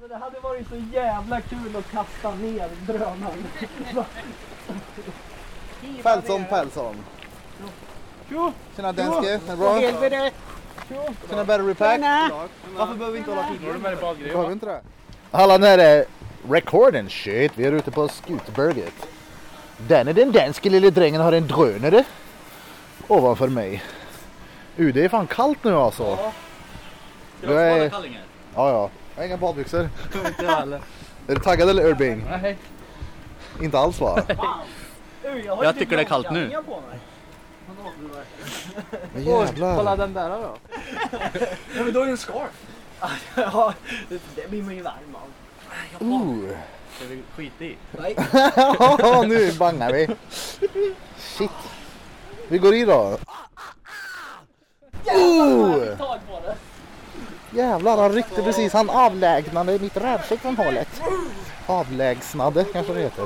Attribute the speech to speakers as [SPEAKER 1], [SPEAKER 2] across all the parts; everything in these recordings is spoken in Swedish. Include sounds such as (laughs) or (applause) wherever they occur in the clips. [SPEAKER 1] men det hade varit så jävla kul att kasta ner drönaren.
[SPEAKER 2] Pälsson, Pälsson.
[SPEAKER 1] Jo,
[SPEAKER 2] Tjena Denske, det är
[SPEAKER 3] Vad
[SPEAKER 2] bra.
[SPEAKER 3] helvete!
[SPEAKER 2] Tjena Battery Pack.
[SPEAKER 3] Tjena!
[SPEAKER 2] Varför behöver vi inte hålla tid?
[SPEAKER 4] du med dig badgrejer?
[SPEAKER 2] Behöver vi inte det? Hallå när det är recording shit. Vi är ute på Skuteberget. Den är den danske lille drängen har en drönare ovanför mig. Uh, det är fan kallt nu alltså. Ja,
[SPEAKER 4] Ska du
[SPEAKER 2] Nej.
[SPEAKER 4] ha kallingar?
[SPEAKER 2] ja. Jag har inga badbyxor.
[SPEAKER 4] Inte heller.
[SPEAKER 2] Är du taggad eller Urbing?
[SPEAKER 4] Nej.
[SPEAKER 2] Inte alls va?
[SPEAKER 1] har
[SPEAKER 4] Jag
[SPEAKER 1] ju
[SPEAKER 4] tycker det är kallt nu.
[SPEAKER 1] jackan på mig.
[SPEAKER 2] Men
[SPEAKER 3] Kolla
[SPEAKER 2] jävlar.
[SPEAKER 3] den där då.
[SPEAKER 1] Ja, men då är det en scarf. (laughs) ja, det blir man ju varm av.
[SPEAKER 2] Uh.
[SPEAKER 4] Ska vi skita i?
[SPEAKER 3] (laughs)
[SPEAKER 1] Nej,
[SPEAKER 2] Ja, nu bangar vi. Shit. Vi går i då. Oh!
[SPEAKER 1] tag på det.
[SPEAKER 2] Jävlar, han ryckte precis. Han avlägnade mitt rävkäck från hålet. Avlägsnade kanske det heter.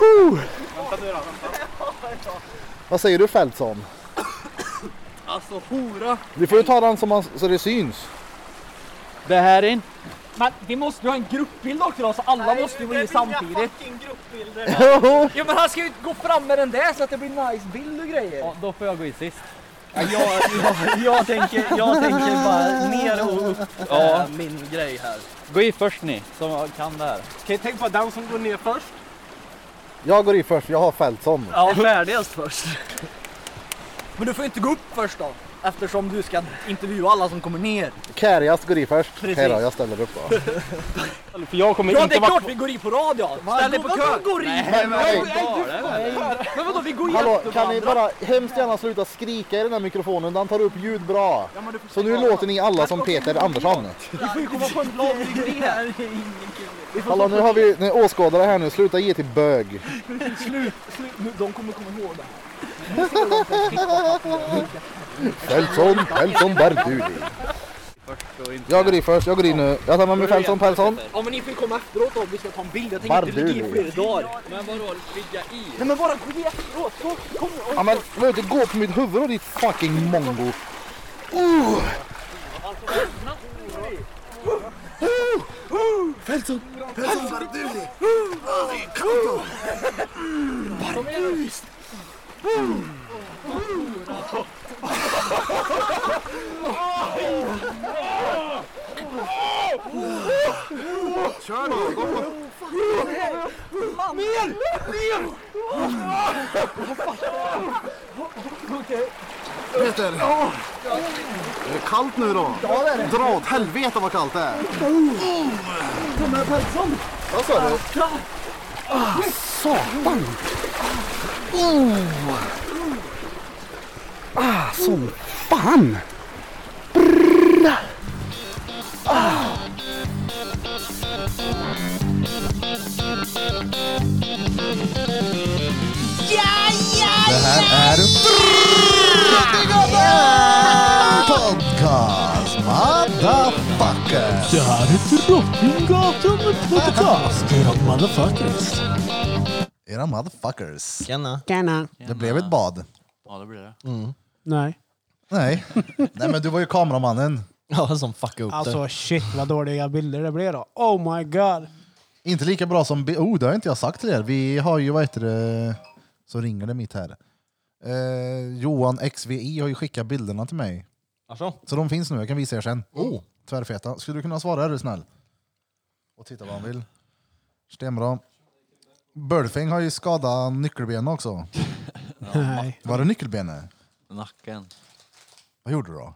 [SPEAKER 2] Whew. Vad säger du Fältson?
[SPEAKER 4] Alltså hora!
[SPEAKER 2] Vi får ju ta den som man, så det syns.
[SPEAKER 4] Det här är inte...
[SPEAKER 3] Men vi måste ju ha en gruppbild också då, så alla måste ju vara i samtidigt.
[SPEAKER 1] fucking gruppbilder.
[SPEAKER 3] Ja men han ska ju gå fram med den där så att det blir nice bild och grejer.
[SPEAKER 4] Ja, då får jag gå i sist.
[SPEAKER 1] jag, jag, jag, tänker, jag tänker bara ner och upp.
[SPEAKER 4] Ja.
[SPEAKER 1] Ja. Min grej här.
[SPEAKER 4] Gå i först ni, som kan det här.
[SPEAKER 3] Okej, tänk på den som går ner först.
[SPEAKER 2] Jag går i först, jag har Fältson.
[SPEAKER 1] Ja, färdigast först.
[SPEAKER 3] Men du får ju inte gå upp först då. Eftersom du ska intervjua alla som kommer ner.
[SPEAKER 2] Kärigast går i först.
[SPEAKER 3] Precis.
[SPEAKER 2] Hej då, jag ställer upp då.
[SPEAKER 4] För jag kommer
[SPEAKER 3] Ja det
[SPEAKER 4] inte
[SPEAKER 3] är
[SPEAKER 4] vara
[SPEAKER 3] klart vi går i på rad ja. Ställ dig på kö. Går i?
[SPEAKER 4] Nej, men
[SPEAKER 2] Nej.
[SPEAKER 4] vad var det?
[SPEAKER 3] Men vadå vi går ju
[SPEAKER 2] Hallå,
[SPEAKER 3] efter
[SPEAKER 2] kan ni
[SPEAKER 3] varandra.
[SPEAKER 2] bara hemskt gärna sluta skrika i den här mikrofonen? Den tar upp ljud bra. Så nu låter ni alla som Peter Andersson.
[SPEAKER 3] Vi får ju komma på en blad vi går i här.
[SPEAKER 2] Hallå, nu har vi nu, är åskådare här nu. Sluta ge till bög.
[SPEAKER 4] (laughs)
[SPEAKER 3] Nu, De kommer komma ihåg det.
[SPEAKER 2] Fältson, Fältson Barduli.
[SPEAKER 4] Först och inte...
[SPEAKER 2] Jag går i först, jag går in nu. Jag tar med mig Fältson, Pälsson.
[SPEAKER 3] Ja men ni får ju komma efteråt om vi ska ta en bild. Jag tänker inte ligga i
[SPEAKER 2] Barduli.
[SPEAKER 3] flera dagar.
[SPEAKER 4] Men vadå, ligga i?
[SPEAKER 3] Nej men bara gå i efteråt. Kom, kom. oj.
[SPEAKER 2] Ja men sluta gå på mitt huvud och ditt fucking mongo. Peter! Är det kallt nu då? Ja det är det. Dra åt helvete vad kallt det är. Oh! Vad sa du? Ah, satan! Oh! Ah, som fan! Brrrr. Ah. Det här är Podcast, motherfuckers!
[SPEAKER 5] Det här är Drottninggatan
[SPEAKER 2] (laughs)
[SPEAKER 5] podcast. Era motherfuckers.
[SPEAKER 2] Era motherfuckers.
[SPEAKER 6] Tjena.
[SPEAKER 5] Gärna.
[SPEAKER 2] Det blev ett bad.
[SPEAKER 4] Ja, det blir det.
[SPEAKER 5] Nej.
[SPEAKER 2] Nej. Nej men du var ju kameramannen.
[SPEAKER 6] (laughs) Ja, som fuckade upp det.
[SPEAKER 5] Alltså shit vad dåliga bilder det blev då. Oh my god.
[SPEAKER 2] Inte lika bra som... Bi- oh, det har inte jag sagt till er. Vi har ju, vad heter det... Så ringer det mitt här. Eh, Johan XVI har ju skickat bilderna till mig.
[SPEAKER 6] Alltså.
[SPEAKER 2] Så de finns nu, jag kan visa er sen. Oh. Tvärfeta. Skulle du kunna svara är du snäll? Och titta vad han vill. Stenbra. Bölfing har ju skadat nyckelbenet också.
[SPEAKER 5] Nej.
[SPEAKER 2] Var det nyckelbenet?
[SPEAKER 4] Nacken.
[SPEAKER 2] Vad gjorde du då?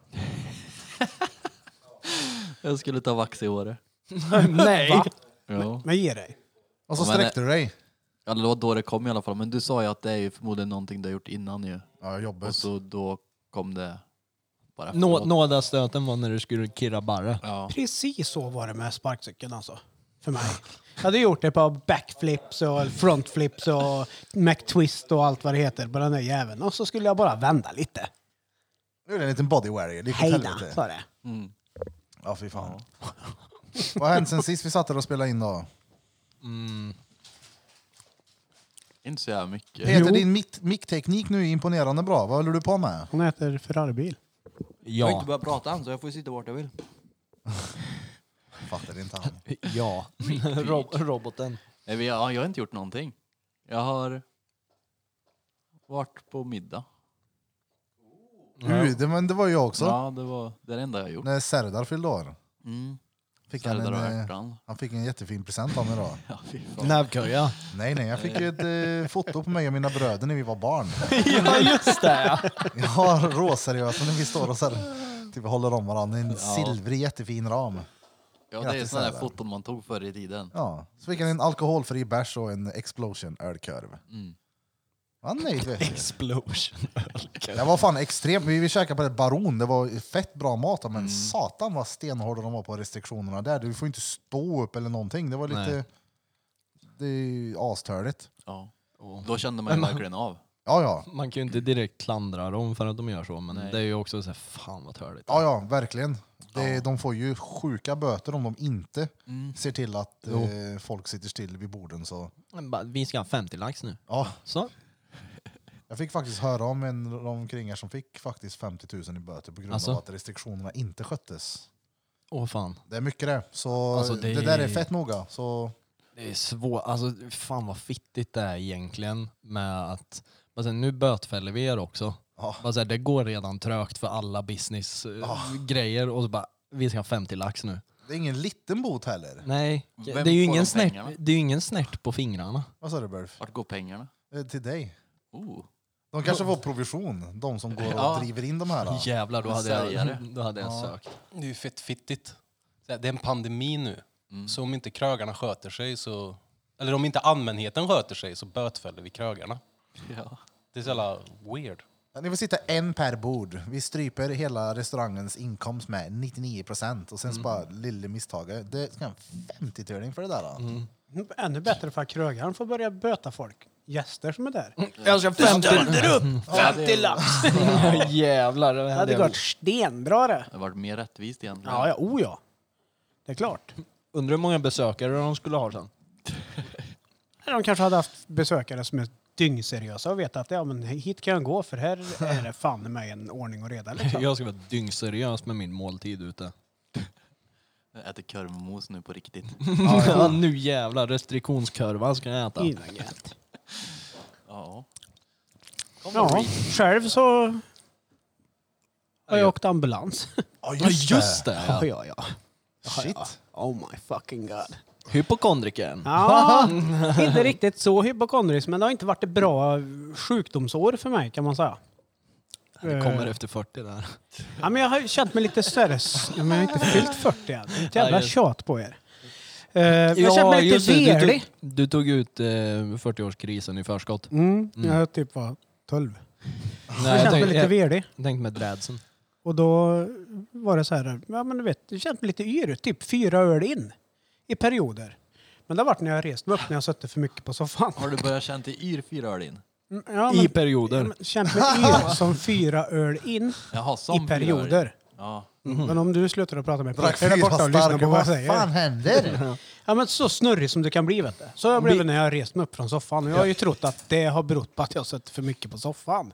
[SPEAKER 4] Jag skulle ta vax i håret.
[SPEAKER 5] (laughs) Nej.
[SPEAKER 4] Ja.
[SPEAKER 5] Men ge dig.
[SPEAKER 2] Och så
[SPEAKER 4] Ja, men- eh,
[SPEAKER 2] sträckte du dig.
[SPEAKER 4] Eller det var då det kom i alla fall. Men du sa ju att det är ju förmodligen någonting du har gjort innan ju.
[SPEAKER 2] Ja, jobbet.
[SPEAKER 4] Och så då kom det bara
[SPEAKER 6] Nå,
[SPEAKER 4] efteråt.
[SPEAKER 6] nådastöten var när du skulle kirra barre.
[SPEAKER 4] Ja.
[SPEAKER 5] Precis så var det med sparkcykeln alltså. För mig. Jag hade gjort det på backflips och frontflips och McTwist och allt vad det heter på den där jäveln. Och så skulle jag bara vända lite.
[SPEAKER 2] Nu är det en liten body warrior. Det gick åt
[SPEAKER 5] Hej då,
[SPEAKER 2] helvete.
[SPEAKER 5] sa det.
[SPEAKER 4] Mm.
[SPEAKER 2] Ja, fy fan. Vad har hänt sen sist vi satt där och spelade in då?
[SPEAKER 4] Inte så jävla mycket.
[SPEAKER 2] Peter, din mitt- mickteknik nu är imponerande bra. Vad håller du på med?
[SPEAKER 5] Hon äter Ferraribil.
[SPEAKER 6] Ja.
[SPEAKER 4] börjat prata än så jag får sitta vart jag vill.
[SPEAKER 2] Fattar inte han.
[SPEAKER 6] Ja, Rob roboten.
[SPEAKER 7] Nej, vi- ja, Jag har inte gjort någonting. Jag har varit på middag.
[SPEAKER 2] Uh, det, men det var jag också.
[SPEAKER 7] Ja, det var det är det enda jag har gjort.
[SPEAKER 2] När Serdar fyllde år.
[SPEAKER 7] Mm.
[SPEAKER 2] Fick han,
[SPEAKER 7] Serdar
[SPEAKER 2] en,
[SPEAKER 7] och
[SPEAKER 2] eh,
[SPEAKER 7] ärtan.
[SPEAKER 2] han fick en jättefin present av mig
[SPEAKER 6] (laughs)
[SPEAKER 2] då.
[SPEAKER 7] Ja, fy fan.
[SPEAKER 6] Näbbköja.
[SPEAKER 2] Nej, nej, jag fick ju ett eh, foto på mig och mina bröder när vi var barn.
[SPEAKER 6] (laughs) ja, just det. ja.
[SPEAKER 2] (laughs) Ja, råseriösa när vi står och så här, typ håller om varandra i en silvrig jättefin ram.
[SPEAKER 7] Ja, det är
[SPEAKER 2] Grattis,
[SPEAKER 7] sådana där
[SPEAKER 2] Serdar.
[SPEAKER 7] foton man tog förr i tiden.
[SPEAKER 2] Ja, så fick han en alkoholfri bärs och en explosion ölkorv.
[SPEAKER 6] Mm.
[SPEAKER 2] Vad nöjd vet
[SPEAKER 6] (laughs)
[SPEAKER 2] du.
[SPEAKER 6] Explosion.
[SPEAKER 2] Det var fan extremt. Vi vi käkade på det Baron, det var fett bra mat men
[SPEAKER 6] Mm.
[SPEAKER 2] satan vad stenhårda de var på restriktionerna där. Du får inte stå upp eller någonting. Det var lite...
[SPEAKER 6] Nej.
[SPEAKER 2] Det är ju astörligt.
[SPEAKER 7] Ja. Då kände man ju verkligen av.
[SPEAKER 2] Ja, ja.
[SPEAKER 6] Man kan ju inte direkt klandra dem för att de gör så, men
[SPEAKER 7] Nej.
[SPEAKER 6] det är ju också så här, fan vad törligt.
[SPEAKER 2] Ja, ja, verkligen. Det, De får ju sjuka böter om de inte
[SPEAKER 6] Mm.
[SPEAKER 2] ser till att eh, folk sitter still vid borden. Så.
[SPEAKER 6] Men bara, Vi ska ha 50 lax nu.
[SPEAKER 2] Ja,
[SPEAKER 6] Så.
[SPEAKER 2] jag fick faktiskt höra om en av de kringar som fick faktiskt 50 000 i böter på grund
[SPEAKER 6] Alltså?
[SPEAKER 2] av att restriktionerna inte sköttes.
[SPEAKER 6] Åh fan.
[SPEAKER 2] Det är mycket det. Så
[SPEAKER 6] Alltså,
[SPEAKER 2] det...
[SPEAKER 6] det-
[SPEAKER 2] där är fett noga. Så,
[SPEAKER 6] Det är svårt. Alltså, fan vad fittigt det är egentligen med att bara så här, nu bötfäller vi er också.
[SPEAKER 2] Ja.
[SPEAKER 6] Bara så här, det går redan trögt för alla business-grejer och så bara, vi ska ha 50 lax nu.
[SPEAKER 2] det är ingen liten bot heller.
[SPEAKER 6] Nej,
[SPEAKER 7] Vem
[SPEAKER 6] det är, ju
[SPEAKER 7] får de
[SPEAKER 6] ingen snärt,
[SPEAKER 7] pengarna?
[SPEAKER 6] det är ju ingen snärt på fingrarna.
[SPEAKER 2] Vad sa du Berf?
[SPEAKER 7] Vart går pengarna?
[SPEAKER 2] Eh, Till dig.
[SPEAKER 7] Oh.
[SPEAKER 2] De kanske får provision, de som går och
[SPEAKER 7] Ja.
[SPEAKER 2] driver in de här.
[SPEAKER 6] (laughs) Jävlar, då hade
[SPEAKER 7] Säljare.
[SPEAKER 6] jag, (laughs) då hade jag sökt.
[SPEAKER 8] Det är ju fett fittigt. Så här, Det är en pandemi nu.
[SPEAKER 6] Mm.
[SPEAKER 8] Så om inte krögarna sköter sig så... Eller om inte allmänheten sköter sig så bötfäller vi krögarna.
[SPEAKER 7] Ja.
[SPEAKER 8] Det är så jävla weird.
[SPEAKER 2] Ni får sitta en per bord. Vi stryper hela restaurangens inkomst med 99 procent. Och sen
[SPEAKER 5] Mm.
[SPEAKER 2] så bara lille misstaget. Det ska en 50-turing för det där. Då.
[SPEAKER 5] Mm. Ännu bättre för att krögaren får börja böta folk. Gäster som är där.
[SPEAKER 6] Jag ska 50
[SPEAKER 5] 50 lax!
[SPEAKER 6] (laughs) Jävlar, det
[SPEAKER 5] Det hade
[SPEAKER 6] jag-
[SPEAKER 5] gått stenbra det.
[SPEAKER 7] Det har varit mer rättvist egentligen.
[SPEAKER 5] Ja, ja, o ja. Det är klart.
[SPEAKER 6] Undrar hur många besökare de skulle ha sen.
[SPEAKER 5] De kanske hade haft besökare som är dyngseriösa och vet att ja, men hit kan jag gå för här är det fan i mig en ordning och reda. (laughs)
[SPEAKER 6] (laughs)
[SPEAKER 5] Liksom.
[SPEAKER 6] Jag ska vara dyngseriös med min måltid ute.
[SPEAKER 7] Jag äter korv med mos nu på
[SPEAKER 5] (laughs)
[SPEAKER 7] riktigt.
[SPEAKER 6] (laughs) Ja, nu jävlar, restriktionskurvan ska jag äta.
[SPEAKER 5] Inget.
[SPEAKER 7] Ja.
[SPEAKER 5] Ja, själv så har jag åkt ambulans. (laughs)
[SPEAKER 6] Ja just det!
[SPEAKER 5] Ja,
[SPEAKER 6] Ja.
[SPEAKER 5] ja, ja.
[SPEAKER 2] Shit.
[SPEAKER 5] Oh my fucking god.
[SPEAKER 6] Hypokondrikern.
[SPEAKER 5] (laughs) Ja, inte riktigt så hypokondrisk, men det har inte varit ett bra sjukdomsår för mig kan man säga.
[SPEAKER 6] Det kommer efter 40 där.
[SPEAKER 5] Ja, men jag har ju känt mig lite större. s- Men jag har inte fyllt 40 än. Det är ett jävla
[SPEAKER 6] Ja, just-
[SPEAKER 5] tjat på er. Eh, jag har känt mig lite
[SPEAKER 6] det, du,
[SPEAKER 5] velig.
[SPEAKER 6] tog, du tog ut eh, 40-årskrisen i förskott.
[SPEAKER 5] Mm, Jag typ var 12.
[SPEAKER 6] Nej,
[SPEAKER 5] jag
[SPEAKER 6] jag
[SPEAKER 5] kände mig
[SPEAKER 6] tänkte,
[SPEAKER 5] lite
[SPEAKER 6] jag,
[SPEAKER 5] velig.
[SPEAKER 6] tänkte med drädsen.
[SPEAKER 5] Och då var det så här, ja men du vet, jag kände mig lite yr. Typ fyra öl in. I perioder. Men det har varit när jag har rest mig upp, när jag har suttit för mycket på soffan.
[SPEAKER 7] Har du börjat känna dig yr fyra öl in?
[SPEAKER 5] Mm, Ja,
[SPEAKER 6] I
[SPEAKER 5] men,
[SPEAKER 6] perioder.
[SPEAKER 5] men känt mig yr som fyra öl in
[SPEAKER 7] Jaha, som
[SPEAKER 5] i
[SPEAKER 7] fyra öl in.
[SPEAKER 5] perioder.
[SPEAKER 7] Ja.
[SPEAKER 5] Men om du slutar att prata med
[SPEAKER 2] Drack
[SPEAKER 5] pojkar där
[SPEAKER 2] fyra
[SPEAKER 5] borta och lyssnar
[SPEAKER 2] stark
[SPEAKER 5] på
[SPEAKER 2] och
[SPEAKER 5] vad jag
[SPEAKER 2] vad
[SPEAKER 5] säger.
[SPEAKER 2] fan händer?
[SPEAKER 5] (laughs) Ja men så snurrig som du kan bli vet du. Så jag blev när jag rest mig upp från soffan. Och jag har ju trott att det har berott på att jag har suttit för mycket på soffan.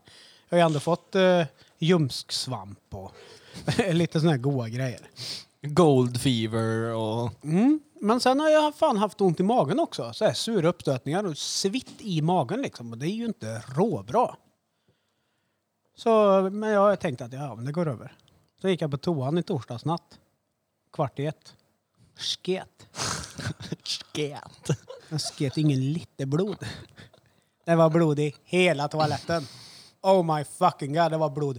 [SPEAKER 5] Jag har ju ändå fått eh, ljumsksvamp och (laughs) lite sådana här goa grejer.
[SPEAKER 6] Gold fever och...
[SPEAKER 5] Men sen har jag fan haft ont i magen också. Så här sura uppstötningar och svitt i magen liksom. Och det är ju inte råbra. Så men jag har tänkt att ja, men det går över. Så gick jag på toan i torsdags natt. Kvart i ett. Sket.
[SPEAKER 6] Skät.
[SPEAKER 5] Jag sket ingen lite blod. Det var blod i hela toaletten. Oh my fucking god, det var blod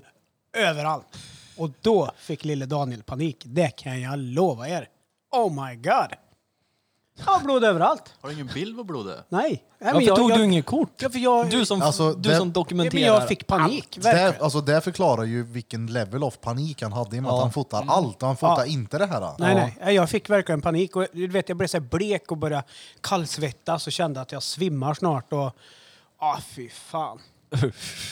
[SPEAKER 5] överallt. Och då fick lille Daniel panik. Det kan jag lova er. Oh my god. Det var blod överallt.
[SPEAKER 7] Har du ingen bild på blodet?
[SPEAKER 5] Nej. Nej men
[SPEAKER 6] Varför
[SPEAKER 5] jag,
[SPEAKER 6] tog
[SPEAKER 5] jag,
[SPEAKER 6] du inget kort?
[SPEAKER 5] Ja, för jag,
[SPEAKER 6] Du som,
[SPEAKER 2] Alltså,
[SPEAKER 6] du
[SPEAKER 2] det-
[SPEAKER 6] som
[SPEAKER 5] Nej, men
[SPEAKER 6] dokumenterar.
[SPEAKER 5] jag fick panik.
[SPEAKER 2] Det,
[SPEAKER 5] Verkligen.
[SPEAKER 2] alltså, det förklarar ju vilken level of panik han hade i och med
[SPEAKER 6] Ja.
[SPEAKER 2] att han fotar allt och han fotar
[SPEAKER 5] Ja.
[SPEAKER 2] inte det här.
[SPEAKER 5] Nej, nej. Nej, Jag fick verkligen panik. Och, du vet, jag blev så här blek och började kallsvettas och kände att jag svimmar snart. Och, ah,
[SPEAKER 6] (laughs)
[SPEAKER 5] fy fan.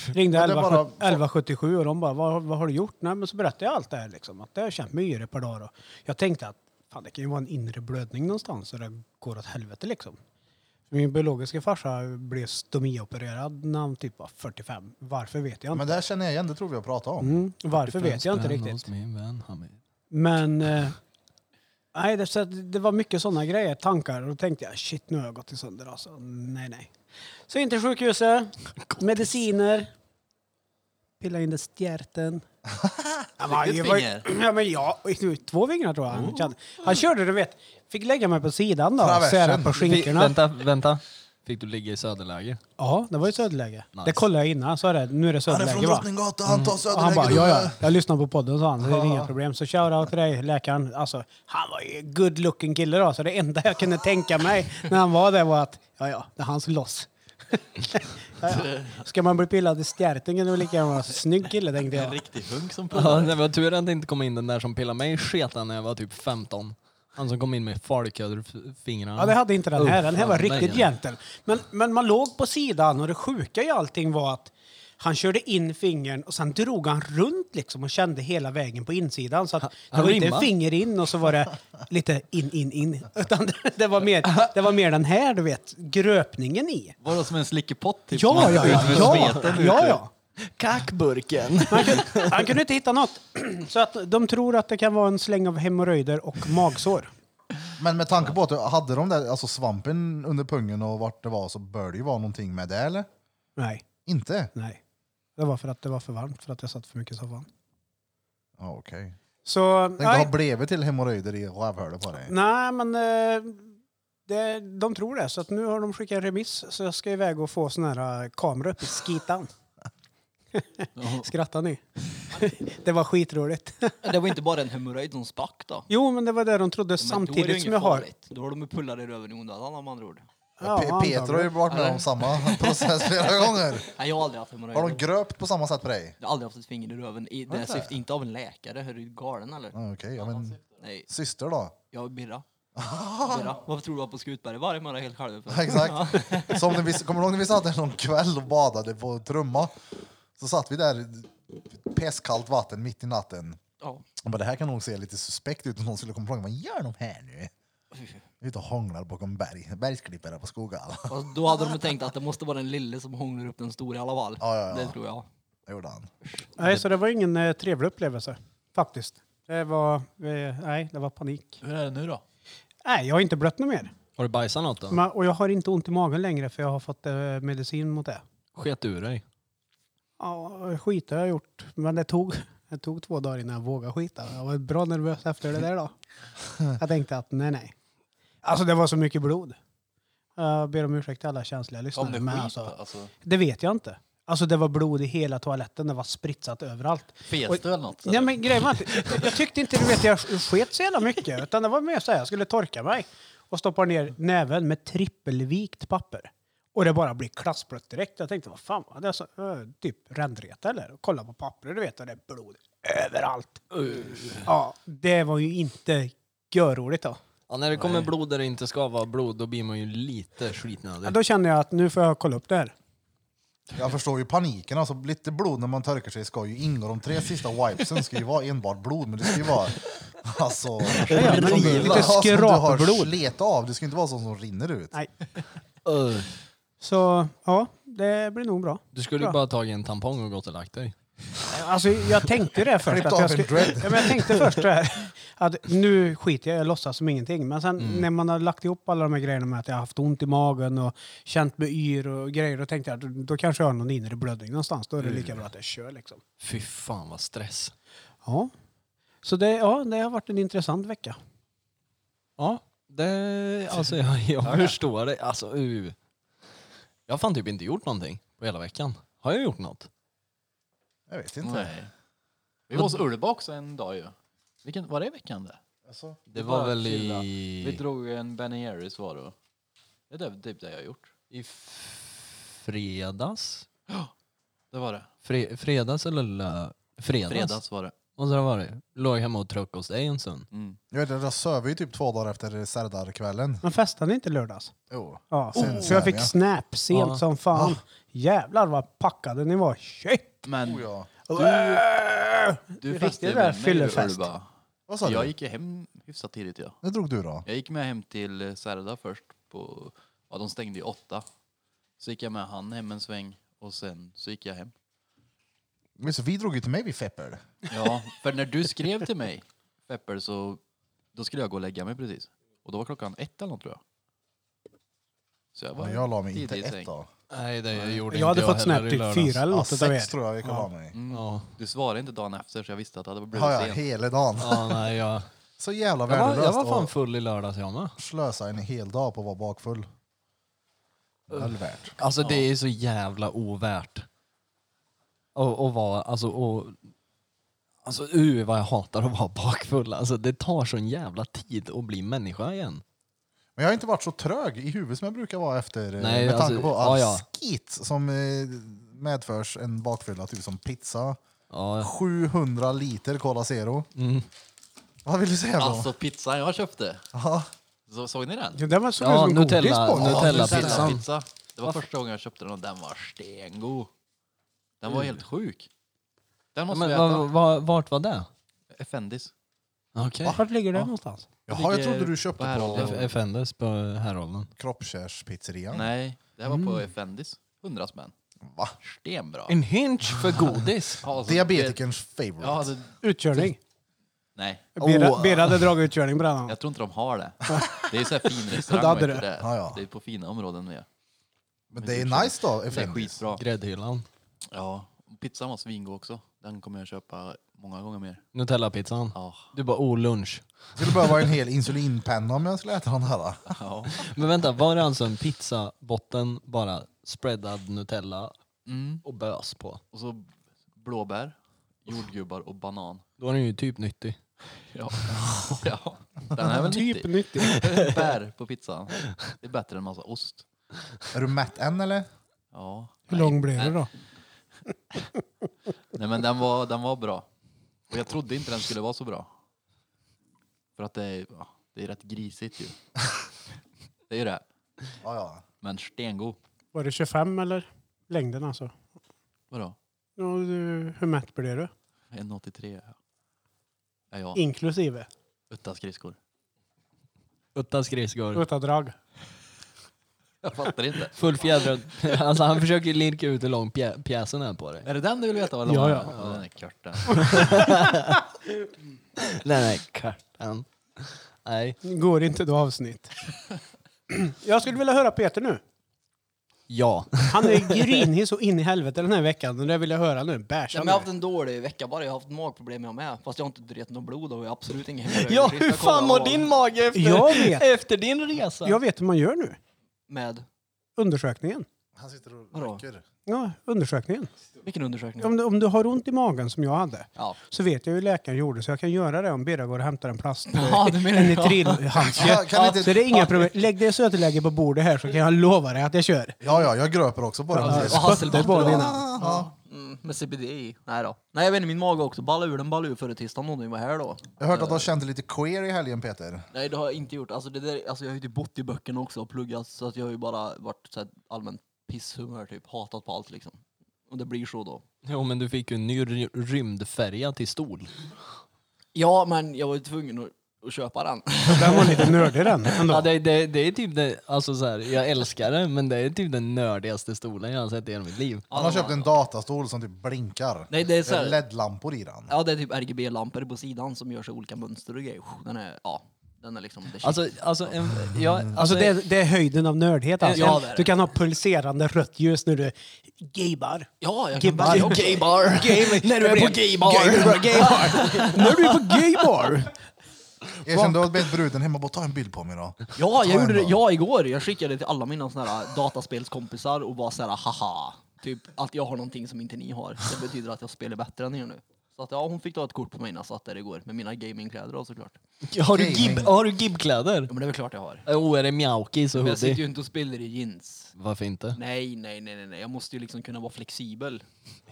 [SPEAKER 5] Ringde
[SPEAKER 2] Ja, det
[SPEAKER 5] 11,
[SPEAKER 2] bara-
[SPEAKER 5] 1177 och de bara, vad, vad har du gjort? Nej, men så berättade jag allt det här. Liksom, att det har jag känt mig yr ett par dagar. Och jag tänkte att fan, det kan ju vara en inre blödning någonstans och det går åt helvete liksom. Min biologiska farsa blev stomiopererad när han typ var 45. Varför vet jag inte.
[SPEAKER 2] Men det här känner jag igen, det tror vi har pratat om.
[SPEAKER 5] Mm, varför vet jag inte riktigt.
[SPEAKER 6] Min vän, Hamid.
[SPEAKER 5] Men eh, Nej, det, så att det var mycket sådana grejer, tankar. Och då tänkte jag shit, nu har jag gått till sönder alltså. Nej, nej. Så in till sjukhuset, mediciner, pilla in det stjärten. Ja, men jag var-
[SPEAKER 7] finger?
[SPEAKER 5] Ja, men jag, två fingrar tror jag. Han, kände. han körde, du vet. Fick lägga mig på sidan då, och sära
[SPEAKER 2] Traversen.
[SPEAKER 5] på skinkorna.
[SPEAKER 6] vänta, vänta. Fick du ligga i söderläge?
[SPEAKER 5] Ja, det var ju söderläge.
[SPEAKER 6] Nice.
[SPEAKER 5] Det kollade jag innan, så är det, nu är det
[SPEAKER 2] Han är från
[SPEAKER 5] söderläge va?
[SPEAKER 2] Drottninggatan, Mm. han tar
[SPEAKER 5] Och han
[SPEAKER 2] Söderläge.
[SPEAKER 5] bara,
[SPEAKER 2] du
[SPEAKER 5] ja,
[SPEAKER 2] med."
[SPEAKER 5] ja, jag lyssnar på podden sa han, så det är inga problem. Så shoutout till dig, läkaren. Alltså, han var ju good looking kille då, så det enda jag kunde tänka mig när han var där var att, ja, ja, det är hans loss. (laughs) ja, ja. Ska man bli pillad i stjärten kan du lika gärna vara en snygg kille tänkte
[SPEAKER 7] En
[SPEAKER 5] jag.
[SPEAKER 7] riktig hunk som
[SPEAKER 6] Ja,
[SPEAKER 7] pullar.
[SPEAKER 6] det var tur att det inte kom in den där som pillade mig i sketan när jag var typ 15. Han som kom in med farköderfingrarna.
[SPEAKER 5] Ja, det hade inte den här. Den här var
[SPEAKER 6] Uff,
[SPEAKER 5] riktigt
[SPEAKER 6] nej.
[SPEAKER 5] gentle. Men, men man låg på sidan och det sjuka i allting var att han körde in fingern och sen drog han runt liksom och kände hela vägen på insidan. Så att det
[SPEAKER 6] han
[SPEAKER 5] var inte en
[SPEAKER 6] rimmar.
[SPEAKER 5] finger in och så var det lite in, in, in. Utan det, det, var mer, det var mer den här, du vet, gröpningen i.
[SPEAKER 7] Var det som en slickepott? Typ, som
[SPEAKER 5] Ja,
[SPEAKER 7] man
[SPEAKER 5] ja,
[SPEAKER 7] ut
[SPEAKER 5] ja.
[SPEAKER 7] med
[SPEAKER 5] ja,
[SPEAKER 7] smeten ut
[SPEAKER 5] ja,
[SPEAKER 7] ur.
[SPEAKER 5] ja.
[SPEAKER 6] Kackburken!
[SPEAKER 5] Han kunde, han kunde inte hitta något. Så att de tror att det kan vara en släng av hemorrojder och magsår.
[SPEAKER 2] Men med tanke på att du hade de där alltså svampen under pungen och vart det var så bör det ju vara någonting med det eller?
[SPEAKER 5] Nej,
[SPEAKER 2] Inte?
[SPEAKER 5] nej. Det var för att det var för varmt, för att jag satt för mycket i soffan.
[SPEAKER 2] Ja okej.
[SPEAKER 5] Så,
[SPEAKER 2] Tänk
[SPEAKER 5] nej,
[SPEAKER 2] att ha blivit till hemorrojder i rövhålet på dig.
[SPEAKER 5] nej, men eh, det, de tror det. Så att nu har de skickat en remiss så jag ska iväg och få sån här eh, kamera upp i skitan. Skrattar ni? (laughs) det var skitroligt.
[SPEAKER 4] Det var inte bara en hemorrojd som sprack då?
[SPEAKER 5] Jo, men det var det de trodde
[SPEAKER 4] Men då är det ju
[SPEAKER 5] samtidigt som jag
[SPEAKER 4] inget
[SPEAKER 5] har...
[SPEAKER 4] farligt. Då har de ju pullat i röven i onödan om andra ord.
[SPEAKER 5] Ja,
[SPEAKER 2] Pe- Peter har ju varit med om
[SPEAKER 5] (laughs)
[SPEAKER 2] samma process flera gånger.
[SPEAKER 4] Nej, jag har aldrig haft
[SPEAKER 2] Har de
[SPEAKER 4] hemorrojder.
[SPEAKER 2] gröpt på samma sätt på dig?
[SPEAKER 4] Jag har aldrig haft ett finger i röven. I det syftet, inte av en läkare. Är du galen eller?
[SPEAKER 2] Ja, Okej, ja, men
[SPEAKER 4] Nej,
[SPEAKER 2] syster då?
[SPEAKER 4] jag
[SPEAKER 5] (laughs)
[SPEAKER 4] är Birra. Birra. Varför tror du jag var på Skutberg varje morgon helt själv?
[SPEAKER 2] Ja, Exakt. (laughs) Som när vi, kommer du ihåg när vi satt där någon kväll och badade på Trumma? Så satt vi där i pestkallt vatten mitt i natten.
[SPEAKER 4] Ja.
[SPEAKER 2] Och bara, det här kan nog se lite suspekt ut om någon skulle komma och fråga vad gör de här nu? Ute och hånglar bakom berg, bergsklippare på Skogall.
[SPEAKER 4] Och då hade de ju tänkt att det måste vara den lille som hånglar upp den stora i alla fall.
[SPEAKER 2] Ja, ja, ja.
[SPEAKER 4] Det tror jag.
[SPEAKER 2] (laughs) Det gjorde han.
[SPEAKER 5] Nej, så det var ingen eh, trevlig upplevelse, faktiskt. Det var... Eh, nej, det var panik.
[SPEAKER 7] Hur är det nu då?
[SPEAKER 5] Nej, jag har inte blött något mer.
[SPEAKER 6] Har du bajsat något då?
[SPEAKER 5] Ma- Och jag har inte ont i magen längre för jag har fått eh, medicin mot det.
[SPEAKER 6] Sket ur dig?
[SPEAKER 5] Ja, skit har jag gjort. Men det tog, (laughs) det tog två dagar innan jag vågade skita. Jag var bra nervös efter det där då. Jag tänkte att nej, nej. Alltså det var så mycket blod. Jag ber om ursäkt till alla känsliga
[SPEAKER 7] Om det
[SPEAKER 5] lyssnare.
[SPEAKER 7] är
[SPEAKER 5] Men
[SPEAKER 7] skit
[SPEAKER 5] alltså,
[SPEAKER 7] alltså.
[SPEAKER 5] det vet jag inte. Alltså det var blod i hela toaletten. Det var spritsat överallt. Och-
[SPEAKER 7] Fes du eller något?
[SPEAKER 5] Nej men grejen var att jag tyckte inte du vet, jag sket så jävla mycket. Utan det var mer så här, jag skulle torka mig och stoppa ner näven med trippelvikt papper. Och det bara blir klassblött direkt. Jag tänkte, vad fan var det? Så, eh, typ rändreta eller? Och kolla på pappret, du vet, och det är blod överallt. Ja, det var ju inte görroligt då.
[SPEAKER 6] Ja, när det kommer blod där det inte ska vara blod, då blir man ju lite
[SPEAKER 5] Ja,
[SPEAKER 6] skitnödig.
[SPEAKER 5] då kände jag att nu får jag kolla upp det här.
[SPEAKER 2] Jag förstår ju paniken. Alltså, lite blod när man torkar sig ska ju ingå. De tre sista wipesen ska ju vara enbart blod, men det ska ju vara... Alltså,
[SPEAKER 5] men
[SPEAKER 2] som du-
[SPEAKER 5] lite
[SPEAKER 2] ja, som Du har
[SPEAKER 5] skrapblod.
[SPEAKER 2] slet av. Det ska inte vara sånt som rinner ut.
[SPEAKER 5] Nej.
[SPEAKER 6] Öh.
[SPEAKER 5] Så ja, det blir nog bra.
[SPEAKER 6] Du skulle
[SPEAKER 5] Bra.
[SPEAKER 6] ju bara tagit en tampong och gått och lagt dig.
[SPEAKER 5] Alltså, jag tänkte det först.
[SPEAKER 2] Klippt
[SPEAKER 5] Att
[SPEAKER 2] av
[SPEAKER 5] jag,
[SPEAKER 2] en
[SPEAKER 5] skulle,
[SPEAKER 2] dread.
[SPEAKER 5] ja, men jag tänkte först det här, att nu skiter jag jag låtsas som ingenting. Men sen när man har lagt ihop alla de här grejerna med att jag har haft ont i magen och känt mig yr och grejer, då tänkte jag att då kanske jag har någon inre blödning någonstans. Då är det lika bra att jag kör liksom.
[SPEAKER 6] Fy fan vad stress.
[SPEAKER 5] Ja. Så det, ja, det har varit en intressant vecka.
[SPEAKER 6] Ja, det... Alltså jag, (laughs) jag förstår det. Alltså, uh. Jag har fan typ inte gjort någonting på hela veckan. Har jag gjort något?
[SPEAKER 2] Jag vet inte.
[SPEAKER 7] Nej. Vi var hos Ulva också en dag ju. Vilken, var det i veckan det?
[SPEAKER 2] Alltså,
[SPEAKER 6] Det
[SPEAKER 7] bara
[SPEAKER 6] var väl
[SPEAKER 7] chilla. Vi
[SPEAKER 6] i...
[SPEAKER 7] drog en Ben Jerrys var det. Det är det- typ det jag har gjort.
[SPEAKER 6] I fredags?
[SPEAKER 7] Det var det.
[SPEAKER 6] Fre, fredags eller lö... Fredags?
[SPEAKER 7] Fredags var det. Mm.
[SPEAKER 6] Och så var det. Låg hemma och tröck hos dig en stund.
[SPEAKER 2] jag, vet, inte, jag söver ju typ två dagar efter Serdar-kvällen.
[SPEAKER 5] Men festade inte lördags.
[SPEAKER 2] Jo.
[SPEAKER 5] Ja.
[SPEAKER 2] Sen-
[SPEAKER 5] Så jag fick
[SPEAKER 2] sen, ja.
[SPEAKER 5] snap sent
[SPEAKER 6] Ja.
[SPEAKER 5] som fan. Jävlar vad packade ni var. Shit!
[SPEAKER 7] Men
[SPEAKER 2] Oh, ja.
[SPEAKER 7] du
[SPEAKER 5] Riktigt
[SPEAKER 7] festade ju
[SPEAKER 5] där
[SPEAKER 7] med mig ju,
[SPEAKER 5] fyllefest.
[SPEAKER 7] Ulva.
[SPEAKER 2] Vad sa
[SPEAKER 7] Jag
[SPEAKER 2] du?
[SPEAKER 7] gick ju hem hyfsat tidigt ja.
[SPEAKER 2] Det drog du då?
[SPEAKER 7] Jag gick med hem till eh, Särda först. På, ja, de stängde ju åtta. Så gick jag med han hem en sväng och sen så gick jag hem.
[SPEAKER 2] Men Så vi drog ju till mig vid Feppel.
[SPEAKER 7] Ja, för när du skrev till mig, Pepper, så Då skulle jag gå och lägga mig precis. Och då var klockan ett eller något tror jag. Så jag var
[SPEAKER 2] Men jag la mig inte
[SPEAKER 7] tidig i säng.
[SPEAKER 2] ett då.
[SPEAKER 6] Nej, det gjorde
[SPEAKER 5] Jag hade
[SPEAKER 6] inte jag
[SPEAKER 5] fått
[SPEAKER 6] heller
[SPEAKER 5] snäpp
[SPEAKER 6] i
[SPEAKER 5] typ
[SPEAKER 6] lördags.
[SPEAKER 5] fyra eller
[SPEAKER 2] Ja,
[SPEAKER 5] något utav er.
[SPEAKER 2] sex tror jag vi kan la mig.
[SPEAKER 7] Mm.
[SPEAKER 6] Ja,
[SPEAKER 7] Du svarade inte dagen efter så jag visste att det hade blivit
[SPEAKER 2] Har jag
[SPEAKER 7] sent.
[SPEAKER 2] hela dagen.
[SPEAKER 6] ja nej jag...
[SPEAKER 2] Så jävla
[SPEAKER 6] Jag var, jag
[SPEAKER 2] värdelöst
[SPEAKER 6] var fan
[SPEAKER 2] att
[SPEAKER 6] full i lördags jag med.
[SPEAKER 2] slösa en hel dag på att vara bakfull. Väl värt.
[SPEAKER 6] Alltså det är så jävla ovärt. Och, och vara, alltså och... Alltså uh, vad jag hatar att vara bakfull. Alltså det tar sån jävla tid att bli människa igen.
[SPEAKER 2] Men jag har inte varit så trög i huvudet som jag brukar vara efter. eh,
[SPEAKER 6] Nej,
[SPEAKER 2] med tanke
[SPEAKER 6] alltså,
[SPEAKER 2] på all
[SPEAKER 6] ja,
[SPEAKER 2] skit som eh, medförs en bakfylla, typ som pizza.
[SPEAKER 6] Ja,
[SPEAKER 2] 700 liter Cola Zero. Vad vill du säga då?
[SPEAKER 7] Mm. Alltså pizzan jag köpte.
[SPEAKER 2] Ja.
[SPEAKER 7] Så, såg ni den?
[SPEAKER 5] Ja, den var så
[SPEAKER 6] ja
[SPEAKER 5] som godis
[SPEAKER 6] Nutella,
[SPEAKER 5] på.
[SPEAKER 6] Nutella-pizzan.
[SPEAKER 7] Pizza. Det var första gången jag köpte den och den var stengod. Den
[SPEAKER 2] Mm.
[SPEAKER 7] var helt sjuk. Den måste
[SPEAKER 6] Men
[SPEAKER 7] vi
[SPEAKER 6] va,
[SPEAKER 7] äta.
[SPEAKER 6] va, vart var det?
[SPEAKER 7] Effendis.
[SPEAKER 6] Okej.
[SPEAKER 5] Vart ligger det någonstans?
[SPEAKER 2] Jaha, jag
[SPEAKER 7] ligger
[SPEAKER 2] trodde du
[SPEAKER 7] på
[SPEAKER 2] köpte
[SPEAKER 7] Härholmen.
[SPEAKER 2] på
[SPEAKER 6] F- Fenders på Härholmen.
[SPEAKER 2] kroppskärspizzerian.
[SPEAKER 7] Nej, det här var på Effendis. 100 spänn.
[SPEAKER 2] Va?
[SPEAKER 7] Stenbra.
[SPEAKER 6] En hinch för godis.
[SPEAKER 7] (laughs) Ja, alltså,
[SPEAKER 2] Diabetikerns
[SPEAKER 7] det-
[SPEAKER 2] favorite.
[SPEAKER 7] Ja,
[SPEAKER 4] alltså,
[SPEAKER 7] det,
[SPEAKER 5] Utkörning.
[SPEAKER 7] nej,
[SPEAKER 5] Bera, Bera hade dragit utkörning på den. här.
[SPEAKER 7] jag tror inte de har det. Det är så här fin
[SPEAKER 5] Det
[SPEAKER 7] restaurang.
[SPEAKER 5] hade
[SPEAKER 7] vet du
[SPEAKER 5] det.
[SPEAKER 7] det.
[SPEAKER 2] Ja, ja.
[SPEAKER 7] det är på fina områden. Med.
[SPEAKER 2] Men det är nice då,
[SPEAKER 7] Det är
[SPEAKER 2] Effendis.
[SPEAKER 7] skitbra.
[SPEAKER 6] Gräddhyllan.
[SPEAKER 7] Ja, pizzan var svingod också. Den kommer jag köpa många gånger mer.
[SPEAKER 6] Nutella-pizzan.
[SPEAKER 7] Ja,
[SPEAKER 6] Du bara oh lunch.
[SPEAKER 2] Skulle behöva en hel insulinpenna om jag skulle äta den här.
[SPEAKER 7] ja.
[SPEAKER 6] Men vänta, var det alltså en pizzabotten bara spreadad Nutella
[SPEAKER 7] Mm.
[SPEAKER 6] och bös på?
[SPEAKER 7] Och så blåbär, jordgubbar och banan.
[SPEAKER 6] Då är den ju typ nyttig.
[SPEAKER 7] Ja. (laughs) ja. Den här är väl
[SPEAKER 5] Typ
[SPEAKER 7] nyttig.
[SPEAKER 5] nyttig.
[SPEAKER 7] Bär på pizzan. Det är bättre än massa ost.
[SPEAKER 2] Är du mätt än eller?
[SPEAKER 7] Ja.
[SPEAKER 5] Hur lång blev det då?
[SPEAKER 7] Nej men den var, den var bra. Och jag trodde inte den skulle vara så bra. För att det är, ja, det är rätt grisigt ju. Det är ju det.
[SPEAKER 2] Ja, ja.
[SPEAKER 7] Men stengod.
[SPEAKER 5] Var det 25 eller? Längden alltså.
[SPEAKER 7] Vadå?
[SPEAKER 5] Ja, du, hur mätt blev du?
[SPEAKER 7] 1,83. Ja, ja.
[SPEAKER 5] Inklusive?
[SPEAKER 7] Utan skridskor.
[SPEAKER 6] Utta skridskor.
[SPEAKER 5] Utan drag?
[SPEAKER 7] Jag fattar inte.
[SPEAKER 6] Fullfjädrad. (laughs) Alltså han försöker lirka ut hur lång pjä- pjäsen är på dig.
[SPEAKER 7] Är det den du vill veta? Eller
[SPEAKER 5] Ja, ja.
[SPEAKER 7] Den är kort den.
[SPEAKER 6] Nej, nej, kartan. Nej.
[SPEAKER 5] Går inte då avsnitt. (clears throat) Jag skulle vilja höra Peter nu.
[SPEAKER 6] Ja.
[SPEAKER 5] Han är grinig så in i helvete den här veckan. och Det vill jag höra nu. Bärs
[SPEAKER 4] Ja,
[SPEAKER 5] han
[SPEAKER 4] men jag har
[SPEAKER 5] är.
[SPEAKER 4] haft en dålig vecka bara, jag har haft magproblem jag med. Fast jag har inte drett något blod och jag har absolut ingen hemorrojder.
[SPEAKER 6] Ja,
[SPEAKER 4] Jag
[SPEAKER 6] hur
[SPEAKER 4] kollar
[SPEAKER 6] fan mår
[SPEAKER 4] vad-
[SPEAKER 6] din mage efter,
[SPEAKER 5] Jag vet.
[SPEAKER 6] efter din resa?
[SPEAKER 5] Jag vet hur man gör nu.
[SPEAKER 4] Med?
[SPEAKER 5] Undersökningen.
[SPEAKER 2] Han sitter och
[SPEAKER 4] Vadå?
[SPEAKER 2] rycker.
[SPEAKER 5] Ja, undersökningen.
[SPEAKER 4] Vilken undersökning?
[SPEAKER 5] Om du, om du har ont i magen som jag hade
[SPEAKER 4] Ja.
[SPEAKER 5] så vet jag hur läkaren gjorde så jag kan göra det om Birra går och hämtar en
[SPEAKER 4] (laughs)
[SPEAKER 5] plast.
[SPEAKER 4] Ja, du menar
[SPEAKER 5] en
[SPEAKER 4] det, ja.
[SPEAKER 2] Ja,
[SPEAKER 5] nitrilhandske.
[SPEAKER 2] kan
[SPEAKER 5] Ja,
[SPEAKER 2] inte-
[SPEAKER 5] så det är inga problem. Lägg det sötläge på bordet här så kan jag lova dig att jag kör.
[SPEAKER 2] Ja, ja, jag gröper också på den.
[SPEAKER 4] Och hasselbatter
[SPEAKER 5] på
[SPEAKER 4] då?
[SPEAKER 5] dina.
[SPEAKER 4] Ja. Mm, med CBD i. Nej då. Nej jag vet inte, min mage har också ballat ur. Den ballade ur förra tisdagen då när vi var här då.
[SPEAKER 2] Jag har hört att du har känt dig lite queer i helgen, Peter.
[SPEAKER 4] Nej det har jag inte gjort. Alltså, det där, alltså jag har ju typ bott i böckerna också och pluggat så att jag har ju bara varit så här, allmänt pisshumör typ. Hatat på allt liksom. Och det blir så då.
[SPEAKER 6] Jo men du fick ju en ny ry- rymdfärja till stol.
[SPEAKER 4] Ja men jag var ju tvungen att, att köpa den.
[SPEAKER 5] Den var lite nördig den ändå.
[SPEAKER 6] Ja, det, det, det är typ det, alltså så här, jag älskar det men det är typ den nördigaste stolen jag har sett i hela mitt liv.
[SPEAKER 2] Han har köpt en datastol som typ blinkar.
[SPEAKER 4] Nej det är så
[SPEAKER 2] Det är
[SPEAKER 4] här,
[SPEAKER 2] LED-lampor i den.
[SPEAKER 4] (laughs) Ja det är typ RGB-lampor på sidan som gör sig olika mönster och grejer. Den är, ja. Den är liksom... det är
[SPEAKER 6] Alltså, alltså, en, jag, alltså,
[SPEAKER 5] Alltså det, är- det är höjden av nördhet alltså.
[SPEAKER 4] Ja, det är det.
[SPEAKER 5] Du kan ha pulserande rött ljus när du gaybar.
[SPEAKER 4] Ja, jag kan
[SPEAKER 5] Gaybar.
[SPEAKER 4] börja också.
[SPEAKER 5] Gaybar. Gay, när du är på gaybar.
[SPEAKER 4] (laughs)
[SPEAKER 5] när du är på gaybar.
[SPEAKER 2] Erkänn, du har bett bruden hemma bara ta en bild på mig då.
[SPEAKER 4] Ja,
[SPEAKER 2] Ta
[SPEAKER 4] jag gjorde
[SPEAKER 2] en
[SPEAKER 4] det.
[SPEAKER 2] då.
[SPEAKER 4] Ja, igår. Jag skickade till alla mina såna här dataspelskompisar och var så här haha. Typ att jag har någonting som inte ni har. Det betyder att jag spelar bättre än er nu. Så att ja, hon fick ta ett kort på mig när jag satt där igår med mina gamingkläder och såklart.
[SPEAKER 6] har, du
[SPEAKER 2] Gaming.
[SPEAKER 6] gib, har du gibbkläder?
[SPEAKER 4] Ja, men det är väl klart jag har.
[SPEAKER 6] Åh, oh, är det mjaukis och
[SPEAKER 4] Men jag sitter ju
[SPEAKER 6] hoodie?
[SPEAKER 4] inte och spelar i jeans.
[SPEAKER 6] Varför inte?
[SPEAKER 4] Nej, nej, nej, nej, nej. Jag måste ju liksom kunna vara flexibel.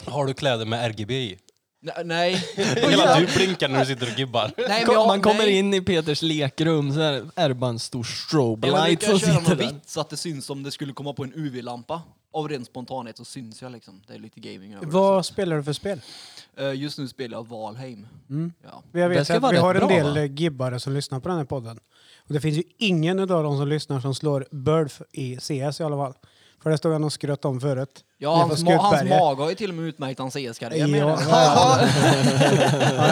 [SPEAKER 8] Har du kläder med RGB i?
[SPEAKER 4] Nej, nej.
[SPEAKER 8] Hela du blinkar när du sitter och gibbar.
[SPEAKER 4] nej
[SPEAKER 6] Kom,
[SPEAKER 4] jag-
[SPEAKER 6] man kommer
[SPEAKER 4] nej.
[SPEAKER 6] in i Peters lekrum så här, är det bara en stor strobe
[SPEAKER 4] Jag
[SPEAKER 6] light
[SPEAKER 4] brukar
[SPEAKER 6] som
[SPEAKER 4] köra
[SPEAKER 6] sitter
[SPEAKER 4] något
[SPEAKER 6] där.
[SPEAKER 4] vitt så att det syns om det skulle komma på en UV-lampa. Av ren spontanhet så syns jag liksom. Det är lite gaming över det,
[SPEAKER 5] Vad spelar du för spel?
[SPEAKER 4] så. Eh, Just nu spelar jag Valheim. Ja.
[SPEAKER 5] Jag
[SPEAKER 6] Det
[SPEAKER 5] vet
[SPEAKER 6] ska
[SPEAKER 5] att
[SPEAKER 6] vara
[SPEAKER 5] vi
[SPEAKER 6] rätt
[SPEAKER 5] har en
[SPEAKER 6] bra,
[SPEAKER 5] del
[SPEAKER 6] va?
[SPEAKER 5] gibbare som lyssnar på den här podden. Och det finns ju ingen av dem som lyssnar som slår Burf i CS i alla fall. För det stod han och skröt om förut.
[SPEAKER 4] Ja,
[SPEAKER 5] Ni
[SPEAKER 4] hans,
[SPEAKER 5] får
[SPEAKER 4] ma- hans
[SPEAKER 5] Skutberget.
[SPEAKER 4] mage har ju till och med utmärkt hans E CS-karriär
[SPEAKER 5] Ja.
[SPEAKER 4] menar jag.
[SPEAKER 5] Ja,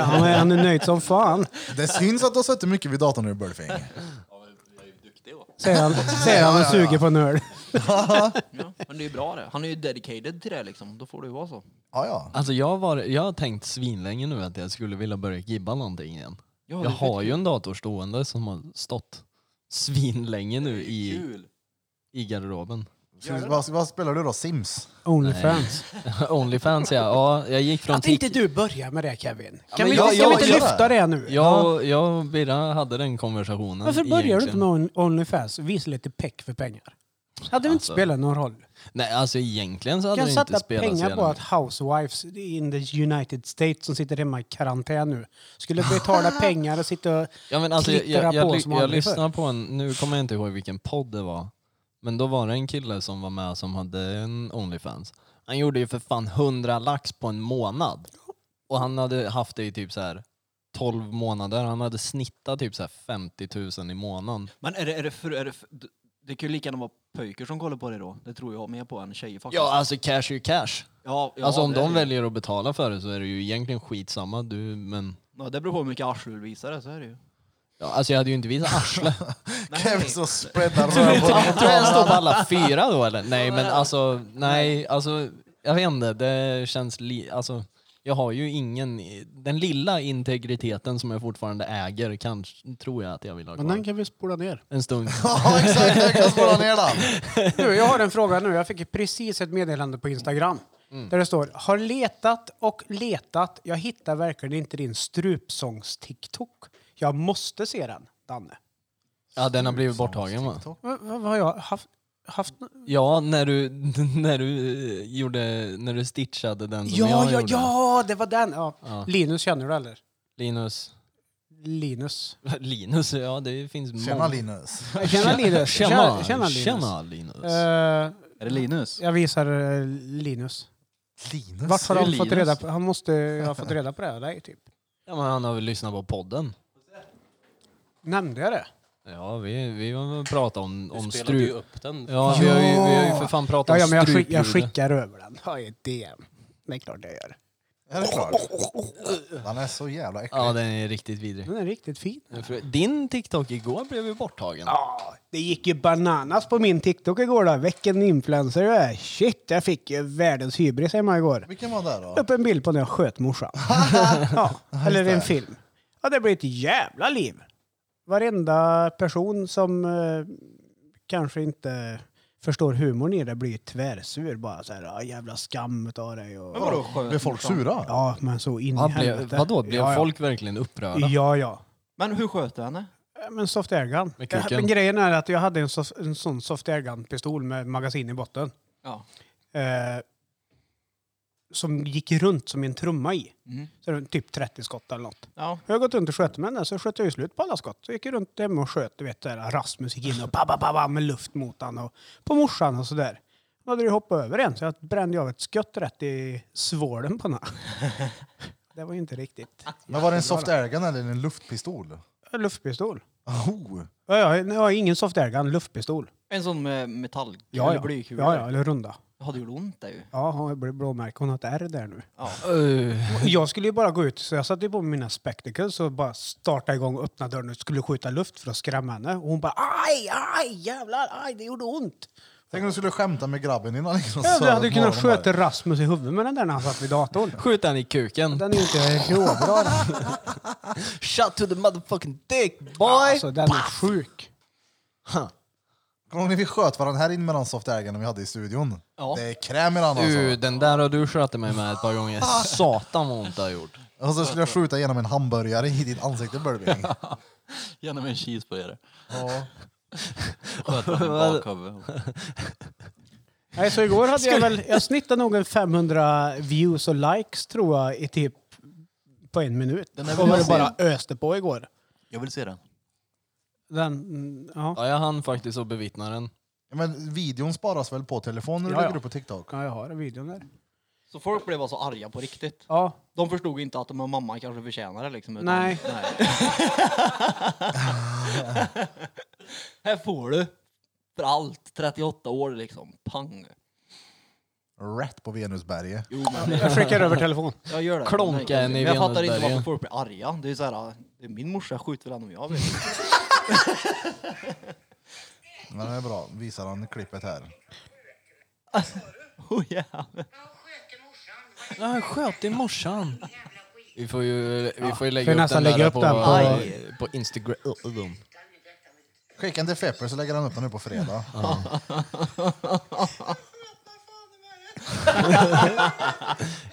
[SPEAKER 5] han, är, han är nöjd som fan.
[SPEAKER 2] Det syns att du har suttit mycket vid datorn nu, Burfing.
[SPEAKER 5] Säger han, säger han och suger på en öl.
[SPEAKER 4] Ja, men det är ju bra det. Han är ju dedicated till det liksom. Då får det ju vara så.
[SPEAKER 2] Ja, ja.
[SPEAKER 6] Alltså jag, var, jag har tänkt svinlänge nu att jag skulle vilja börja gibba någonting igen.
[SPEAKER 4] Ja, det
[SPEAKER 6] jag
[SPEAKER 4] är
[SPEAKER 6] har
[SPEAKER 4] skitkul.
[SPEAKER 6] ju en dator stående som har stått svinlänge nu i,
[SPEAKER 4] Kul!
[SPEAKER 6] i garderoben. (laughs)
[SPEAKER 2] Så Vad, vad spelar du då? Sims?
[SPEAKER 5] Onlyfans.
[SPEAKER 6] Onlyfans ja. ja, jag gick från
[SPEAKER 5] Att inte du börjar med det Kevin. Kan
[SPEAKER 6] men
[SPEAKER 5] vi,
[SPEAKER 6] jag-
[SPEAKER 5] kan
[SPEAKER 6] jag-
[SPEAKER 5] vi inte
[SPEAKER 6] jag-
[SPEAKER 5] lyfta det nu?
[SPEAKER 6] Jag, och- jag och Birra hade den konversationen.
[SPEAKER 5] Varför börjar du inte
[SPEAKER 6] egentligen.
[SPEAKER 5] med On- Onlyfans? Visa lite peck för pengar. Hade det inte
[SPEAKER 6] Alltså.
[SPEAKER 5] spelat någon roll?
[SPEAKER 6] Nej, alltså egentligen så
[SPEAKER 5] Du
[SPEAKER 6] hade
[SPEAKER 5] kan
[SPEAKER 6] det inte
[SPEAKER 5] sätta
[SPEAKER 6] spelat så
[SPEAKER 5] pengar
[SPEAKER 6] jävla
[SPEAKER 5] på
[SPEAKER 6] mycket.
[SPEAKER 5] att housewives in the United States som sitter hemma i karantän nu skulle
[SPEAKER 6] (laughs)
[SPEAKER 5] betala pengar och sitta och...
[SPEAKER 6] Ja, men alltså, jag,
[SPEAKER 5] Klittrar
[SPEAKER 6] jag,
[SPEAKER 5] på
[SPEAKER 6] jag, ly-
[SPEAKER 5] som
[SPEAKER 6] jag
[SPEAKER 5] aldrig förr.
[SPEAKER 6] lyssnade på en, nu kommer jag inte ihåg vilken podd det var, men då var det en kille som var med som hade en Onlyfans. Han gjorde ju för fan 100 lax på en månad. Och han hade haft det i typ så här 12 månader, han hade snittat typ så här 50 000 i månaden.
[SPEAKER 4] Men är det, är det, för, är det, för, det kan ju lika gärna vara pojkar som kollar på det då. Det tror jag mer på än tjejer faktiskt.
[SPEAKER 6] Ja, alltså cash är ju cash.
[SPEAKER 4] ja, ja,
[SPEAKER 6] alltså om
[SPEAKER 4] det är
[SPEAKER 6] de
[SPEAKER 4] det.
[SPEAKER 6] väljer att betala för det så är det ju egentligen skitsamma. Du, men,
[SPEAKER 4] Ja, det beror på hur mycket arsle du visar det, så är det ju.
[SPEAKER 6] ja, alltså jag hade ju inte visat arslet.
[SPEAKER 4] Nej.
[SPEAKER 2] Kevin som spreadar röven.
[SPEAKER 6] Tror jag står på alla fyra då eller? Nej men alltså, nej alltså, jag vet inte, det känns li- alltså, jag har ju ingen, den lilla integriteten som jag fortfarande äger kanske, tror jag att jag vill ha
[SPEAKER 5] Men den
[SPEAKER 6] kvar.
[SPEAKER 5] kan vi spola ner.
[SPEAKER 6] En stund.
[SPEAKER 2] Ja, exakt. Jag kan spola ner den.
[SPEAKER 5] Du, jag har en fråga nu. Jag fick precis ett meddelande på Instagram.
[SPEAKER 6] Mm.
[SPEAKER 5] Där det står “Har letat och letat. Jag hittar verkligen inte din strupsångs-TikTok. Jag måste se den, Danne.”
[SPEAKER 6] Ja den har blivit borttagen va?
[SPEAKER 5] Vad vad har jag haft? haft
[SPEAKER 6] Ja, när du, (laughs) när du eh, gjorde, när du stitchade den som
[SPEAKER 5] ja,
[SPEAKER 6] jag
[SPEAKER 5] ja,
[SPEAKER 6] gjorde.
[SPEAKER 5] ja, det var den! Ja.
[SPEAKER 6] Ja.
[SPEAKER 5] Linus känner du eller?
[SPEAKER 6] Linus, (laughs)
[SPEAKER 5] Linus.
[SPEAKER 6] Linus, ja det finns
[SPEAKER 2] Tjena Linus.
[SPEAKER 5] Tjena Linus!
[SPEAKER 6] Tjena,
[SPEAKER 5] Tjena Linus!
[SPEAKER 6] Tjena, Linus.
[SPEAKER 5] Eh,
[SPEAKER 7] Är det Linus?
[SPEAKER 5] jag visar eh, Linus.
[SPEAKER 2] Linus?
[SPEAKER 5] Vart har
[SPEAKER 7] Det är
[SPEAKER 5] han fått
[SPEAKER 7] Linus.
[SPEAKER 5] reda på? Han måste ha fått reda på det av dig typ.
[SPEAKER 6] Ja, men han har väl lyssnat på podden.
[SPEAKER 5] Nämnde jag det?
[SPEAKER 6] Ja, vi, vi har pratat om,
[SPEAKER 8] Du
[SPEAKER 6] om
[SPEAKER 8] spelade
[SPEAKER 6] strut.
[SPEAKER 8] ju upp den.
[SPEAKER 6] Ja, Vi, har ju, vi har ju för fan pratat
[SPEAKER 5] Ja,
[SPEAKER 6] om
[SPEAKER 5] ja men jag, skick,
[SPEAKER 6] strupljudet.
[SPEAKER 5] jag skickar över den. Har ju DM. Det är klart jag gör.
[SPEAKER 2] Är det klart? Han är så jävla äcklig.
[SPEAKER 6] Ja, den är riktigt vidrig.
[SPEAKER 5] Den är riktigt fin.
[SPEAKER 6] Din TikTok igår blev ju borttagen.
[SPEAKER 5] Ja, det gick ju bananas på min TikTok igår då. Vilken influencer jag är. Shit, jag fick ju världens hybris hemma igår.
[SPEAKER 2] Vilken var det då?
[SPEAKER 5] upp en bild på när jag
[SPEAKER 6] (laughs)
[SPEAKER 5] sköt morsan. (laughs) ja, eller en film. Ja, det blir ett jävla liv. Varenda person som eh, kanske inte förstår humorn i det blir ju tvärsur bara så här, ah, jävla skam utav dig och...
[SPEAKER 2] Blev folk sura?
[SPEAKER 5] Ja, men så in i
[SPEAKER 6] Vad blev,
[SPEAKER 5] helvete.
[SPEAKER 6] vadå, blev
[SPEAKER 5] ja,
[SPEAKER 6] folk verkligen upprörda?
[SPEAKER 5] Ja, ja. ja.
[SPEAKER 4] Men hur sköt du henne?
[SPEAKER 5] Ja, Men soft airgun.
[SPEAKER 6] Med
[SPEAKER 5] Jag-
[SPEAKER 6] kuken.
[SPEAKER 5] Men grejen är att jag hade en, sof- en sån soft airgun-pistol med magasin i botten.
[SPEAKER 4] Ja.
[SPEAKER 5] Eh, som gick runt som en trumma i.
[SPEAKER 4] Mm.
[SPEAKER 5] Så det var typ 30 skott eller något.
[SPEAKER 4] Ja.
[SPEAKER 5] Jag har gått runt och skött med den så sköt jag ju slut på alla skott. Så gick jag runt hemma och sköt, du vet, där Rasmus gick in och ba, ba, ba, ba, med luft mot han och på morsan och sådär. Då hade det ju hoppat över en så jag brände av ett skott rätt i svålen på henne. (laughs) det var ju inte riktigt.
[SPEAKER 2] Men var det en soft airgun eller en luftpistol?
[SPEAKER 5] Luftpistol.
[SPEAKER 2] Oh.
[SPEAKER 5] Ja, ja, nej, jag har ingen soft airgun, luftpistol.
[SPEAKER 4] En sån med metall...
[SPEAKER 5] Ja, ja.
[SPEAKER 4] eller blykula.
[SPEAKER 5] ja, ja eller runda.
[SPEAKER 4] Hade gjort ont det ju.
[SPEAKER 5] Ja, hon blev blåmärke. Hon har ett R där nu.
[SPEAKER 4] Ja.
[SPEAKER 5] Jag skulle ju bara gå ut, så jag satte ju på mig mina spectacles och bara startade igång och öppnade dörren och skulle skjuta luft för att skrämma henne. Och hon bara aj, aj, jävlar, aj, det gjorde ont.
[SPEAKER 2] Tänk om du skulle skämta med grabben innan liksom, han gick och
[SPEAKER 5] Ja,
[SPEAKER 2] sövde
[SPEAKER 5] jag hade ju kunnat
[SPEAKER 2] morgonen bara.
[SPEAKER 5] sköta Rasmus i huvudet med den där när han satt vid datorn.
[SPEAKER 6] Skjut den i kuken.
[SPEAKER 5] Den är ju inte råbra. den.
[SPEAKER 6] Shut to the motherfucking dick boy!
[SPEAKER 5] Alltså, den är sjuk.
[SPEAKER 2] Kommer ni ihåg när vi sköt varandra här inne med den soft airgunen vi hade i studion?
[SPEAKER 4] Ja.
[SPEAKER 2] Det är kräm i den alltså.
[SPEAKER 6] Du, den där har du skjutit mig med ett par gånger. Satan vad ont det har gjort.
[SPEAKER 2] Och så skulle jag skjuta genom en hamburgare i ditt ansikte Burling.
[SPEAKER 7] Gärna med en cheeseburgare.
[SPEAKER 2] Ja.
[SPEAKER 4] (laughs)
[SPEAKER 7] Sköt han i bakhuvudet.
[SPEAKER 5] Nej, så igår hade jag väl, jag snittade nog en 500 views och likes tror jag i typ på en minut.
[SPEAKER 7] Den är väl
[SPEAKER 5] Och det
[SPEAKER 7] jag
[SPEAKER 5] bara öste på igår.
[SPEAKER 7] Jag vill se den.
[SPEAKER 5] Den, mm, ja.
[SPEAKER 6] Ja, jag hann faktiskt att bevittna den.
[SPEAKER 2] Men videon sparas väl på telefonen när du
[SPEAKER 5] Ja, ja.
[SPEAKER 2] lägger upp på TikTok?
[SPEAKER 5] Ja, jag har videon där.
[SPEAKER 4] Så folk blev alltså arga på riktigt.
[SPEAKER 5] Ja,
[SPEAKER 4] De förstod inte att de och mamma kanske förtjänar det liksom. utan-
[SPEAKER 5] Nej.
[SPEAKER 4] (laughs) nej. Här får du släpper allt, 38 år liksom, pang.
[SPEAKER 2] Rätt på Venusberget.
[SPEAKER 4] Jo, men
[SPEAKER 5] Jag skickar över
[SPEAKER 6] (laughs)
[SPEAKER 5] telefon.
[SPEAKER 4] jag gör det.
[SPEAKER 6] Klonka
[SPEAKER 4] Nej,
[SPEAKER 6] en i
[SPEAKER 4] men Jag fattar inte
[SPEAKER 6] Venusbergen.
[SPEAKER 4] varför folk blir arga. Det är så här, det är min morsa skjuter väl henne om jag vill. (laughs)
[SPEAKER 2] Men det är bra. Visar han klippet här.
[SPEAKER 4] oh, yeah.
[SPEAKER 6] Jag sköt i morsan. Vi får ju, vi får ju lägga
[SPEAKER 5] får
[SPEAKER 6] upp
[SPEAKER 5] nästan
[SPEAKER 6] den där
[SPEAKER 5] lägga upp
[SPEAKER 6] på,
[SPEAKER 5] den på-
[SPEAKER 4] Aj.
[SPEAKER 6] på Instagram. Oh,
[SPEAKER 2] Skicka den till Fepper så lägger han upp den nu på fredag.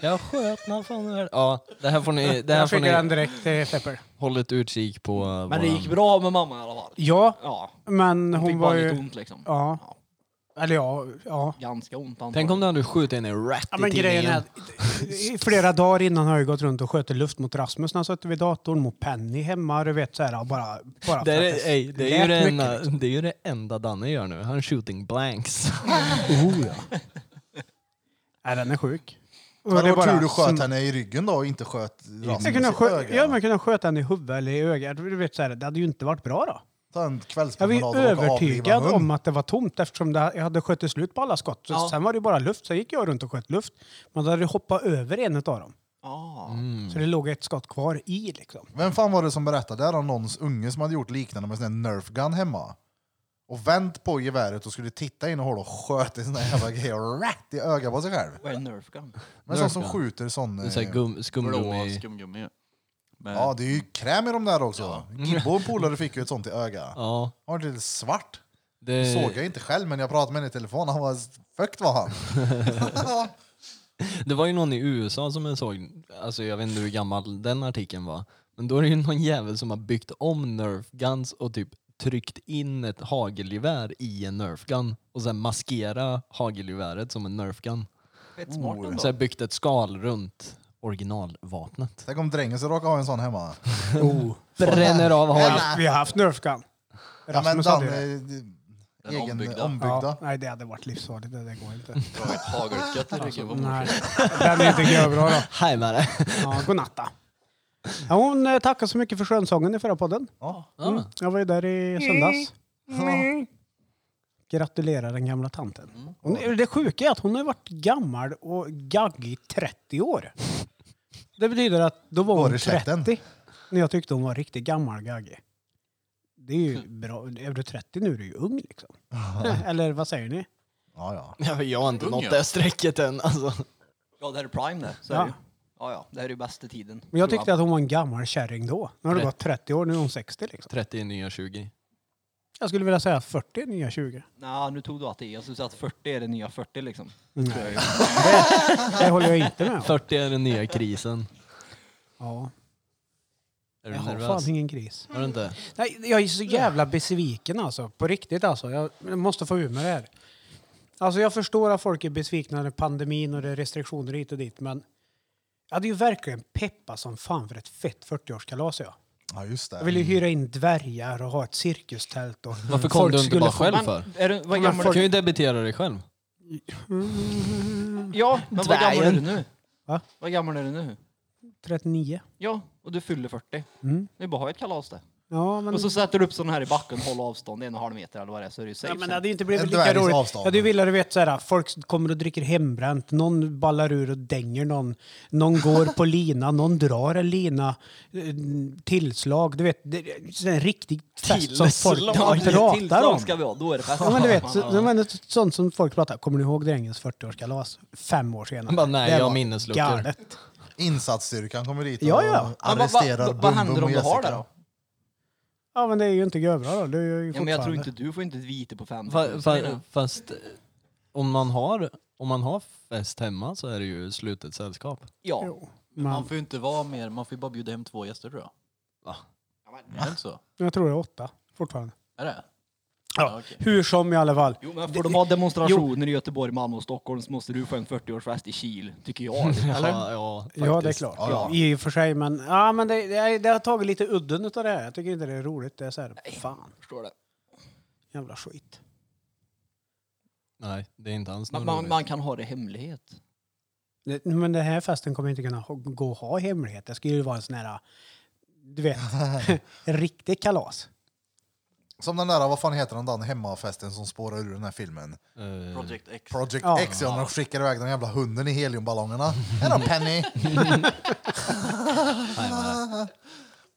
[SPEAKER 6] Jag sköt när fan är det? Ja, det här får ni, det här
[SPEAKER 5] Jag
[SPEAKER 6] får
[SPEAKER 5] skickar den
[SPEAKER 6] ni
[SPEAKER 5] direkt till Pepper.
[SPEAKER 6] håll ett utkik på. eh,
[SPEAKER 4] Men det
[SPEAKER 6] våran-
[SPEAKER 4] gick bra med mamma i alla fall.
[SPEAKER 5] Ja,
[SPEAKER 4] Ja,
[SPEAKER 5] men
[SPEAKER 4] hon
[SPEAKER 5] hon
[SPEAKER 4] fick
[SPEAKER 5] var
[SPEAKER 4] bara lite
[SPEAKER 5] ju...
[SPEAKER 4] ont liksom.
[SPEAKER 5] Ja. Eller ja, ja.
[SPEAKER 4] Ganska ont
[SPEAKER 6] Tänk om
[SPEAKER 4] antagligen.
[SPEAKER 6] du hade skjutit in en rätt
[SPEAKER 5] Ja, men
[SPEAKER 6] i
[SPEAKER 5] grejen är
[SPEAKER 6] tidningen.
[SPEAKER 5] att i flera dagar innan har jag gått runt och skjutit luft mot Rasmus när han suttit vid datorn, mot Penny hemma, du vet såhär bara... bara
[SPEAKER 6] Det är,
[SPEAKER 5] för att
[SPEAKER 6] ej, det, är ju
[SPEAKER 5] lät
[SPEAKER 6] det,
[SPEAKER 5] mycket,
[SPEAKER 6] enda,
[SPEAKER 5] liksom.
[SPEAKER 6] det är ju det enda Danne gör nu. Han är shooting blanks.
[SPEAKER 5] liksom.
[SPEAKER 6] Oh,
[SPEAKER 5] Nej, den är sjuk. Och
[SPEAKER 2] Men
[SPEAKER 5] det
[SPEAKER 2] det
[SPEAKER 5] är
[SPEAKER 2] var tur
[SPEAKER 5] bara
[SPEAKER 2] du
[SPEAKER 5] som-
[SPEAKER 2] sköt henne i ryggen då och inte sköt Rasmus
[SPEAKER 5] Jag
[SPEAKER 2] i
[SPEAKER 5] kunde, skö- ja,
[SPEAKER 2] ögat.
[SPEAKER 5] men jag kunde sköta henne i huvudet eller i ögat. Du vet, så här, det hade ju inte varit bra då.
[SPEAKER 2] Ta en
[SPEAKER 5] Jag var ju
[SPEAKER 2] kvällspromenad och råka avliva en
[SPEAKER 5] övertygad
[SPEAKER 2] hund.
[SPEAKER 5] om att det var tomt eftersom det, jag hade skjutit slut på alla skott. Så
[SPEAKER 4] Ja.
[SPEAKER 5] Sen var det ju bara luft, så gick jag runt och sköt luft. Men då hade jag hoppat över en av dem.
[SPEAKER 4] Ja.
[SPEAKER 2] Mm.
[SPEAKER 5] Så det låg ett skott kvar i liksom.
[SPEAKER 2] Vem fan var det som berättade det här om någons unge som hade gjort liknande med en sån där nerf gun hemma? Och vänt på geväret och skulle titta in i hålet och sköt en sån där jävla grej och rätt i ögat på sig själv.
[SPEAKER 4] Vad är en nerf gun?
[SPEAKER 2] Men sån som skjuter sån...
[SPEAKER 6] Det är (laughs) så här
[SPEAKER 2] eh,
[SPEAKER 6] gum,
[SPEAKER 7] Blå
[SPEAKER 6] skumgummi.
[SPEAKER 7] skumgummi. Med,
[SPEAKER 2] Ja, det är ju kräm i de där också. Gibbo och en polare fick ju ett sånt i ögat.
[SPEAKER 6] Ja,
[SPEAKER 2] Han var lite svart.
[SPEAKER 6] det,
[SPEAKER 2] såg jag inte själv, men jag pratade med henne i telefon. Han var... Fukt var han.
[SPEAKER 6] det var ju någon i USA som jag såg, alltså jag vet inte hur gammal den artikeln var. Men då är det ju någon jävel som har byggt om Nerf guns och typ tryckt in ett hagelgevär i en Nerf gun och sen maskera hagelgeväret som en Nerf gun.
[SPEAKER 4] Fett smart ändå.
[SPEAKER 6] Så jag byggt ett skal runt originalvapnet.
[SPEAKER 2] Tänk om drängen så råkar ha en sån hemma.
[SPEAKER 6] Bränner av hagel.
[SPEAKER 5] Vi har haft nerf gun.
[SPEAKER 2] Ja, men
[SPEAKER 5] Rasmus
[SPEAKER 2] den,
[SPEAKER 5] hade ju det.
[SPEAKER 2] eh,
[SPEAKER 7] Den
[SPEAKER 2] egen ombyggda.
[SPEAKER 7] ombyggda.
[SPEAKER 5] Ja, nej, det hade varit livsfarligt. Det, det går inte.
[SPEAKER 7] Dra ett hagelskott i ryggen på
[SPEAKER 5] nej.
[SPEAKER 7] morsan.
[SPEAKER 5] Den är inte grövre då.
[SPEAKER 6] Hej med dig.
[SPEAKER 5] Ja, godnatta. Ja, hon eh, tackar så mycket för skönsången i förra podden. Mm.
[SPEAKER 6] Ja.
[SPEAKER 5] Jag var ju där i söndags.
[SPEAKER 2] Ja.
[SPEAKER 5] Gratulerar den gamla tanten. Hon, är- det sjuka är att hon har ju varit gammal och gaggig i 30 år. Det betyder att då var
[SPEAKER 2] Var
[SPEAKER 5] hon
[SPEAKER 2] det släkten?
[SPEAKER 5] 30 när jag tyckte hon var riktigt gammal gaggig. Det är ju bra. Är du 30 nu är du ju ung liksom. (laughs) Eller vad säger ni?
[SPEAKER 2] Ja, ja.
[SPEAKER 6] Ja, men Jag har inte
[SPEAKER 7] Ung,
[SPEAKER 6] nått
[SPEAKER 7] ja.
[SPEAKER 6] det strecket än. Alltså.
[SPEAKER 4] Ja, det här är prime det. Så
[SPEAKER 5] Ja.
[SPEAKER 4] är det ju. Ja, ja, det här är ju bästa tiden.
[SPEAKER 5] Men jag tyckte att hon var en gammal kärring då. Nu har det
[SPEAKER 6] Tre-
[SPEAKER 5] gått 30 år, nu är hon 60 liksom.
[SPEAKER 6] 30 nya 20.
[SPEAKER 5] Jag skulle vilja säga 40 nya 20.
[SPEAKER 4] Nej, nu tog du att det är. Jag skulle säga att 40 är det nya 40 liksom.
[SPEAKER 5] Nej. Det, det håller jag inte
[SPEAKER 6] (laughs)
[SPEAKER 5] med om.
[SPEAKER 6] 40 är den nya krisen.
[SPEAKER 5] Ja.
[SPEAKER 6] Är du
[SPEAKER 5] Jag har
[SPEAKER 6] nervös?
[SPEAKER 5] fan ingen gris.
[SPEAKER 6] Har du inte?
[SPEAKER 5] Nej, jag är så jävla besviken alltså. På riktigt alltså. Jag jag måste få ur mig det här. Alltså jag förstår att folk är besvikna när pandemin och det är restriktioner hit och dit men jag hade ju verkligen peppa som fan för ett fett 40-årskalas jag.
[SPEAKER 2] Ja, just
[SPEAKER 5] Jag
[SPEAKER 2] det.
[SPEAKER 5] ville ju hyra in dvärgar och ha ett cirkustält och...
[SPEAKER 6] Mm. Varför kom
[SPEAKER 5] Folk
[SPEAKER 6] du inte
[SPEAKER 5] skulle
[SPEAKER 6] bara
[SPEAKER 5] få-
[SPEAKER 6] själv för?
[SPEAKER 4] Är du, vad
[SPEAKER 5] Men
[SPEAKER 4] gammal
[SPEAKER 6] Du kan ju debitera dig själv.
[SPEAKER 5] Mm,
[SPEAKER 4] Ja, men vad gammal är du nu?
[SPEAKER 5] Va?
[SPEAKER 4] Vad gammal är du nu?
[SPEAKER 5] 39.
[SPEAKER 4] Ja, och du fyller 40.
[SPEAKER 5] Mm.
[SPEAKER 4] Det är bara att ha ett kalas det.
[SPEAKER 5] Ja men...
[SPEAKER 4] Och så sätter du upp sån här i backen, håll avstånd en och en halv meter eller vad det är, så är det ju safe.
[SPEAKER 5] Ja, men det
[SPEAKER 4] sen.
[SPEAKER 5] hade ju inte
[SPEAKER 2] En
[SPEAKER 5] blivit lika
[SPEAKER 2] dvärgs
[SPEAKER 5] roligt.
[SPEAKER 2] avstånd.
[SPEAKER 5] Jag hade ju velat, du vet, så här, ah, folk kommer och dricker hembränt, någon ballar ur och dänger någon, någon går på lina, någon drar en lina, eh, tillslag, du vet, det det är en riktig fest som folk
[SPEAKER 4] Ja,
[SPEAKER 5] pratar
[SPEAKER 4] tillslag
[SPEAKER 5] om.
[SPEAKER 4] ska vi ha, då är det fest.
[SPEAKER 5] Ja, men du vet, så, det var något sånt som folk pratar Kommer ni ihåg drängens 40-årskalas? Fem år senare.
[SPEAKER 6] Bara, nej,
[SPEAKER 5] Det
[SPEAKER 6] jag
[SPEAKER 5] var
[SPEAKER 6] har minnesluckor.
[SPEAKER 5] Galet.
[SPEAKER 2] Insatsstyrkan kommer dit och
[SPEAKER 5] Ja, ja.
[SPEAKER 4] Men vad- vad-
[SPEAKER 2] arresterar
[SPEAKER 4] vad händer
[SPEAKER 2] Bum-Bum och
[SPEAKER 4] om du har det
[SPEAKER 2] Jessica.
[SPEAKER 4] då?
[SPEAKER 5] Ja, men det är ju inte görvra då. Det är ju
[SPEAKER 4] Ja, men jag tror inte
[SPEAKER 5] fortfarande...
[SPEAKER 4] du får inte ett vite på 50
[SPEAKER 6] Fa,
[SPEAKER 4] 000.
[SPEAKER 6] fa, fast eh, om man, har, om man har fest hemma så är det ju slutet sällskap.
[SPEAKER 4] Ja.
[SPEAKER 5] Jo,
[SPEAKER 7] Man
[SPEAKER 5] men
[SPEAKER 7] får ju inte vara mer, man får ju bara bjuda hem två gäster tror jag.
[SPEAKER 6] Va?
[SPEAKER 7] Är det inte så?
[SPEAKER 5] jag tror det är åtta fortfarande.
[SPEAKER 7] Är det?
[SPEAKER 5] Ja,
[SPEAKER 7] okej.
[SPEAKER 5] hur som i alla fall.
[SPEAKER 4] Jo, men får de ha demonstrationer i Göteborg, Malmö och Stockholm så måste du få en 40-årsfest i Kil, tycker jag. Eller?
[SPEAKER 6] Ja, ja,
[SPEAKER 5] Ja, det är
[SPEAKER 6] faktiskt.
[SPEAKER 5] klart.
[SPEAKER 2] Ja, ja.
[SPEAKER 5] I och för sig, men, ja, men det, det, är- det har tagit lite udden utav det här. Jag tycker inte det är roligt. Det är så här, fan,
[SPEAKER 4] Förstår det.
[SPEAKER 5] jävla skit.
[SPEAKER 6] Nej, det är inte alls
[SPEAKER 4] Man,
[SPEAKER 6] något
[SPEAKER 4] man,
[SPEAKER 6] roligt.
[SPEAKER 4] man kan ha det i hemlighet.
[SPEAKER 5] Det, men den här festen kommer inte kunna ha, gå och ha i (laughs) hemlighet. Det skulle ju vara en sån här, du vet, en riktig kalas.
[SPEAKER 2] Som den där, vad fan heter den där hemmafesten som spårar ur den här filmen?
[SPEAKER 7] Project X.
[SPEAKER 2] Project
[SPEAKER 5] Ja.
[SPEAKER 2] X, ja, när de skickar iväg den jävla hunden i heliumballongerna. Här har Penny! (laughs)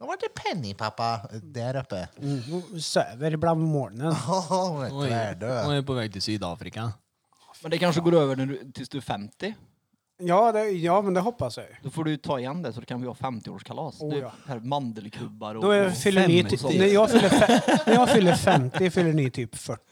[SPEAKER 2] Var är Penny pappa? Där uppe.
[SPEAKER 5] Mm, Söver ibland på morgonen.
[SPEAKER 2] Hon är
[SPEAKER 6] Oj, hon
[SPEAKER 2] tvärdöd.
[SPEAKER 6] är på väg till Sydafrika.
[SPEAKER 4] Men det kanske går över när du, tills du är 50.
[SPEAKER 5] Ja, det, ja, men det hoppas jag ju.
[SPEAKER 4] Då får du ta igen det så det kan vi ha 50-årskalaস.
[SPEAKER 5] Oh,
[SPEAKER 4] det
[SPEAKER 5] ja.
[SPEAKER 4] är här mandelkubbar och...
[SPEAKER 5] Då är,
[SPEAKER 4] och
[SPEAKER 5] fyller ni, typ-
[SPEAKER 4] sånt.
[SPEAKER 5] när, jag fyller, fe- när jag fyller 50 fyller ni typ 40.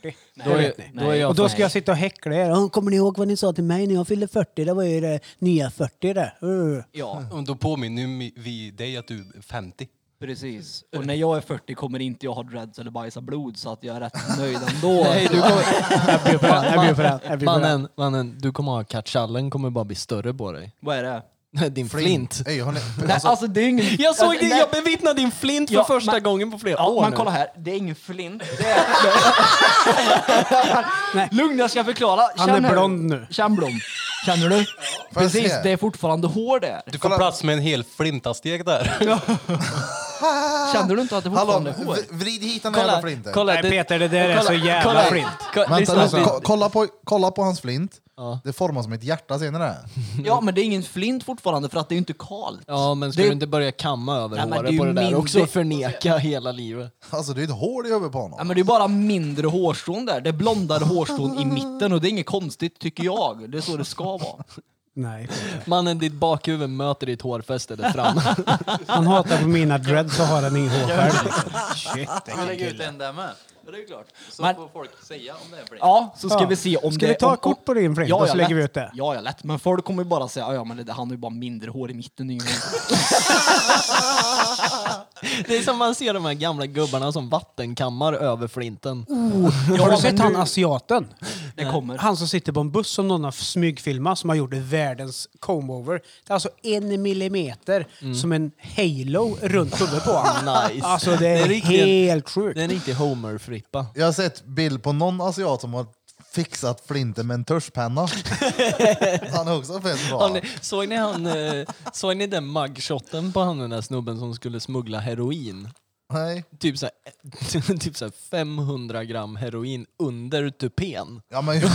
[SPEAKER 6] Då är,
[SPEAKER 4] nej.
[SPEAKER 6] då är jag
[SPEAKER 5] Och då
[SPEAKER 6] fan-
[SPEAKER 5] ska jag sitta och häckla er. "Åh, Kommer ni ihåg vad ni sa till mig när jag fyllde 40? Det var ju det nya 40 det. Uh.
[SPEAKER 4] Ja,
[SPEAKER 8] (laughs) Och Då påminner ju mi- vi dig att du är 50.
[SPEAKER 4] precis. Och när jag är 40 kommer inte jag ha dreads eller bajsa blod så att jag är rätt nöjd ändå.
[SPEAKER 6] Nej, du kommer...
[SPEAKER 5] (laughs) Jag bjuder på den, jag bjuder på den, jag bjuder på den.
[SPEAKER 6] Mannen, mannen, du kommer ha kattjallen kommer bara bli större på dig.
[SPEAKER 4] Vad är det?
[SPEAKER 6] Din flint.
[SPEAKER 2] Ey, hon är,
[SPEAKER 4] Nej, alltså det är ingen...
[SPEAKER 6] Jag såg det,
[SPEAKER 4] Nej.
[SPEAKER 6] jag bevittnade din flint för
[SPEAKER 4] Ja,
[SPEAKER 6] första
[SPEAKER 4] men-
[SPEAKER 6] gången på flera
[SPEAKER 4] Ja,
[SPEAKER 6] år
[SPEAKER 4] men
[SPEAKER 6] nu.
[SPEAKER 4] kolla här, det är ingen flint. Det
[SPEAKER 5] (laughs)
[SPEAKER 4] är... Lugn, jag ska förklara.
[SPEAKER 5] Han
[SPEAKER 4] Känn
[SPEAKER 5] är
[SPEAKER 4] här.
[SPEAKER 5] blond nu.
[SPEAKER 4] Känn Blom. Känner du?
[SPEAKER 2] Får jag
[SPEAKER 4] Precis,
[SPEAKER 2] se?
[SPEAKER 4] det är fortfarande hår där.
[SPEAKER 8] Du får plats med en hel flintasteg där.
[SPEAKER 4] Känner du inte att det
[SPEAKER 2] hallå,
[SPEAKER 4] fortfarande är hår?
[SPEAKER 2] v- vrid hit den här jävla
[SPEAKER 6] kolla,
[SPEAKER 2] flinten.
[SPEAKER 6] kolla,
[SPEAKER 5] Nej Peter, det där är så jävla
[SPEAKER 6] kolla,
[SPEAKER 5] flint.
[SPEAKER 6] Kolla,
[SPEAKER 2] Vänta,
[SPEAKER 6] lyssna,
[SPEAKER 2] nu, alltså, ko- kolla, på, kolla på hans flint.
[SPEAKER 6] Ja.
[SPEAKER 2] Det formas som ett hjärta, ser ni det? (laughs)
[SPEAKER 4] Ja, men det är ingen flint fortfarande för att det är ju inte kalt.
[SPEAKER 6] Ja, men ska
[SPEAKER 4] Det-
[SPEAKER 6] du inte börja kamma över
[SPEAKER 4] Nej, men det är
[SPEAKER 6] håret
[SPEAKER 4] ju
[SPEAKER 6] på det där
[SPEAKER 4] min-
[SPEAKER 6] också
[SPEAKER 4] det-
[SPEAKER 6] och förneka hela livet?
[SPEAKER 2] Alltså det är ett hål i huvudet på honom.
[SPEAKER 4] Ja, men det är bara mindre hårstrån där. Det är blondare hårstrån i mitten och det är inget konstigt tycker jag. Det är så det ska vara.
[SPEAKER 5] Nej.
[SPEAKER 6] Mannen, ditt bakhuvud möter ditt hårfäste där framme.
[SPEAKER 5] Han hatar på mina dreads och har han ingen hår själv.
[SPEAKER 7] Han lägger ut en där med. Ja, Det är klart. Så
[SPEAKER 4] Men-
[SPEAKER 7] får folk säga om det är flint.
[SPEAKER 4] Ja, så ska
[SPEAKER 5] Ja.
[SPEAKER 4] vi se om
[SPEAKER 5] Ska
[SPEAKER 4] det...
[SPEAKER 5] vi ta
[SPEAKER 4] om,
[SPEAKER 5] ett kort på din flint
[SPEAKER 4] Ja,
[SPEAKER 5] och
[SPEAKER 4] ja,
[SPEAKER 5] så lägger
[SPEAKER 4] lätt.
[SPEAKER 5] vi ut det?
[SPEAKER 4] Ja, ja, lätt. Men folk kommer ju bara säga ja, ja, men det, där, han har ju bara mindre hår i mitten. det är ju ingen-
[SPEAKER 6] (laughs) Det är som man ser de här gamla gubbarna som vattenkammar över flinten.
[SPEAKER 5] Har du sett han asiaten?
[SPEAKER 4] Det kommer.
[SPEAKER 5] Han som sitter på en buss som någon har smygfilmat som har gjort världens comb-over. Det är alltså en millimeter som en halo runt huvudet på honom.
[SPEAKER 6] Nice.
[SPEAKER 5] Alltså det är,
[SPEAKER 6] Det är riktigt-
[SPEAKER 5] helt
[SPEAKER 6] Det är
[SPEAKER 5] sjukt.
[SPEAKER 6] en riktig Homer-frippa.
[SPEAKER 2] Jag har sett bild på någon asiat som har fixat flinten med en tuschpenna. Han är också fett
[SPEAKER 6] Har
[SPEAKER 2] bra.
[SPEAKER 6] ni- Såg ni, han, eh, såg ni den mugshoten på han den där snubben som skulle smuggla heroin?
[SPEAKER 2] Nej.
[SPEAKER 6] Typ såhär, (laughs) typ såhär 500 gram heroin under tupén.
[SPEAKER 2] Ja, men, (laughs)
[SPEAKER 6] Och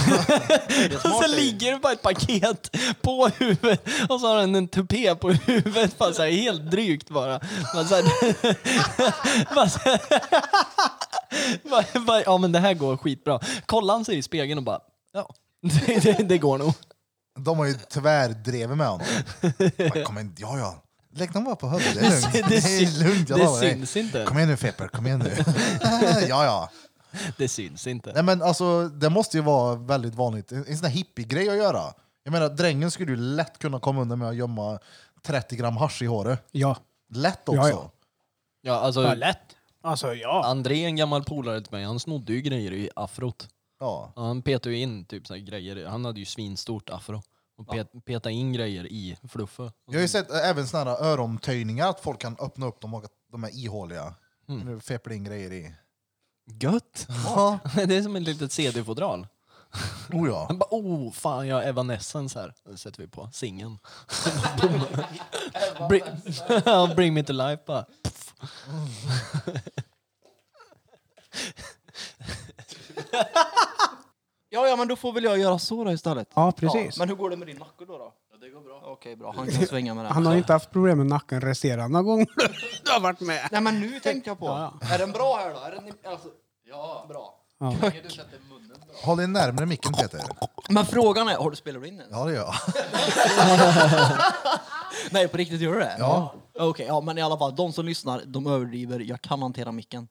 [SPEAKER 6] (laughs) så ligger det bara ett paket på huvudet och så har han en tupé på huvudet. Bara så här, helt drygt bara. Man så här, (laughs) bara så här, bara, bara, ja men det här går skitbra. Kollar han sig i spegeln och bara ja, det, det, det går nog.
[SPEAKER 2] de har ju tvärdrevet med honom. Bara, Kom igen, ja ja. Lägg dem bara på huvudet, det är lugnt.
[SPEAKER 6] Det,
[SPEAKER 2] Det
[SPEAKER 6] syns-
[SPEAKER 2] är lugnt, jag
[SPEAKER 6] det
[SPEAKER 2] lovar dig.
[SPEAKER 6] syns inte.
[SPEAKER 2] Kom igen nu Fepper, kom igen nu. (laughs) ja ja.
[SPEAKER 6] Det syns inte.
[SPEAKER 2] Nej, men alltså, det måste ju vara väldigt vanligt. En en sån här hippiegrej att göra. Jag menar, drängen skulle ju lätt kunna komma undan med att gömma 30 gram hasch i håret.
[SPEAKER 5] Ja,
[SPEAKER 2] Lätt
[SPEAKER 5] Ja,
[SPEAKER 2] också.
[SPEAKER 5] ja.
[SPEAKER 6] Ja,
[SPEAKER 5] ja
[SPEAKER 6] alltså,
[SPEAKER 5] lätt. Alltså ja.
[SPEAKER 6] André, en gammal polare till mig, han snodde ju grejer i afrot.
[SPEAKER 2] Ja.
[SPEAKER 6] Ja, Han petade ju in typ så här grejer, han hade ju svinstort afro. Och pet, petade in grejer i fluffet.
[SPEAKER 2] Jag
[SPEAKER 4] Mm.
[SPEAKER 2] har ju sett eh, även såna här örontöjningar, att folk kan öppna upp dem och att de är ihåliga.
[SPEAKER 4] Mm.
[SPEAKER 2] Nu feppar det in grejer i.
[SPEAKER 6] Gött!
[SPEAKER 2] Ja.
[SPEAKER 6] (laughs) Det är som ett litet CD-fodral.
[SPEAKER 2] Oh ja.
[SPEAKER 4] (laughs)
[SPEAKER 6] Han bara oh fan jag har Evanescence här. Det sätter vi på
[SPEAKER 4] (laughs)
[SPEAKER 6] singeln. bring, (laughs) bring me to life bara. Pff.
[SPEAKER 4] Ja, ja, men då får väl jag göra så då istället.
[SPEAKER 5] Ja, precis.
[SPEAKER 4] men hur går det med din nacke då? då? Ja, det går bra. Okej, bra.
[SPEAKER 5] (laughs)
[SPEAKER 4] Han kan svänga med den.
[SPEAKER 5] Han har ju inte haft problem med nacken resterande gånger (laughs) du har varit med.
[SPEAKER 4] Nej, men nu tänkte jag på.
[SPEAKER 5] Ja,
[SPEAKER 4] Är den bra här då? Är den, alltså, ja. Bra.
[SPEAKER 5] Ja.
[SPEAKER 2] Håll dig närmare micken Peter.
[SPEAKER 4] Men frågan är, har du spelat in den?
[SPEAKER 2] Ja det gör
[SPEAKER 4] (laughs)
[SPEAKER 2] jag.
[SPEAKER 4] Nej, på riktigt gör du det?
[SPEAKER 2] Ja.
[SPEAKER 4] Okej, ja, men i alla fall, de som lyssnar, de överdriver. Jag kan hantera micken.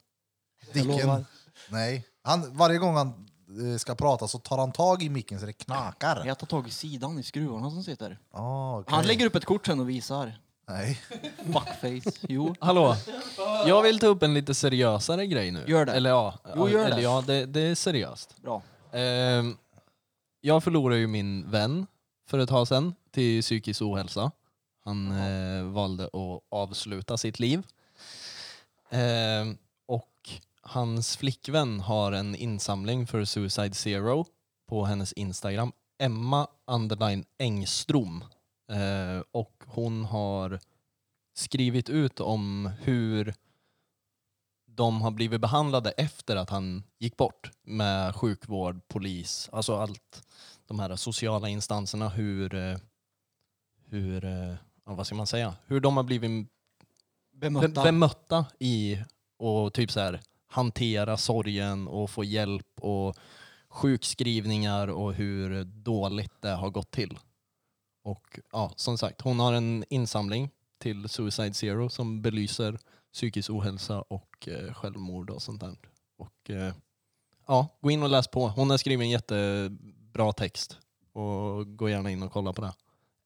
[SPEAKER 2] Dicken.
[SPEAKER 4] lovar.
[SPEAKER 2] Nej. Han, varje gång han eh, ska prata så tar han tag i micken så det knakar.
[SPEAKER 4] Jag tar tag i sidan i skruvarna som sitter.
[SPEAKER 2] Ah, okej.
[SPEAKER 4] Han lägger upp ett kort sen och visar.
[SPEAKER 2] Nej.
[SPEAKER 4] Fuckface. Jo.
[SPEAKER 6] Hallå! Jag vill ta upp en lite seriösare grej nu.
[SPEAKER 4] Gör det.
[SPEAKER 6] Eller ja,
[SPEAKER 4] Jo, gör
[SPEAKER 6] eller
[SPEAKER 4] det.
[SPEAKER 6] ja det, det är seriöst.
[SPEAKER 4] Bra.
[SPEAKER 6] Ehm, jag förlorade ju min vän för ett tag sedan till psykisk ohälsa. Han eh, valde att avsluta sitt liv. Ehm, och hans flickvän har en insamling för Suicide Zero på hennes Instagram. Emma Underline Engström. Eh, och hon har skrivit ut om hur de har blivit behandlade efter att han gick bort med sjukvård, polis, alltså allt. De här sociala instanserna, hur, eh, hur eh, ja, vad ska man säga, hur de har blivit
[SPEAKER 4] Bemötta.
[SPEAKER 6] Be- bemötta i och typ så här hantera sorgen och få hjälp och sjukskrivningar och hur dåligt det har gått till. Och ja, som sagt, hon har en insamling till Suicide Zero som belyser psykisk ohälsa och eh, självmord och sånt där. Och eh, ja, gå in och läs på. Hon har skrivit en jättebra text och gå gärna in och kolla på det.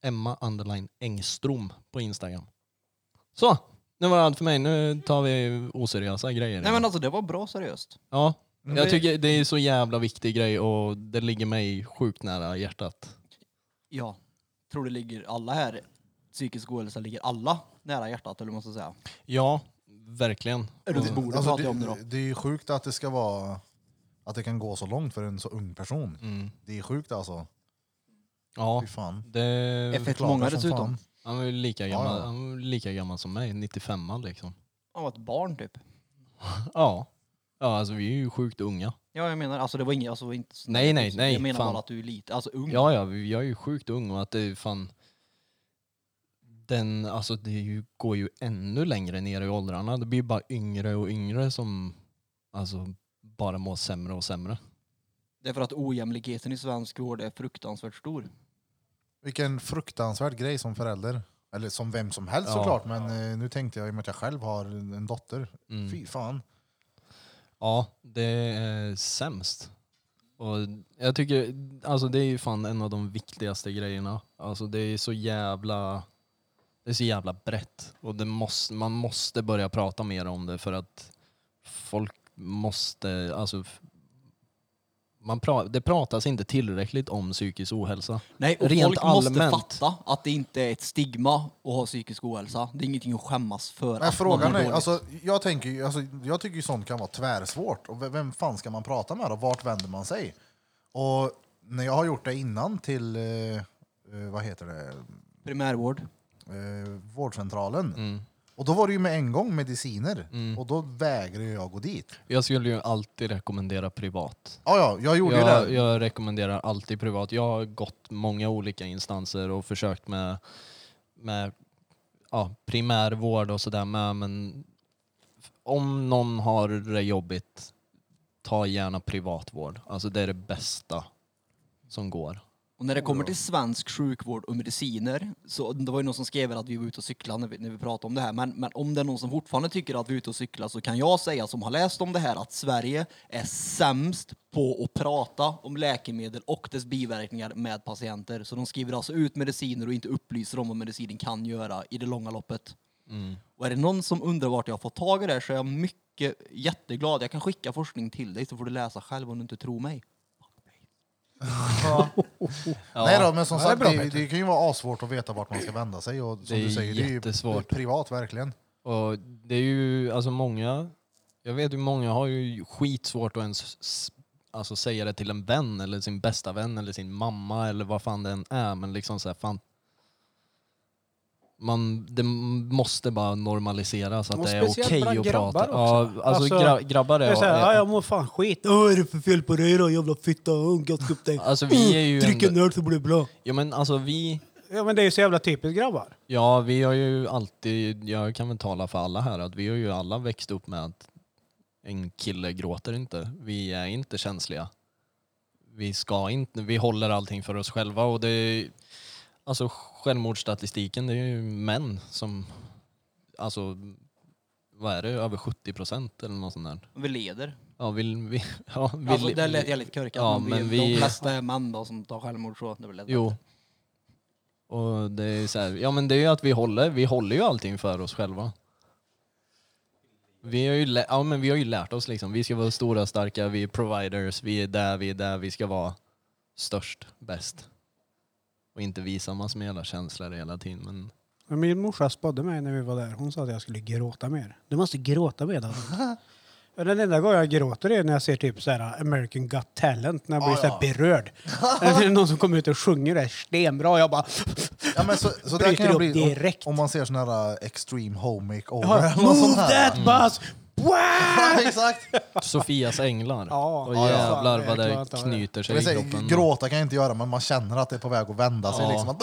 [SPEAKER 6] Emma Underline Engström på Instagram. Så, nu var det allt för mig. Nu tar vi oseriösa grejer.
[SPEAKER 4] Nej men alltså det var bra seriöst.
[SPEAKER 6] ja,
[SPEAKER 2] Men
[SPEAKER 6] jag
[SPEAKER 2] det-
[SPEAKER 6] tycker det är så jävla viktig grej och det ligger mig sjukt nära hjärtat.
[SPEAKER 4] Ja. Tror det ligger alla här, psykisk ohälsa ligger alla nära hjärtat eller vad man ska säga.
[SPEAKER 6] Ja, verkligen. Mm.
[SPEAKER 4] Runt bordet
[SPEAKER 2] Alltså,
[SPEAKER 4] pratar jag om det då.
[SPEAKER 2] det, det är ju sjukt att det ska vara att det kan gå så långt för en så ung person.
[SPEAKER 6] Mm.
[SPEAKER 2] Det är sjukt alltså.
[SPEAKER 6] Ja,
[SPEAKER 2] Fy fan.
[SPEAKER 6] det...
[SPEAKER 4] Fett
[SPEAKER 2] Klagar
[SPEAKER 4] många
[SPEAKER 2] som
[SPEAKER 4] dessutom.
[SPEAKER 2] fan.
[SPEAKER 6] Han var ju lika gammal,
[SPEAKER 2] Ja, ja.
[SPEAKER 6] Han var ju lika gammal som mig, 95 liksom.
[SPEAKER 4] Han var ett barn typ.
[SPEAKER 6] Ja. ja, alltså vi är ju sjukt unga.
[SPEAKER 4] Ja jag menar, alltså det var inget, alltså inte så-
[SPEAKER 6] Nej, nej, nej,
[SPEAKER 4] Jag menar
[SPEAKER 6] fan.
[SPEAKER 4] bara att du är lite, alltså
[SPEAKER 2] Mm.
[SPEAKER 4] ung.
[SPEAKER 6] Ja, ja, vi- jag är ju sjukt ung och att det är fan... Den, alltså det är ju, går ju ännu längre ner i åldrarna. Det blir ju bara yngre och yngre som alltså, bara mår sämre och sämre.
[SPEAKER 4] Det är för att ojämlikheten i svensk vård är fruktansvärt stor.
[SPEAKER 2] Vilken fruktansvärd grej som förälder. Eller som vem som helst
[SPEAKER 6] Ja.
[SPEAKER 2] såklart, men eh, nu tänkte jag i och med att jag själv har en en dotter.
[SPEAKER 6] Mm.
[SPEAKER 2] Fy fan.
[SPEAKER 6] Ja, det är sämst. Och jag tycker, alltså det är ju fan en av de viktigaste grejerna. Alltså det är så jävla, det är så jävla brett. Och det måste, man måste börja prata mer om det för att folk måste, alltså f- man pra, det pratas inte tillräckligt om psykisk ohälsa.
[SPEAKER 4] Nej, och
[SPEAKER 6] Rent
[SPEAKER 4] folk
[SPEAKER 6] allmänt.
[SPEAKER 4] måste fatta att det inte är ett stigma att ha psykisk ohälsa. Det är ingenting att skämmas för.
[SPEAKER 2] Men
[SPEAKER 4] att man
[SPEAKER 2] frågan
[SPEAKER 4] mår
[SPEAKER 2] är,
[SPEAKER 4] dåligt.
[SPEAKER 2] alltså, jag, tänker, ju- alltså, jag tycker ju sånt kan vara tvärsvårt. Och v- vem fan ska man prata med och vart vänder man sig? Och när jag har gjort det innan till, eh, eh, vad heter det,
[SPEAKER 4] Primärvård.
[SPEAKER 2] eh, vårdcentralen. Och då var det ju med en gång mediciner.
[SPEAKER 5] Mm.
[SPEAKER 2] Och då vägrade jag gå dit.
[SPEAKER 6] Jag skulle ju alltid rekommendera privat.
[SPEAKER 2] Ja, ja, jag gjorde ju (laughs)
[SPEAKER 6] jag,
[SPEAKER 2] det.
[SPEAKER 6] jag rekommenderar alltid privat. Jag har gått många olika instanser och försökt med, med ja, primärvård och sådär med. Men om någon har det jobbigt, ta gärna privatvård. Alltså det är det bästa som går.
[SPEAKER 4] Och när det kommer till svensk sjukvård och mediciner, så det var ju någon som skrev att vi var ute och cyklade när vi, när vi pratade om det här, men, men om det är någon som fortfarande tycker att vi är ute och cyklar så kan jag säga som har läst om det här att Sverige är sämst på att prata om läkemedel och dess biverkningar med patienter. Så de skriver alltså ut mediciner och inte upplyser om vad medicinen kan göra i det långa loppet. Och är det någon som undrar vart jag har fått tag i det här så är jag mycket jätteglad. Jag kan skicka forskning till dig så får du läsa själv om du inte tror mig.
[SPEAKER 2] Nej då, men som
[SPEAKER 5] Ja, det är
[SPEAKER 2] sagt,
[SPEAKER 5] bra,
[SPEAKER 2] det,
[SPEAKER 5] Peter.
[SPEAKER 2] det kan ju vara asvårt att veta vart man ska vända sig. Och som
[SPEAKER 6] Det är
[SPEAKER 2] du säger, det är ju
[SPEAKER 6] jättesvårt.
[SPEAKER 2] privat verkligen.
[SPEAKER 6] Och det är ju, alltså många, jag vet ju många har ju skitsvårt att ens s- alltså säga det till en vän eller sin bästa vän eller sin mamma eller vad fan det än är. Men liksom så här, fan. Man, det m- måste bara normaliseras att
[SPEAKER 5] Och
[SPEAKER 6] det är
[SPEAKER 5] speciellt
[SPEAKER 6] okej
[SPEAKER 5] bland
[SPEAKER 6] att prata.
[SPEAKER 5] grabbar också.
[SPEAKER 6] Ja, alltså,
[SPEAKER 5] Alltså,
[SPEAKER 6] gra, grabbar
[SPEAKER 5] Jag
[SPEAKER 6] är...
[SPEAKER 5] säger, ja, jag mår fan skit. Vad är det för fel på dig då jävla fitta? Ung, Gaska upp dig.
[SPEAKER 6] Alltså, vi är ju
[SPEAKER 5] Drick
[SPEAKER 6] ändå-
[SPEAKER 5] en öl så blir det bra.
[SPEAKER 6] ja, men alltså vi...
[SPEAKER 5] Ja men det är ju så jävla typiskt grabbar.
[SPEAKER 6] Ja, vi har ju alltid, jag kan väl tala för alla här, att vi har ju alla växt upp med att en kille gråter inte. Vi är inte känsliga. Vi ska inte, vi håller allting för oss själva och det är, alltså självmordsstatistiken, det är ju män som, alltså vad är det, över 70 procent eller något sånt där.
[SPEAKER 4] Vi leder.
[SPEAKER 6] Ja, vill vi, (laughs) ja, vill,
[SPEAKER 4] alltså, det lät jag lite korkat,
[SPEAKER 6] Ja,
[SPEAKER 4] men,
[SPEAKER 6] men
[SPEAKER 4] vi,
[SPEAKER 6] vi-
[SPEAKER 4] de flesta är män då som tar självmord så. Det blir lätt.
[SPEAKER 6] Jo. Och det är så här, ja men det är ju att vi håller, vi håller ju allting för oss själva. Vi har, ju lä- ja, men vi har ju lärt oss liksom, vi ska vara stora, starka, vi är providers, vi är där, vi är där, vi ska vara störst, bäst. Och inte visa massor med jävla känslor hela tiden.
[SPEAKER 5] (laughs)
[SPEAKER 6] Men
[SPEAKER 5] Men min morsa spådde mig när vi var där. Hon sa att jag skulle gråta mer. Du måste gråta mer. (laughs) David. Ja, Den enda gången jag gråter är när jag ser typ så här American Got Talent, när jag
[SPEAKER 2] Ja,
[SPEAKER 5] blir så här
[SPEAKER 2] ja.
[SPEAKER 5] (laughs) berörd. Eller det är någon som kommer ut och sjunger det här stenbra och jag bara...
[SPEAKER 2] Ja, men så, så där
[SPEAKER 5] Bryter
[SPEAKER 2] kan jag
[SPEAKER 5] upp
[SPEAKER 2] bli, om,
[SPEAKER 5] direkt.
[SPEAKER 2] om man ser sån här eh, äh, extreme home makeover.
[SPEAKER 5] Ja,
[SPEAKER 2] eller något sånt (laughs)
[SPEAKER 5] Move
[SPEAKER 2] här.
[SPEAKER 5] that bus!
[SPEAKER 2] Exakt.
[SPEAKER 6] Sofias änglar.
[SPEAKER 5] Ja,
[SPEAKER 6] och
[SPEAKER 5] ja, ja.
[SPEAKER 6] jävlar
[SPEAKER 5] Jag
[SPEAKER 6] vad
[SPEAKER 5] klarar
[SPEAKER 6] det
[SPEAKER 5] inte av det.
[SPEAKER 6] knyter sig
[SPEAKER 2] Jag
[SPEAKER 6] i
[SPEAKER 2] säger,
[SPEAKER 6] kroppen.
[SPEAKER 2] gråta kan jag inte göra, men man känner att det är på väg att vända sig.
[SPEAKER 6] Ja.
[SPEAKER 2] Liksom. Man-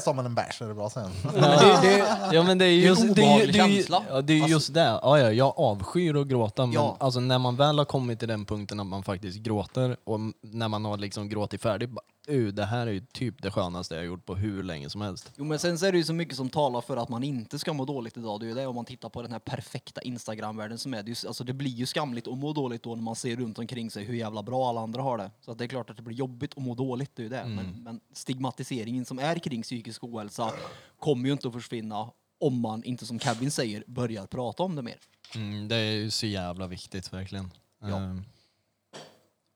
[SPEAKER 2] Som en bärs är det bra sen. (laughs)
[SPEAKER 6] Men det, det, ja men det är ju Alltså-
[SPEAKER 4] en
[SPEAKER 6] just det. Är, ju-
[SPEAKER 4] obehaglig
[SPEAKER 6] det, är, ju-
[SPEAKER 4] känsla.
[SPEAKER 6] ja, det är ju just det. Ja, ja, jag avskyr att gråta men
[SPEAKER 4] Ja.
[SPEAKER 6] alltså, när man väl har kommit till den punkten att man faktiskt gråter och m- när man har liksom gråtit färdigt bara, "Uh, det här är ju typ det skönaste jag har gjort på hur länge som helst.
[SPEAKER 4] Jo men sen så är det ju så mycket som talar för att man inte ska må dåligt idag. Det är ju det om man tittar på den här perfekta Instagram-världen som är. Det, är ju, alltså, det blir ju skamligt att må dåligt då när man ser runt omkring sig hur jävla bra alla andra har det. Så att det är klart att det blir jobbigt att må dåligt, det är ju det.
[SPEAKER 6] Mm.
[SPEAKER 4] Men, men stigmatiseringen som är kring psykisk ohälsa kommer ju inte att försvinna om man inte, som Kevin säger, börjar prata om det mer.
[SPEAKER 6] Mm, det är ju så jävla viktigt verkligen.
[SPEAKER 4] Ja.
[SPEAKER 6] Ehm,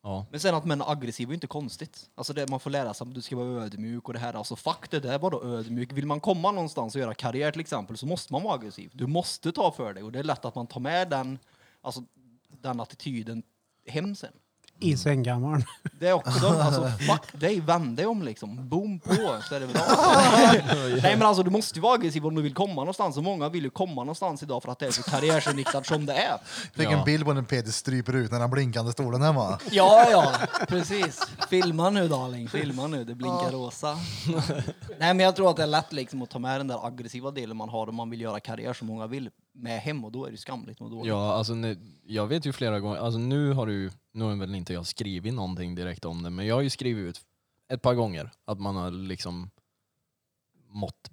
[SPEAKER 6] ja.
[SPEAKER 4] Men sen att män är aggressiva är ju inte konstigt. Alltså det man får lära sig att du ska vara ödmjuk och det här. Alltså fuck det där var då ödmjuk. Vill man komma någonstans och göra karriär till exempel så måste man vara aggressiv. Du måste ta för dig och det är lätt att man tar med den, alltså, den attityden hem sen.
[SPEAKER 5] I sängkammaren.
[SPEAKER 4] Det är också, alltså fuck dig, vänd dig om liksom. Boom på, så är det väl Nej men alltså du måste ju vara aggressiv om du vill komma någonstans och många vill ju komma någonstans idag för att det är så karriärsinriktat som det är.
[SPEAKER 2] Fick en bild på när Peter stryper ut den här blinkande stolen hemma.
[SPEAKER 4] Ja, ja, precis. Filma nu darling, filma nu, det blinkar rosa. Nej, men jag tror att det är lätt liksom att ta med den där aggressiva delen man har om man vill göra karriär som många vill med hem och då är det skamligt och dåligt.
[SPEAKER 6] Ja, alltså nu, jag vet ju flera gånger, alltså nu har du, nu har väl inte jag skrivit någonting direkt om det, men jag har ju skrivit ut ett par gånger att man har liksom mått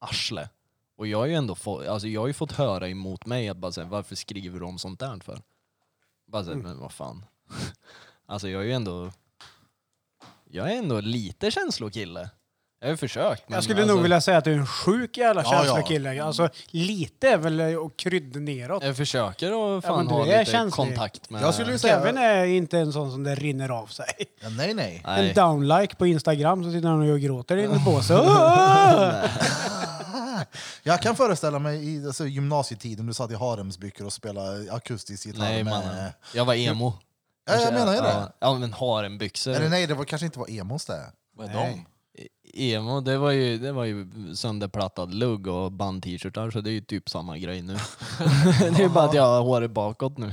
[SPEAKER 6] arsle. Och jag har ju ändå fått, alltså jag har ju fått höra emot mig att bara säga, varför skriver du om sånt där för? Bara
[SPEAKER 5] Mm.
[SPEAKER 6] säga, men vad fan. (laughs) alltså jag är ju ändå, jag är ändå lite känslokille. Jag har ju försökt. men
[SPEAKER 5] Jag skulle
[SPEAKER 6] alltså,
[SPEAKER 5] nog vilja säga att du är en sjuk jävla
[SPEAKER 2] Ja, ja.
[SPEAKER 5] känslokille. Alltså lite är väl att krydda neråt.
[SPEAKER 6] Jag försöker att
[SPEAKER 5] Ja,
[SPEAKER 6] fan
[SPEAKER 5] men du
[SPEAKER 6] ha
[SPEAKER 5] är
[SPEAKER 6] lite
[SPEAKER 5] känslig.
[SPEAKER 6] kontakt med...
[SPEAKER 2] Jag skulle ju säga...
[SPEAKER 5] Kevin är inte en sån som det rinner av sig.
[SPEAKER 2] Ja, nej, nej.
[SPEAKER 6] Nej.
[SPEAKER 5] En downlike på Instagram så sitter han och gråter inne på sig. Åh!
[SPEAKER 2] (laughs) Jag kan föreställa mig i alltså, gymnasietiden, du satt i haremsbyxor och spelade akustisk gitarr
[SPEAKER 6] Nej
[SPEAKER 2] med...
[SPEAKER 6] mannen, jag var emo.
[SPEAKER 2] eh, Ja, jag menar ju
[SPEAKER 6] ja,
[SPEAKER 2] det.
[SPEAKER 6] ja men harembyxor.
[SPEAKER 2] Eller nej, det var, kanske inte var emos det.
[SPEAKER 7] Vad är
[SPEAKER 2] Nej.
[SPEAKER 7] de?
[SPEAKER 6] E- Emo, det var, ju, det var ju sönderplattad lugg och band-t-shirtar så det är ju typ samma grej nu. (laughs) det är ju bara att jag har håret bakåt nu.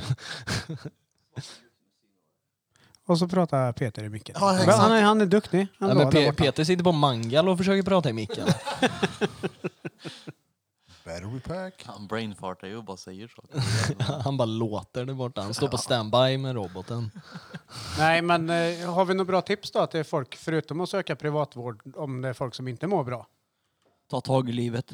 [SPEAKER 5] Och så pratar Peter i micken.
[SPEAKER 2] Ja,
[SPEAKER 5] Men
[SPEAKER 2] exakt.
[SPEAKER 5] han, är, han är duktig. Han
[SPEAKER 6] Nej,
[SPEAKER 5] är
[SPEAKER 6] men
[SPEAKER 5] bra där
[SPEAKER 6] Pe-
[SPEAKER 5] borta.
[SPEAKER 6] Peter sitter på mangal och försöker prata i micken.
[SPEAKER 2] Battery pack.
[SPEAKER 7] Han brainfartar ju och bara säger saker.
[SPEAKER 6] Han bara låter där borta. Han står på standby med roboten.
[SPEAKER 5] Nej, men eh, har vi några bra tips då till folk, förutom att söka privatvård, om det är folk som inte mår bra?
[SPEAKER 4] Ta tag i livet.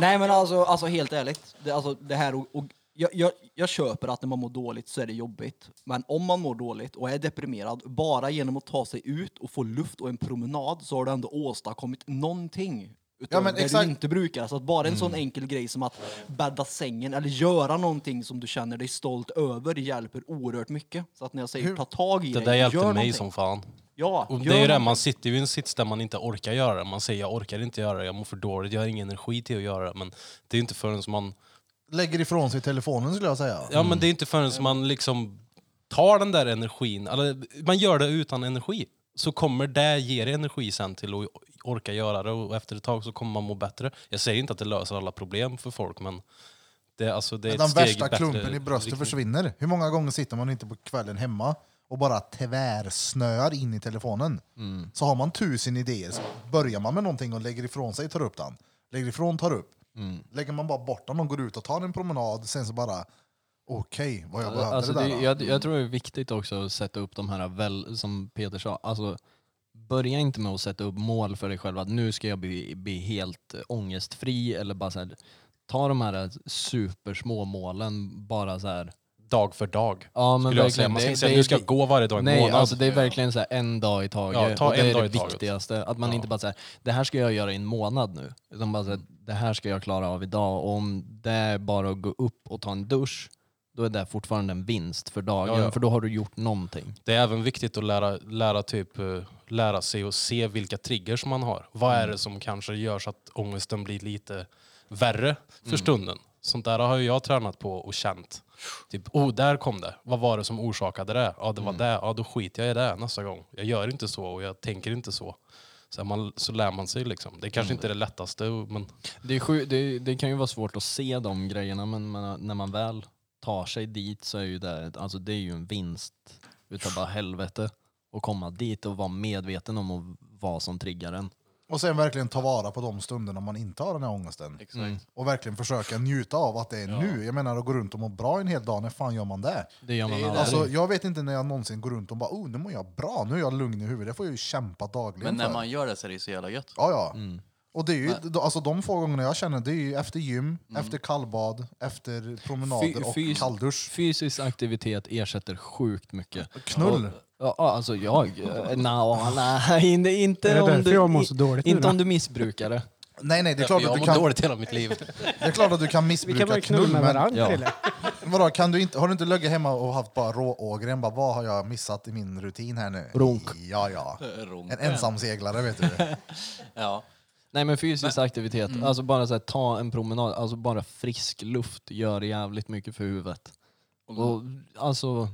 [SPEAKER 4] Nej men alltså, alltså helt ärligt, det, alltså, det här och, och, jag, jag, jag köper att när man mår dåligt så är det jobbigt. Men om man mår dåligt och är deprimerad, bara genom att ta sig ut och få luft och en promenad så har du ändå åstadkommit någonting. Utöver
[SPEAKER 2] men
[SPEAKER 4] det
[SPEAKER 2] exakt.
[SPEAKER 4] du inte brukar. Så att bara
[SPEAKER 8] Mm.
[SPEAKER 4] en sån enkel grej som att bädda sängen eller göra någonting som du känner dig stolt över hjälper oerhört mycket. Så att när jag säger ta tag i
[SPEAKER 8] Det
[SPEAKER 4] det,
[SPEAKER 8] där
[SPEAKER 4] gör
[SPEAKER 8] hjälpte mig
[SPEAKER 4] någonting.
[SPEAKER 8] som fan.
[SPEAKER 4] Ja,
[SPEAKER 8] Och
[SPEAKER 4] gör
[SPEAKER 8] det är ju det,
[SPEAKER 4] någonting.
[SPEAKER 8] man sitter ju i en sits där man inte orkar göra det. Man säger jag orkar inte göra det, jag mår för dåligt, jag har ingen energi till att göra det. Men det är inte förrän man,
[SPEAKER 2] Lägger ifrån sig telefonen skulle jag säga.
[SPEAKER 8] ja, men det är inte förrän man liksom tar den där energin, eller man gör det utan energi. Så kommer det ge dig energi sen till att orka göra det och efter ett tag så kommer man må bättre. Jag säger inte att det löser alla problem för folk men det, alltså, det är ett
[SPEAKER 2] Den
[SPEAKER 8] steg
[SPEAKER 2] värsta
[SPEAKER 8] bättre
[SPEAKER 2] klumpen i bröstet
[SPEAKER 8] riktning.
[SPEAKER 2] försvinner. Hur många gånger sitter man inte på kvällen hemma och bara tvärsnöar in i telefonen?
[SPEAKER 8] Mm.
[SPEAKER 2] Så har man tusen idéer, så börjar man med någonting och lägger ifrån sig, tar upp den. Lägger ifrån, tar upp.
[SPEAKER 8] Mm.
[SPEAKER 2] Lägger man bara bort den och går ut och tar en promenad, sen så bara okej, vad jag behövde
[SPEAKER 6] Alltså,
[SPEAKER 2] det där.
[SPEAKER 6] det,
[SPEAKER 2] då. Mm.
[SPEAKER 6] jag, jag tror det är viktigt också att sätta upp de här, väl, som Peter sa, alltså, börja inte med att sätta upp mål för dig själv att nu ska jag bli, bli helt eh, ångestfri eller bara så här, ta de här supersmå målen bara så här.
[SPEAKER 8] Dag för dag.
[SPEAKER 6] Ja, men
[SPEAKER 8] skulle jag säga. Man ska inte säga nu ska
[SPEAKER 6] typ-
[SPEAKER 8] jag gå varje dag i en
[SPEAKER 6] Nej,
[SPEAKER 8] månad.
[SPEAKER 6] alltså det är verkligen så här en dag i taget.
[SPEAKER 8] Ja, ta
[SPEAKER 6] och det
[SPEAKER 8] en
[SPEAKER 6] är
[SPEAKER 8] dag
[SPEAKER 6] det
[SPEAKER 8] i taget.
[SPEAKER 6] viktigaste. Att man inte bara säger det här ska jag göra i en månad nu. Utan bara så här, det här ska jag klara av idag. Och om det är bara att gå upp och ta en dusch, då är det fortfarande en vinst för dagen.
[SPEAKER 8] Ja, ja.
[SPEAKER 6] För då har du gjort någonting.
[SPEAKER 8] Det är även viktigt att lära, lära, typ, eh, lära sig och se vilka triggers man har. Vad är det som kanske gör så att ångesten blir lite värre för stunden? Sånt där har ju jag tränat på och känt. Typ, oh, där kom det. Vad var det som orsakade det? Ja, det var det. Ja, då skiter jag i det nästa gång. Jag gör inte så och jag tänker inte så. Så, här, man, så lär man sig liksom. Det kanske inte är det lättaste, men
[SPEAKER 6] Det, är sju, det, det kan ju vara svårt att se de grejerna men man, när man väl tar sig dit så är ju det, ett- alltså det är ju en vinst utav bara helvete. Att komma dit och vara medveten om och vad som triggar en.
[SPEAKER 2] Och sen verkligen ta vara på de stunderna man inte har den här ångesten.
[SPEAKER 7] Exakt.
[SPEAKER 8] Mm.
[SPEAKER 2] Och verkligen försöka njuta av att det är nu. Jag menar att gå runt och må bra en hel dag, när fan gör man det?
[SPEAKER 6] Det gör man
[SPEAKER 7] är
[SPEAKER 6] aldrig.
[SPEAKER 2] Alltså, jag vet inte när jag någonsin går runt och bara oh, nu mår jag bra, nu är jag lugn i huvudet. Det får jag ju kämpa dagligen
[SPEAKER 7] Men när
[SPEAKER 2] för.
[SPEAKER 7] man gör det så är det ju så jävla gött.
[SPEAKER 2] Ja, ja. Och det är ju, alltså, de få gångerna jag känner, det är ju efter gym, efter kallbad, efter promenader
[SPEAKER 6] Fy-
[SPEAKER 2] och
[SPEAKER 6] fys-
[SPEAKER 2] kalldusch.
[SPEAKER 6] Fysisk aktivitet ersätter sjukt mycket.
[SPEAKER 2] Knull.
[SPEAKER 6] Och, ja, alltså jag... eh, Nja, nej, inte,
[SPEAKER 5] Är
[SPEAKER 6] inte
[SPEAKER 5] det
[SPEAKER 6] om
[SPEAKER 5] därför
[SPEAKER 6] du...
[SPEAKER 5] jag mår så dåligt nu
[SPEAKER 6] inte
[SPEAKER 5] då?
[SPEAKER 6] om du missbrukar det.
[SPEAKER 2] Nej, nej, det är, klart att
[SPEAKER 8] jag har
[SPEAKER 2] du
[SPEAKER 8] mått
[SPEAKER 2] kan,
[SPEAKER 8] dåligt hela mitt liv.
[SPEAKER 2] det är klart att du kan
[SPEAKER 5] Vi kan
[SPEAKER 2] missbruka
[SPEAKER 5] bara
[SPEAKER 2] knull,
[SPEAKER 5] knulla med
[SPEAKER 2] men
[SPEAKER 5] varandra
[SPEAKER 6] Ja.
[SPEAKER 5] Krille.
[SPEAKER 2] vadå, kan du inte, har du inte legat hemma och haft bara råågren? Bara, vad har jag missat i min rutin här nu?
[SPEAKER 6] Ronk.
[SPEAKER 2] Ja, ja. En
[SPEAKER 7] Ronken.
[SPEAKER 2] ensamseglare, vet du.
[SPEAKER 7] Ja.
[SPEAKER 6] Nej men fysisk aktivitet, alltså bara så här, ta en promenad, alltså bara frisk luft gör jävligt mycket för huvudet. Och, alltså,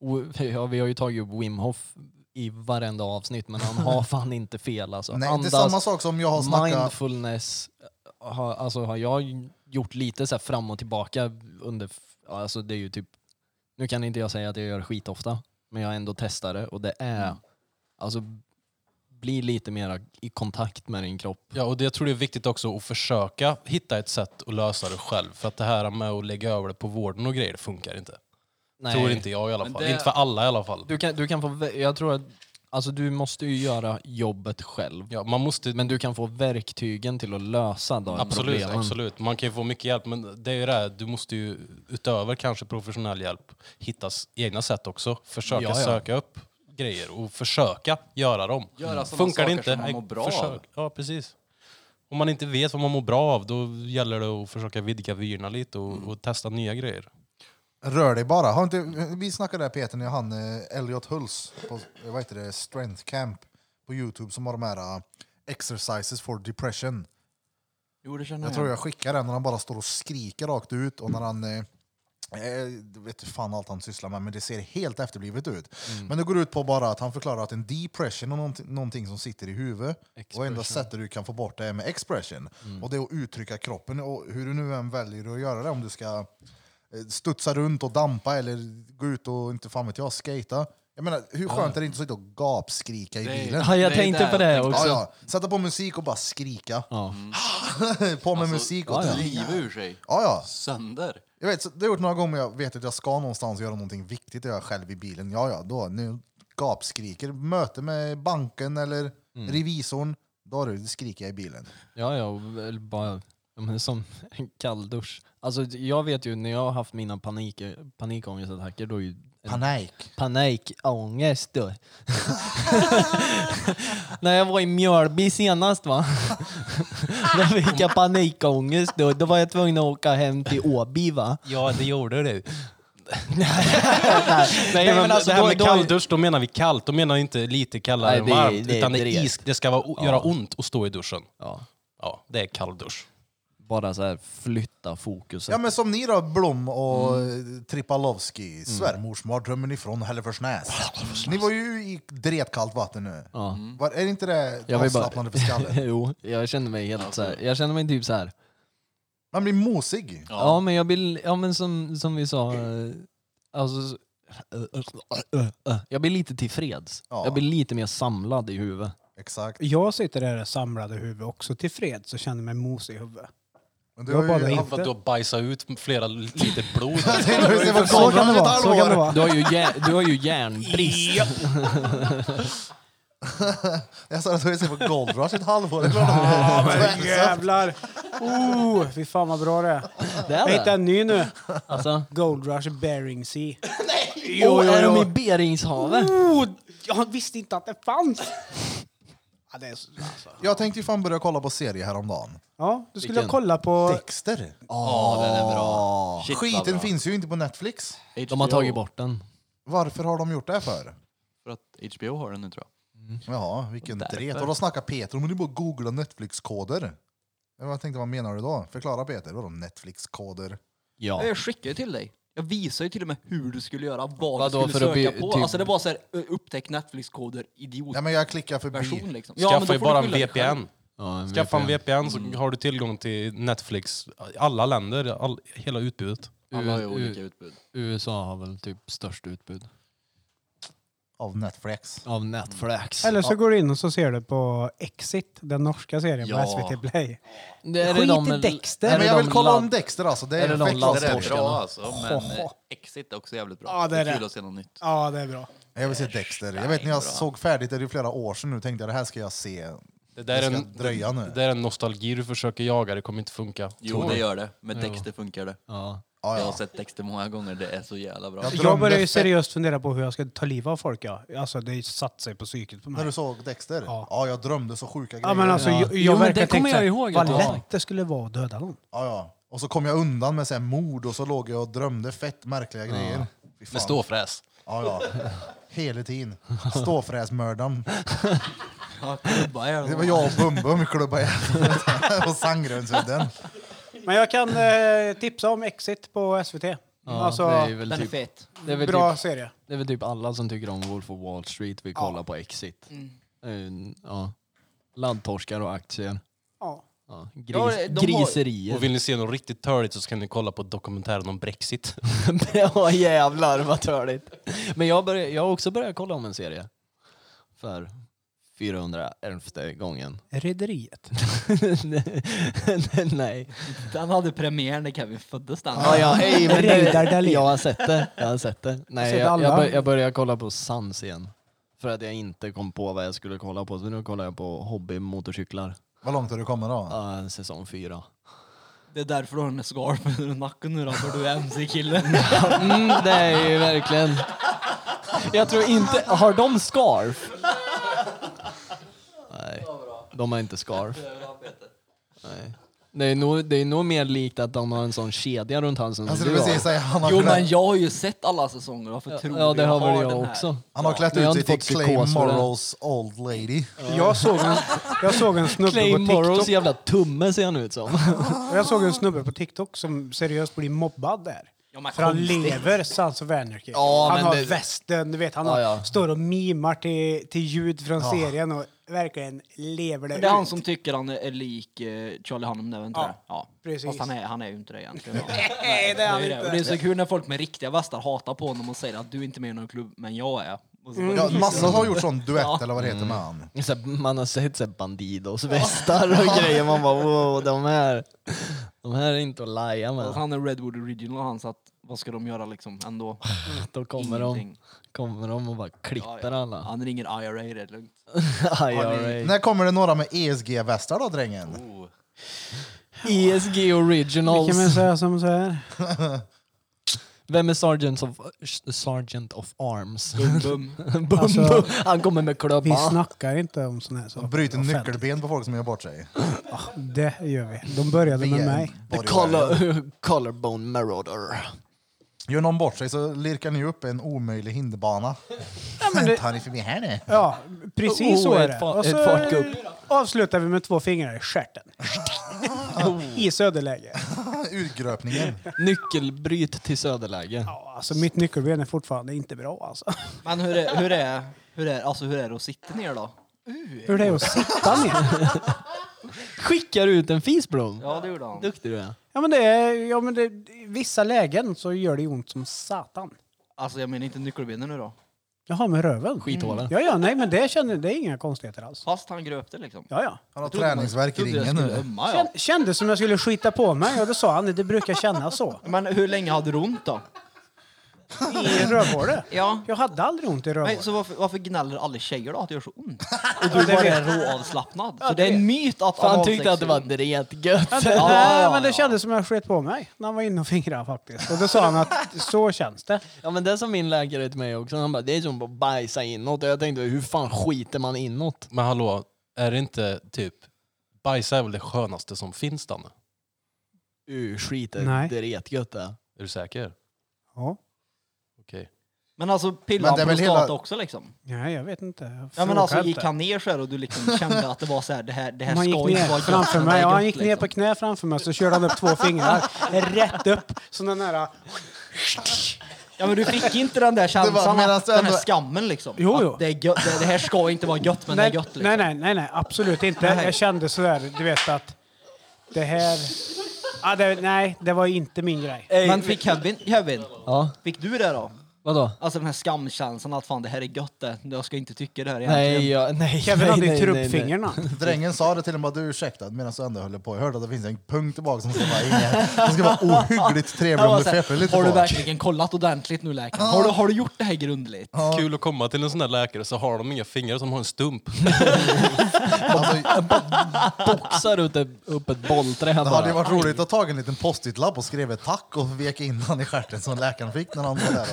[SPEAKER 6] o- (laughs) ja, vi har ju tagit upp Wim Hof i varenda avsnitt men han har fan inte fel alltså.
[SPEAKER 2] Nej, det är samma sak som jag har snackat...
[SPEAKER 6] mindfulness, har, alltså har jag gjort lite så här fram och tillbaka under, f- ja, alltså det är ju typ, nu kan inte jag säga att jag gör skit ofta men jag har ändå testat det och det är,
[SPEAKER 8] Mm.
[SPEAKER 6] alltså bli lite mer i kontakt med din kropp.
[SPEAKER 8] Ja, och det, jag tror det är viktigt också att försöka hitta ett sätt att lösa det själv. För att det här med att lägga över det på vården och grejer, det funkar inte.
[SPEAKER 6] Nej.
[SPEAKER 8] Tror inte jag i alla fall.
[SPEAKER 7] det-
[SPEAKER 8] Inte för alla i alla fall.
[SPEAKER 6] Du kan, du kan få, vä- jag tror att, alltså du måste ju göra jobbet själv.
[SPEAKER 8] Ja, man måste...
[SPEAKER 6] Men du kan få verktygen till att lösa de
[SPEAKER 8] absolut,
[SPEAKER 6] problemen.
[SPEAKER 8] absolut. Man kan ju få mycket hjälp, men det är ju det här, du måste ju utöver kanske professionell hjälp hitta s- egna sätt också. Försöka
[SPEAKER 6] Ja, ja.
[SPEAKER 8] söka upp grejer och försöka göra dem. Mm.
[SPEAKER 7] Göra sådana
[SPEAKER 8] funkar det
[SPEAKER 7] saker
[SPEAKER 8] inte,
[SPEAKER 7] som man
[SPEAKER 8] nej,
[SPEAKER 7] mår bra av.
[SPEAKER 8] Ja, precis. Om man inte vet vad man mår bra av, då gäller det att försöka vidga vyerna lite och,
[SPEAKER 7] Mm.
[SPEAKER 8] och testa nya grejer.
[SPEAKER 2] Rör dig bara. Har inte, vi snackade där Peter när han eh, Elliot Hulls på eh, vad heter det, Strength Camp på Youtube som har de här eh, exercises for depression.
[SPEAKER 4] Jo, det känner
[SPEAKER 2] Jag
[SPEAKER 4] jag.
[SPEAKER 2] tror jag skickar den när han bara står och skriker rakt ut och när han eh, eh, vet du fan allt han sysslar med, men det ser helt efterblivet ut. Men det går ut på bara att han förklarar att en depression är någonting, någonting som sitter i huvudet och enda sättet du kan få bort det är med expression. Och det är att uttrycka kroppen och hur du nu än väljer att göra det, om du ska eh, studsa runt och dampa eller gå ut och inte fan vet jag, skata. Jag menar, hur skönt är det inte att sitta och gapskrika i bilen?
[SPEAKER 6] Ja, jag
[SPEAKER 7] Det är
[SPEAKER 6] tänkte
[SPEAKER 7] där
[SPEAKER 6] på det
[SPEAKER 7] jag
[SPEAKER 6] också.
[SPEAKER 2] Ja, ja. Sätta på musik och bara skrika. Mm.
[SPEAKER 6] Ja.
[SPEAKER 2] (laughs) på med musik och
[SPEAKER 7] Alltså,
[SPEAKER 2] typ.
[SPEAKER 7] Riva ur sig.
[SPEAKER 2] Ja, ja.
[SPEAKER 7] Sönder.
[SPEAKER 2] Jag vet, så det har jag gjort några gånger jag vet att jag ska någonstans göra någonting viktigt och jag är själv i bilen. Ja, ja, då nu gapskriker. Möte med banken eller
[SPEAKER 6] Mm.
[SPEAKER 2] revisorn. Då du, skriker jag i bilen.
[SPEAKER 6] Ja, ja, och väl bara ja, men som (laughs) en kalldusch. Alltså, jag vet ju när jag har haft mina panik, panikångestattacker, då är ju
[SPEAKER 2] Panik.
[SPEAKER 6] panikångest då. (laughs) när jag var i Mjölby senast va, (laughs) då fick jag panikångest då. Då var jag tvungen att åka hem till Åby va.
[SPEAKER 8] Ja, det gjorde
[SPEAKER 6] (laughs)
[SPEAKER 8] du.
[SPEAKER 6] Nej,
[SPEAKER 8] (laughs) Nej, men alltså, det här
[SPEAKER 6] då-
[SPEAKER 8] med
[SPEAKER 6] då-
[SPEAKER 8] kalldusch, då menar vi kallt. Då menar vi inte lite kallare
[SPEAKER 6] Nej,
[SPEAKER 8] än
[SPEAKER 6] det är-
[SPEAKER 8] varmt.
[SPEAKER 6] det är
[SPEAKER 8] utan det, är
[SPEAKER 6] direkt.
[SPEAKER 8] is, det ska vara, göra ont att stå i duschen.
[SPEAKER 6] Ja,
[SPEAKER 8] Ja, det är kalldusch.
[SPEAKER 6] bara så här flytta fokuset.
[SPEAKER 2] Ja, men som ni då, Blom och mm. Tripalovski. Svärmors mardrömmen ifrån Hälleforsnäs. Ni var ju i dretkallt vatten
[SPEAKER 7] Mm.
[SPEAKER 2] nu.
[SPEAKER 6] Ja.
[SPEAKER 2] Var, är inte det
[SPEAKER 6] Jag vill bara-
[SPEAKER 2] avslappnande för skallen?
[SPEAKER 6] (laughs) jo, jag känner mig helt så här. Jag känner mig typ så här.
[SPEAKER 2] Man blir mosig.
[SPEAKER 6] Ja, men jag vill, ja men som, som vi sa, eh, alltså, så- jag blir lite tillfreds.
[SPEAKER 2] Ja.
[SPEAKER 6] Jag blir lite mer samlad i huvudet.
[SPEAKER 2] Exakt.
[SPEAKER 5] Jag sitter där och samlade huvud också till fred så känner mig mosig i huvudet.
[SPEAKER 2] Men du
[SPEAKER 5] Jag
[SPEAKER 2] har ju- (laughs)
[SPEAKER 5] badar in.
[SPEAKER 8] För att du har bajsat ut flera liter blod.
[SPEAKER 2] Det var
[SPEAKER 5] Så kan det
[SPEAKER 2] kameran ett
[SPEAKER 5] vara. Så kan det
[SPEAKER 2] halvår.
[SPEAKER 6] (laughs)
[SPEAKER 5] vara.
[SPEAKER 6] Du har ju, jär, du har ju järnbrist.
[SPEAKER 2] Jag sa att du har sett på Gold Rush ett halvår. Det är klart
[SPEAKER 5] (laughs)
[SPEAKER 2] att du-
[SPEAKER 5] Jävlar! Oh, fy fan vad bra det är.
[SPEAKER 6] Det
[SPEAKER 5] Jag
[SPEAKER 6] är
[SPEAKER 5] hittade
[SPEAKER 6] det.
[SPEAKER 5] en ny nu.
[SPEAKER 6] Alltså,
[SPEAKER 5] (laughs) Gold Rush Bering Sea.
[SPEAKER 6] jo, är de i Beringshavet?
[SPEAKER 5] Oh, jag visste inte att det fanns! Ja, det är så, alltså.
[SPEAKER 2] Jag tänkte ju fan börja kolla på serie häromdagen.
[SPEAKER 5] ja då skulle jag
[SPEAKER 6] Vilken?
[SPEAKER 5] kolla på...
[SPEAKER 2] Dexter.
[SPEAKER 7] Ja, den är bra. Shit, vad
[SPEAKER 2] Skiten
[SPEAKER 7] bra.
[SPEAKER 2] finns ju inte på Netflix.
[SPEAKER 6] De har tagit bort den.
[SPEAKER 2] Varför har de gjort det för?
[SPEAKER 7] För att HBO har den nu tror jag.
[SPEAKER 2] Ja, vilken
[SPEAKER 7] Därför.
[SPEAKER 2] dret. Och då snackar Peter om att du bara googla Netflix-koder. Jag tänkte, vad menar du då? Förklara Peter, vadå Netflix-koder?
[SPEAKER 6] Ja.
[SPEAKER 4] Jag skickar ju till dig. Jag visade ju till och med hur du skulle göra, vad
[SPEAKER 6] Vadå,
[SPEAKER 4] du
[SPEAKER 6] för
[SPEAKER 4] skulle
[SPEAKER 6] att
[SPEAKER 4] söka
[SPEAKER 6] bli-
[SPEAKER 4] på.
[SPEAKER 6] typ-
[SPEAKER 4] Alltså det var såhär, upptäck Netflix-koder, idiot.
[SPEAKER 2] Ja, men jag klickar
[SPEAKER 4] version
[SPEAKER 2] förbi.
[SPEAKER 4] liksom.
[SPEAKER 8] Skaffa
[SPEAKER 4] men då
[SPEAKER 8] ju
[SPEAKER 4] får
[SPEAKER 8] bara
[SPEAKER 4] du
[SPEAKER 8] en
[SPEAKER 4] skylla dig själv.
[SPEAKER 8] VPN.
[SPEAKER 6] Ja, en
[SPEAKER 8] Skaffa en
[SPEAKER 6] VPN.
[SPEAKER 8] VPN så
[SPEAKER 6] Mm.
[SPEAKER 8] har du tillgång till Netflix, alla länder, all, hela utbudet.
[SPEAKER 6] U-
[SPEAKER 7] Alla har ju olika
[SPEAKER 6] U-
[SPEAKER 7] utbud.
[SPEAKER 6] USA har väl typ störst utbud
[SPEAKER 2] Av Netflix.
[SPEAKER 6] av Netflix.
[SPEAKER 5] Eller så går du in och så ser du på Exit, den norska serien
[SPEAKER 7] Ja.
[SPEAKER 5] på SVT Play.
[SPEAKER 6] Det- är det
[SPEAKER 5] Skit
[SPEAKER 6] de
[SPEAKER 5] i
[SPEAKER 6] med-
[SPEAKER 5] Dexter.
[SPEAKER 6] är
[SPEAKER 2] Nej,
[SPEAKER 6] det
[SPEAKER 2] men jag
[SPEAKER 6] de
[SPEAKER 2] vill kolla
[SPEAKER 6] ladd-
[SPEAKER 2] om Dexter alltså. Det
[SPEAKER 6] Är
[SPEAKER 2] är,
[SPEAKER 6] det
[SPEAKER 2] är
[SPEAKER 6] någon
[SPEAKER 2] fett
[SPEAKER 6] ladd-
[SPEAKER 7] Det är rätt
[SPEAKER 6] Torskarna.
[SPEAKER 7] bra alltså, men eh,
[SPEAKER 5] Hoho.
[SPEAKER 7] Exit är också jävligt bra.
[SPEAKER 5] Ja, det är
[SPEAKER 7] kul
[SPEAKER 5] det.
[SPEAKER 7] att se något nytt.
[SPEAKER 5] Ja, det är bra.
[SPEAKER 2] Jag vill se Dexter. Jag vet när jag
[SPEAKER 7] Bra.
[SPEAKER 2] såg färdigt det är ju flera år sedan nu tänkte jag det här ska jag se.
[SPEAKER 8] Det där
[SPEAKER 2] Det
[SPEAKER 8] är
[SPEAKER 2] ska
[SPEAKER 8] en,
[SPEAKER 2] dröja nu.
[SPEAKER 8] det där är en nostalgi du försöker jaga, det kommer inte funka.
[SPEAKER 7] Jo, det gör det. Med Dexter funkar det.
[SPEAKER 6] Ja.
[SPEAKER 2] Ja,
[SPEAKER 7] Jag har
[SPEAKER 2] ja.
[SPEAKER 7] sett Dexter många gånger, det är så jävla bra.
[SPEAKER 2] Jag drömde
[SPEAKER 5] Jag börjar ju
[SPEAKER 2] fett
[SPEAKER 5] seriöst fundera på hur jag ska ta livet av folk. Ja. Alltså, det satt sig på psyket på
[SPEAKER 2] När
[SPEAKER 5] mig.
[SPEAKER 2] du såg Dexter? Ja.
[SPEAKER 5] Ja.
[SPEAKER 2] jag drömde så sjuka grejer.
[SPEAKER 5] Ja, men alltså,
[SPEAKER 6] Ja.
[SPEAKER 5] Jag, jag
[SPEAKER 6] Jo, men
[SPEAKER 5] verkar
[SPEAKER 6] det kommer
[SPEAKER 5] tänka
[SPEAKER 6] jag
[SPEAKER 5] så här,
[SPEAKER 6] ihåg att
[SPEAKER 5] Vad
[SPEAKER 6] det var.
[SPEAKER 5] lätt det skulle vara att döda någon.
[SPEAKER 2] ja, ja. Och så kom jag undan med så här mord och så låg jag och drömde fett märkliga grejer. Fy fan.
[SPEAKER 8] Med ståfräs.
[SPEAKER 2] Ja, ja. Hela tiden. Ståfräsmördaren.
[SPEAKER 4] Ja, klubba er.
[SPEAKER 2] Det var jag och Bum-Bum vi klubbade ihjäl. (laughs) Och Sandgrönsudden.
[SPEAKER 5] Men jag kan eh, tipsa om Exit på SVT.
[SPEAKER 6] Ja,
[SPEAKER 5] alltså,
[SPEAKER 6] det är väl
[SPEAKER 4] Den är
[SPEAKER 6] typ,
[SPEAKER 4] fet.
[SPEAKER 6] det är väl
[SPEAKER 5] bra
[SPEAKER 6] typ,
[SPEAKER 5] serie.
[SPEAKER 6] det är väl typ alla som tycker om Wolf of Wall Street vill kolla på Exit.
[SPEAKER 5] Mm.
[SPEAKER 6] Eh, Ja. Landtorskar och aktier.
[SPEAKER 5] Ja.
[SPEAKER 6] Ja. Gris,
[SPEAKER 4] Ja, de har-
[SPEAKER 6] griserier.
[SPEAKER 8] Och vill ni se något riktigt törligt så kan ni kolla på dokumentären om Brexit.
[SPEAKER 6] ja jävlar vad törligt. Men jag, börjar- jag har också börjat kolla om en serie. För 411 gången. (laughs)
[SPEAKER 5] Rederiet.
[SPEAKER 6] Nej.
[SPEAKER 4] Den hade premiär när Kevin föddes den.
[SPEAKER 6] Ja, ja, ej, men
[SPEAKER 5] Reidar
[SPEAKER 6] det,
[SPEAKER 5] Dahlén.
[SPEAKER 6] jag har sett det. Jag har sett det. Nej,
[SPEAKER 5] sett
[SPEAKER 6] jag, jag,
[SPEAKER 5] alla.
[SPEAKER 6] bör, jag började kolla på Sans igen. För att jag inte kom på vad jag skulle kolla på. Så nu kollar jag på hobbymotorcyklar.
[SPEAKER 2] Vad långt har du kommit då?
[SPEAKER 6] Ja, säsong fyra.
[SPEAKER 4] Det är därför du har en scarf under nacken nu då, för du är mc-kille.
[SPEAKER 6] Mm, det är ju verkligen... Jag tror inte... Har de scarf? Nej, de har inte scarf. Nej. Det är, nog, det är nog mer likt att de har en sån kedja runt halsen
[SPEAKER 2] Alltså,
[SPEAKER 6] som
[SPEAKER 2] det
[SPEAKER 6] du
[SPEAKER 2] vill säga,
[SPEAKER 6] har.
[SPEAKER 2] så här, han har
[SPEAKER 4] (laughs) Jo men
[SPEAKER 2] klätt,
[SPEAKER 4] jag har ju sett alla säsonger, varför tror
[SPEAKER 6] Ja,
[SPEAKER 4] du
[SPEAKER 6] det har väl
[SPEAKER 4] den
[SPEAKER 6] jag
[SPEAKER 4] här?
[SPEAKER 6] också.
[SPEAKER 2] han har klätt
[SPEAKER 6] men jag har
[SPEAKER 2] ut sig
[SPEAKER 6] inte
[SPEAKER 2] till
[SPEAKER 6] fått
[SPEAKER 2] Clay
[SPEAKER 6] psykos för det.
[SPEAKER 2] Morrows old lady.
[SPEAKER 5] Jag såg en, jag såg en snubbe
[SPEAKER 6] Clay
[SPEAKER 5] på
[SPEAKER 6] Morrows
[SPEAKER 5] TikTok.
[SPEAKER 6] jävla tumme ser han ut som. (laughs)
[SPEAKER 5] Och Jag såg en snubbe på TikTok som seriöst blir mobbad där.
[SPEAKER 4] Ja, men
[SPEAKER 5] För han
[SPEAKER 4] konstigt.
[SPEAKER 5] lever Sons of Anarchy.
[SPEAKER 6] Ja,
[SPEAKER 5] han
[SPEAKER 6] men
[SPEAKER 5] har
[SPEAKER 6] det-
[SPEAKER 5] västen, du vet. Han
[SPEAKER 6] Ja,
[SPEAKER 5] har,
[SPEAKER 6] ja.
[SPEAKER 5] står och mimar till, till ljud från serien och verkligen lever det,
[SPEAKER 4] Det är han
[SPEAKER 5] ut.
[SPEAKER 4] som tycker han är lik eh, Charlie Hunnam nu, inte
[SPEAKER 5] Ja,
[SPEAKER 4] det? Ja,
[SPEAKER 5] precis.
[SPEAKER 4] Fast han är, han är ju inte det egentligen.
[SPEAKER 5] (laughs) Nej, det är han
[SPEAKER 4] ju
[SPEAKER 5] inte.
[SPEAKER 4] Och det är så kul när folk med riktiga västar hatar på honom och säger att du är inte med i någon klubb, men jag är. Och så
[SPEAKER 5] Mm.
[SPEAKER 4] bara,
[SPEAKER 2] Ja, massa har gjort sån duett eller vad det heter med han.
[SPEAKER 6] Så här, Man har sett så här Bandidos västar och grejer. Man bara wow, de här, de här är inte att laja
[SPEAKER 4] Fast
[SPEAKER 6] med.
[SPEAKER 4] han är Redwood original han, så att vad ska de göra liksom ändå?
[SPEAKER 6] Då kommer de,
[SPEAKER 4] Ingenting.
[SPEAKER 6] kommer de och bara klipper alla.
[SPEAKER 4] Han ringer IRA, det är lugnt.
[SPEAKER 6] (laughs) IRA.
[SPEAKER 2] När kommer det några med ESG-västar då drängen?
[SPEAKER 6] ESG
[SPEAKER 5] Vi kan väl
[SPEAKER 6] E Originals.
[SPEAKER 5] säga som så här.
[SPEAKER 6] Vem är Sergeant of, Sergeant of Arms? (laughs)
[SPEAKER 4] Bum, bum.
[SPEAKER 5] (laughs)
[SPEAKER 6] Bum,
[SPEAKER 5] Alltså,
[SPEAKER 6] bum. Han kommer med
[SPEAKER 5] Vi
[SPEAKER 6] klubban.
[SPEAKER 5] snackar inte om såna här saker.
[SPEAKER 2] De bryter
[SPEAKER 5] Offentligt.
[SPEAKER 2] nyckelben på folk som gör bort sig.
[SPEAKER 5] Det gör vi. De började med mig.
[SPEAKER 6] The color, (laughs) collarbone marauder.
[SPEAKER 2] Gör någon bort sig så lirkar ni upp en omöjlig hinderbana. Tar ni förbi här nu? (laughs)
[SPEAKER 5] Ja, precis
[SPEAKER 6] Oh,
[SPEAKER 5] så är
[SPEAKER 6] ett
[SPEAKER 5] det.
[SPEAKER 6] fa-
[SPEAKER 5] Och
[SPEAKER 6] ett
[SPEAKER 5] så
[SPEAKER 6] fart upp.
[SPEAKER 5] avslutar vi med två fingrar i stjärten.
[SPEAKER 6] Oh.
[SPEAKER 5] (laughs) I söderläge.
[SPEAKER 2] Urgröpningen.
[SPEAKER 6] Nyckelbryt till söderläge.
[SPEAKER 5] Ja, alltså mitt nyckelben är fortfarande inte bra alltså.
[SPEAKER 4] Men hur är, hur är, hur är, alltså, hur är det att sitta ner då?
[SPEAKER 6] (laughs)
[SPEAKER 5] Hur det är att sitta ner.
[SPEAKER 6] Skickar ut en fisblom.
[SPEAKER 4] Ja, det gjorde han.
[SPEAKER 6] Duktig du är.
[SPEAKER 5] Ja men det är, ja men det, i vissa lägen så gör det ont som satan.
[SPEAKER 4] Alltså jag menar inte nyckelbenen nu då.
[SPEAKER 5] Jaha, med röven?
[SPEAKER 6] Skithålen.
[SPEAKER 5] Ja, ja, nej men det känner, det är inga konstigheter alls.
[SPEAKER 4] Fast han gröpte liksom.
[SPEAKER 5] Ja, ja.
[SPEAKER 2] Han har
[SPEAKER 4] trodde man-
[SPEAKER 2] träningsvärk i
[SPEAKER 4] trodde jag
[SPEAKER 2] ringen
[SPEAKER 4] skulle
[SPEAKER 2] nu.
[SPEAKER 4] ömma, ja.
[SPEAKER 5] Kän, kände som jag skulle skita på mig, ja då sa han det, det brukar kännas så.
[SPEAKER 4] Men hur länge hade du ont då?
[SPEAKER 5] I rövhålet.
[SPEAKER 4] Ja.
[SPEAKER 5] Jag hade aldrig ont i
[SPEAKER 4] Nej,
[SPEAKER 5] rövhålet.
[SPEAKER 4] så varför, varför gnäller alla tjejer då att det gör så
[SPEAKER 2] (laughs)
[SPEAKER 4] ont?
[SPEAKER 5] Och
[SPEAKER 4] Du bara är råavslappnad. Så det är en myt att
[SPEAKER 6] Fan
[SPEAKER 4] alla
[SPEAKER 6] tyckte att det var
[SPEAKER 4] avsexuella-
[SPEAKER 5] Ja,
[SPEAKER 6] dretgött.
[SPEAKER 5] det,
[SPEAKER 4] Ja,
[SPEAKER 5] nej,
[SPEAKER 4] ja,
[SPEAKER 5] men det
[SPEAKER 4] ja.
[SPEAKER 5] kändes som jag sket på mig när han var inne och fingrade faktiskt. Och då sa han att så känns det.
[SPEAKER 6] Ja men det är som min läkare till mig också, han bara det är som att bajsa inåt. Och jag tänkte hur fan skiter man inåt?
[SPEAKER 8] Men hallå, är det inte typ... Bajsa är väl det skönaste som finns, Danne?
[SPEAKER 6] Uh, skit är
[SPEAKER 5] Nej.
[SPEAKER 6] dretgött det.
[SPEAKER 8] Är du säker?
[SPEAKER 5] Ja.
[SPEAKER 8] Okej.
[SPEAKER 4] Men alltså
[SPEAKER 2] Men
[SPEAKER 4] pillade
[SPEAKER 2] det är
[SPEAKER 4] han
[SPEAKER 2] väl
[SPEAKER 4] prostat
[SPEAKER 2] hela-
[SPEAKER 4] också liksom?
[SPEAKER 5] Nej, jag vet inte. Jag
[SPEAKER 4] Ja men alltså
[SPEAKER 5] frågar
[SPEAKER 4] gick
[SPEAKER 5] inte.
[SPEAKER 4] han ner så här och
[SPEAKER 2] (laughs)
[SPEAKER 4] du liksom kände att det var så här, det här, det här
[SPEAKER 5] Om han gick
[SPEAKER 4] ska inte
[SPEAKER 5] ner
[SPEAKER 4] vara gött,
[SPEAKER 5] framför
[SPEAKER 4] men det är
[SPEAKER 5] mig. Ja, han
[SPEAKER 4] gött, liksom.
[SPEAKER 5] gick ner på knä framför mig så körde han upp två fingrar. rätt upp. Så den där
[SPEAKER 4] Ja men du fick inte
[SPEAKER 2] (laughs)
[SPEAKER 4] den där känslan,
[SPEAKER 2] medan
[SPEAKER 4] att,
[SPEAKER 2] du
[SPEAKER 4] den här
[SPEAKER 2] ändå-
[SPEAKER 4] skammen liksom.
[SPEAKER 5] Jo, jo.
[SPEAKER 4] Att det, är gött, det, det här ska inte vara gött, men det är
[SPEAKER 5] nej,
[SPEAKER 4] gött liksom.
[SPEAKER 5] nej, nej, nej, nej, absolut inte.
[SPEAKER 4] Nej.
[SPEAKER 5] Jag kände sådär, du vet att det här... Ja, det, nej, det var inte min grej.
[SPEAKER 4] Men fick Kevin, Kevin,
[SPEAKER 6] Ja,
[SPEAKER 4] fick du det då?
[SPEAKER 6] vadå?
[SPEAKER 4] Alltså den här skamkänslan att fan det här är gött det, jag ska inte tycka det här egentligen.
[SPEAKER 6] Nej, jag, nej,
[SPEAKER 5] Kevin
[SPEAKER 6] nej,
[SPEAKER 5] hade ju
[SPEAKER 6] nej, nej, nej.
[SPEAKER 5] truppfingrarna.
[SPEAKER 2] Drängen sa det till och med att du är ursäktad medan du ändå höll på. Jag hörde att det finns en punkt tillbaka som ska vara, inne, som ska
[SPEAKER 4] (laughs)
[SPEAKER 2] vara ohyggligt trevlig om
[SPEAKER 4] Jag bara
[SPEAKER 2] du
[SPEAKER 4] så här,
[SPEAKER 2] feppar lite
[SPEAKER 4] har du
[SPEAKER 2] på.
[SPEAKER 4] verkligen kollat ordentligt nu läkaren? Har du, har du gjort det här grundligt?
[SPEAKER 8] Kul att komma till en sån där läkare så har de inga fingrar, som har en stump.
[SPEAKER 4] (laughs)
[SPEAKER 2] Alltså,
[SPEAKER 6] Boxar ut ett, upp ett bollträ här
[SPEAKER 2] det hade
[SPEAKER 6] bara.
[SPEAKER 2] ju varit roligt att ta en liten post-it-lapp och skriva tack och veka in den i stjärten som läkaren fick när han var där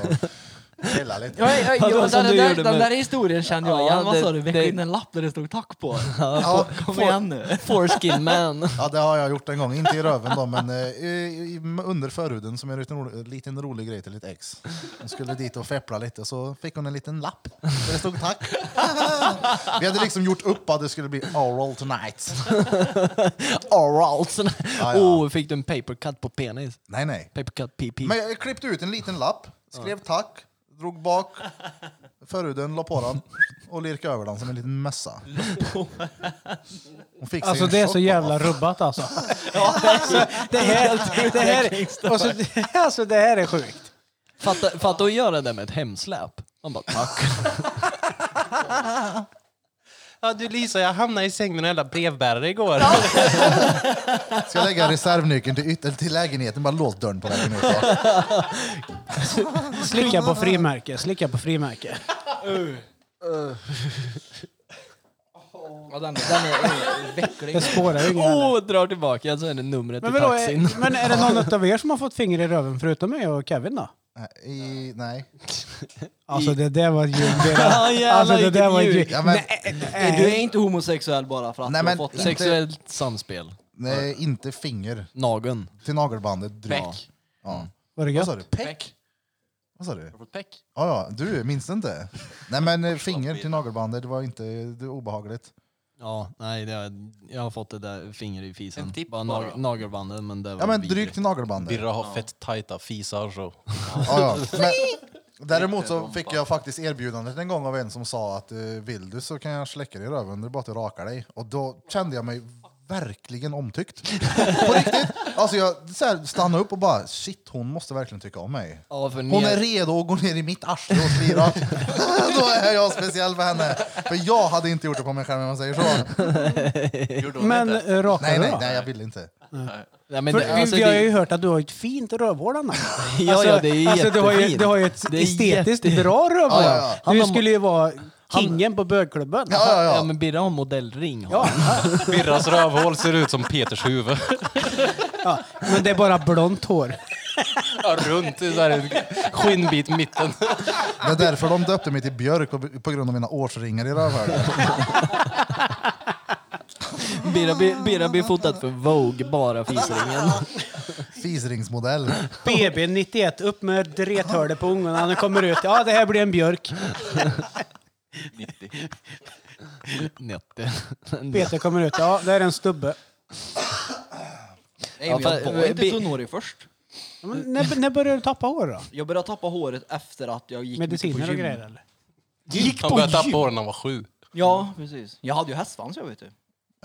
[SPEAKER 2] och pillade lite.
[SPEAKER 4] Ja, ja, ja,
[SPEAKER 6] Vadå,
[SPEAKER 4] den,
[SPEAKER 6] som
[SPEAKER 4] den,
[SPEAKER 6] du
[SPEAKER 4] där,
[SPEAKER 6] gjorde
[SPEAKER 4] den
[SPEAKER 6] med-
[SPEAKER 4] där historien kände jag
[SPEAKER 6] Ja,
[SPEAKER 4] igen. Vad
[SPEAKER 6] det-
[SPEAKER 4] sa du? Vecka
[SPEAKER 6] det-
[SPEAKER 4] in en lapp där det stod tack (laughs) på.
[SPEAKER 2] Ja,
[SPEAKER 4] Kom igen nu.
[SPEAKER 6] Foreskin man.
[SPEAKER 2] Ja, det har jag gjort en gång. Inte i röven då, men eh, i, i, under förhuden som är en liten rolig, liten rolig grej till ett ex. Hon skulle dit och feppla lite, så fick hon en liten lapp där det stod tack. (laughs) Vi hade liksom gjort upp att det skulle bli oral tonight.
[SPEAKER 6] Oral.
[SPEAKER 2] ja.
[SPEAKER 6] Oh, fick du en papercut på penis?
[SPEAKER 2] Nej, nej.
[SPEAKER 6] Papercut PP.
[SPEAKER 2] Men jag klippte ut en liten lapp, skrev tack, drog bak förhuden, la på den och lirkade över den som en liten mössa. Hon fick sig
[SPEAKER 5] Alltså
[SPEAKER 2] en
[SPEAKER 5] det är så
[SPEAKER 2] chock
[SPEAKER 5] jävla
[SPEAKER 2] av-
[SPEAKER 5] rubbat (laughs) alltså. alltså det här, (laughs) det här, och så, (laughs) alltså det här är sjukt.
[SPEAKER 6] Fatta, fatta att göra det med ett hemsläp. Man bara tack.
[SPEAKER 8] Ja du Lisa, jag hamnade i sängen med en jävla brevbärare igår.
[SPEAKER 2] Ska jag lägga reservnyckeln till, ytter- till lägenheten, bara lås dörren på lägenheten.
[SPEAKER 5] Slicka på frimärke, slicka på frimärke.
[SPEAKER 4] Ja, den, den är, den (laughs) är vecklig.
[SPEAKER 5] Det spårar ju ingen heller.
[SPEAKER 6] Oh, drar tillbaka. Så är det numret
[SPEAKER 5] men,
[SPEAKER 6] till
[SPEAKER 5] vadå,
[SPEAKER 6] taxin.
[SPEAKER 5] är, men är det någon av er som har fått finger i röven förutom mig och Kevin då?
[SPEAKER 2] Nej, I, nej.
[SPEAKER 5] Alltså det där var ju... det där-
[SPEAKER 6] Ja, jävlar,
[SPEAKER 5] Alltså det där
[SPEAKER 6] vilket
[SPEAKER 5] var ju...
[SPEAKER 6] ljud.
[SPEAKER 2] Ja, men,
[SPEAKER 4] Du är inte homosexuell bara för att
[SPEAKER 2] Nej,
[SPEAKER 4] du har
[SPEAKER 2] men-
[SPEAKER 4] fått
[SPEAKER 6] (laughs)
[SPEAKER 4] det.
[SPEAKER 6] Sexuellt samspel.
[SPEAKER 2] nej, inte finger.
[SPEAKER 6] Nageln.
[SPEAKER 2] Till nagelbandet. drygt.
[SPEAKER 6] Peck.
[SPEAKER 2] Ja.
[SPEAKER 5] Var det
[SPEAKER 2] Vad sa
[SPEAKER 5] gött?
[SPEAKER 2] du? Peck? Vad sa du?
[SPEAKER 7] Har du fått peck?
[SPEAKER 2] Ja, ja, du minns inte? Nej, men eh, finger till nagelbandet, det var inte det var obehagligt.
[SPEAKER 6] Ja, nej, det har, jag har fått det där finger i fisen.
[SPEAKER 7] En tipp
[SPEAKER 6] bara.
[SPEAKER 7] bara.
[SPEAKER 6] Nag, nagelbanden, men det var
[SPEAKER 2] Ja, men
[SPEAKER 6] vidrigt.
[SPEAKER 2] drygt till nagelbandet.
[SPEAKER 8] Birra har fett tajta fisar så.
[SPEAKER 2] Ja, ja. Men, däremot så fick jag faktiskt erbjudandet en gång av en som sa att eh, vill du så kan jag släcka dig i röven, det är bara att du rakar dig. Och då kände jag mig verkligen omtyckt. (laughs) På riktigt. Alltså jag så här, stannade upp och bara shit, hon måste verkligen tycka om mig.
[SPEAKER 6] Ja, för
[SPEAKER 2] Hon
[SPEAKER 6] ner-
[SPEAKER 2] är redo att gå ner i mitt arsle och slira. (laughs) Då är jag speciell för henne. För jag hade inte gjort det på mig själv om man säger så.
[SPEAKER 7] Gjorde hon
[SPEAKER 5] Men
[SPEAKER 7] inte?
[SPEAKER 5] eh, rakar
[SPEAKER 2] Nej,
[SPEAKER 5] du
[SPEAKER 2] nej,
[SPEAKER 5] då?
[SPEAKER 2] nej, jag vill inte.
[SPEAKER 6] Ja, men
[SPEAKER 5] För,
[SPEAKER 6] det, alltså,
[SPEAKER 5] vi, vi har ju
[SPEAKER 6] det,
[SPEAKER 5] hört att du har ett fint rövhål Anna.
[SPEAKER 6] (laughs) Ja, ja, det är
[SPEAKER 5] alltså, du, har ju,
[SPEAKER 6] jättefint.
[SPEAKER 5] du har ju ett
[SPEAKER 6] Det är
[SPEAKER 5] estetiskt
[SPEAKER 6] jätte-
[SPEAKER 5] bra rövhål.
[SPEAKER 2] Ja, ja,
[SPEAKER 6] ja.
[SPEAKER 5] Du
[SPEAKER 6] Han har-
[SPEAKER 5] skulle ju vara kingen på bögklubben.
[SPEAKER 2] Ja, ja,
[SPEAKER 6] ja,
[SPEAKER 2] ja.
[SPEAKER 6] men Birra har modellring. har
[SPEAKER 5] Ja,
[SPEAKER 6] han.
[SPEAKER 8] Birras rövhål ser ut som Peters huvud. (laughs)
[SPEAKER 5] ja. Men det är bara blont hår.
[SPEAKER 8] Ja, runt, i så här en skinnbit i mitten.
[SPEAKER 2] Det är därför de döpte mig till Björk på- på grund av mina årsringar i rövhålet.
[SPEAKER 6] Birra blir- Birra blir fotad för Vogue, bara fisringen.
[SPEAKER 2] Fisringsmodell.
[SPEAKER 5] BB 91, upp med drethörde på ungarna. Nu kommer ut. Ja, det här blir en björk.
[SPEAKER 7] 90.
[SPEAKER 6] Nette. (laughs)
[SPEAKER 5] Peter kommer ut. Ja, det här är en stubbe.
[SPEAKER 4] Nej,
[SPEAKER 6] Ja,
[SPEAKER 4] men jag
[SPEAKER 6] för-
[SPEAKER 4] var inte
[SPEAKER 6] vi-
[SPEAKER 4] tunnhårig först.
[SPEAKER 5] Ja, Men när, när började du tappa hår då?
[SPEAKER 4] Jag började tappa håret efter att jag gick mycket
[SPEAKER 5] Mediciner
[SPEAKER 4] på
[SPEAKER 5] och
[SPEAKER 4] gym.
[SPEAKER 5] grejer eller?
[SPEAKER 8] Han började tappa hår när han var sju.
[SPEAKER 4] Ja, precis. Jag hade ju hästsvans jag vet du.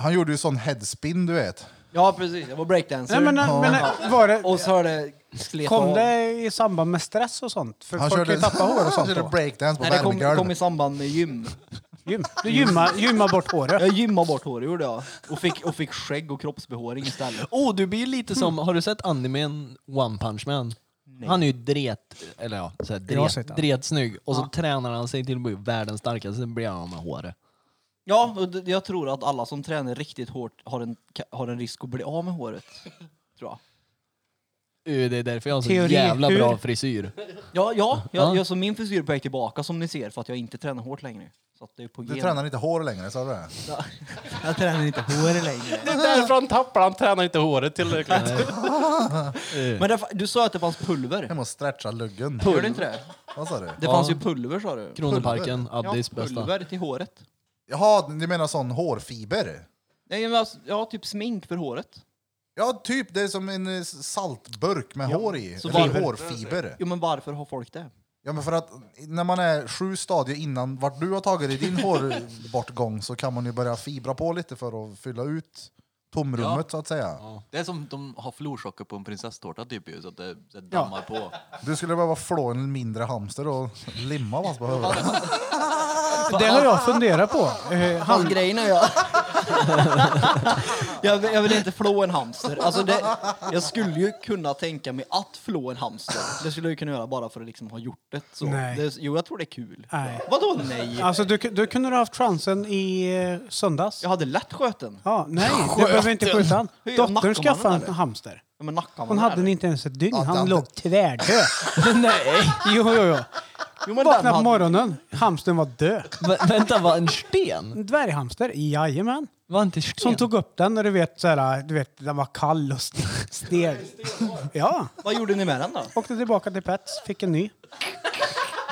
[SPEAKER 2] Han gjorde ju sån headspin, du vet.
[SPEAKER 4] Ja, precis. Jag var breakdancer.
[SPEAKER 5] Nej, men, men var det,
[SPEAKER 4] Och så har det slet
[SPEAKER 5] kom
[SPEAKER 4] av.
[SPEAKER 5] det i samband med stress och sånt? För
[SPEAKER 2] Han
[SPEAKER 5] folk kan ju tappa hår och
[SPEAKER 2] han
[SPEAKER 5] sånt
[SPEAKER 2] körde
[SPEAKER 5] då.
[SPEAKER 2] breakdance på
[SPEAKER 4] Nej, det kom, det kom
[SPEAKER 2] värmegolv.
[SPEAKER 4] i samband med gym.
[SPEAKER 5] Gym. Du gymmar, gymmar bort håret.
[SPEAKER 4] Jag gymmade bort håret gjorde jag. Och fick, och fick skägg och kroppsbehåring istället.
[SPEAKER 6] Oh, du blir ju lite som, har du sett animen One Punch Man? Han är ju dret, eller ja, såhär,
[SPEAKER 5] Jag har sett Ah.
[SPEAKER 6] dret,
[SPEAKER 5] han.
[SPEAKER 6] dretsnygg. Och så tränar han sig till att bli världens starkaste, sen blir han av med håret.
[SPEAKER 4] Ja, och d- jag tror att alla som tränar riktigt hårt har en, ka- har en risk att bli av med håret. Tror jag.
[SPEAKER 6] Uh, Det är därför jag har så
[SPEAKER 5] Teori,
[SPEAKER 6] jävla
[SPEAKER 5] hur?
[SPEAKER 6] bra frisyr.
[SPEAKER 4] Ja, ja,
[SPEAKER 6] Ja.
[SPEAKER 4] jag, jag, så min frisyr är på väg tillbaka som ni ser för att jag inte tränar hårt längre. Så att det är på
[SPEAKER 2] Du
[SPEAKER 4] gen.
[SPEAKER 2] tränar inte hår längre, sa du det?
[SPEAKER 4] Jag tränar inte hår längre.
[SPEAKER 8] Det är därför han tappar, han tränar inte håret tillräckligt.
[SPEAKER 4] Men det, fa- du sa att det fanns pulver.
[SPEAKER 2] Hem och stretcha luggen.
[SPEAKER 4] Gör det inte det?
[SPEAKER 2] Vad sa du?
[SPEAKER 4] Det fanns ju pulver sa du.
[SPEAKER 6] Kronoparken,
[SPEAKER 4] Ja,
[SPEAKER 6] Addis bästa.
[SPEAKER 4] pulver till håret.
[SPEAKER 2] Jaha, du menar sån hårfiber?
[SPEAKER 4] Nej, men alltså, ja, typ smink för håret.
[SPEAKER 2] Ja, typ. Det är som en eh, saltburk med hår i.
[SPEAKER 4] så
[SPEAKER 2] Eller
[SPEAKER 4] varför-
[SPEAKER 2] hårfiber.
[SPEAKER 4] Jo men varför har folk det?
[SPEAKER 2] Ja, men för att när man är sju stadier innan vart du har tagit i din hårbortgång så kan man ju börja fibra på lite för att fylla ut tomrummet så att säga.
[SPEAKER 7] Det är som de har florsocker på en prinsesstårta typ ju, så att det, det dammar på.
[SPEAKER 2] Du skulle behöva flå en mindre hamster och limma vad som behövs.
[SPEAKER 5] Det har jag funderat på. Eh,
[SPEAKER 4] Hans
[SPEAKER 5] Han,
[SPEAKER 4] grejen är jag... jag, vill, jag vill inte flå en hamster. Alltså det, jag skulle ju kunna tänka mig att flå en hamster. Det skulle jag ju kunna göra bara för att liksom ha gjort det. Så.
[SPEAKER 5] Nej.
[SPEAKER 4] det jo, jag tror det är kul.
[SPEAKER 5] Nej.
[SPEAKER 4] Vadå nej?
[SPEAKER 5] alltså, du, du kunde ha haft chansen i eh, söndags.
[SPEAKER 4] Jag hade lätt sköten.
[SPEAKER 5] Ja, nej, du behöver inte skjuta han.
[SPEAKER 4] Hur är
[SPEAKER 5] Dottern
[SPEAKER 4] Nacka
[SPEAKER 5] skaffade
[SPEAKER 4] mannen
[SPEAKER 5] en hamster.
[SPEAKER 4] Ja, Men nackan
[SPEAKER 5] Hon
[SPEAKER 4] var
[SPEAKER 5] hade
[SPEAKER 4] där.
[SPEAKER 5] den inte ens ett dygn.
[SPEAKER 2] Ja,
[SPEAKER 5] Han
[SPEAKER 2] den-
[SPEAKER 5] låg tvärdöd.
[SPEAKER 6] (laughs) Nej!
[SPEAKER 5] Jo, jo, jo.
[SPEAKER 4] Jo, men den
[SPEAKER 5] Vaknade på
[SPEAKER 4] hade-
[SPEAKER 5] morgonen. Hamstern var död.
[SPEAKER 6] (laughs) Vä- vänta, var en sten?
[SPEAKER 5] En dvärghamster? Jajamän.
[SPEAKER 6] Var inte sten?
[SPEAKER 5] Som tog upp den och du vet, så här, du vet den var kall och st- stel. Ja.
[SPEAKER 4] Vad gjorde ni med den då?
[SPEAKER 5] Åkte tillbaka till Pets, fick en ny.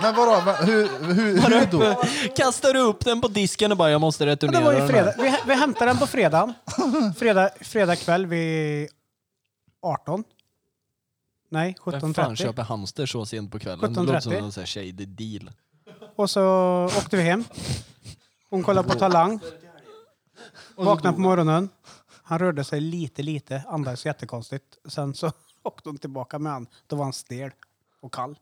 [SPEAKER 2] Men vadå, va- hur, hur, hur då?
[SPEAKER 6] Kastar du upp den på disken och bara jag måste
[SPEAKER 5] Och
[SPEAKER 6] returnera
[SPEAKER 5] det var ju
[SPEAKER 6] den
[SPEAKER 5] fredag.
[SPEAKER 6] här.
[SPEAKER 5] Vi, hä- vi hämtade den på fredagen. Fredag, fredag kväll vid 18. Nej,
[SPEAKER 6] Vem fan
[SPEAKER 5] 17.30.
[SPEAKER 6] köper hamster så sent på kvällen? Det låter som
[SPEAKER 5] 17.30.
[SPEAKER 6] någon sån här shady deal.
[SPEAKER 5] Och så åkte vi hem. Hon kollade på Talang. Vaknade på morgonen. Han rörde sig lite, lite. Andades jättekonstigt. Sen så (laughs) åkte hon tillbaka med han. Då var han stel och kall.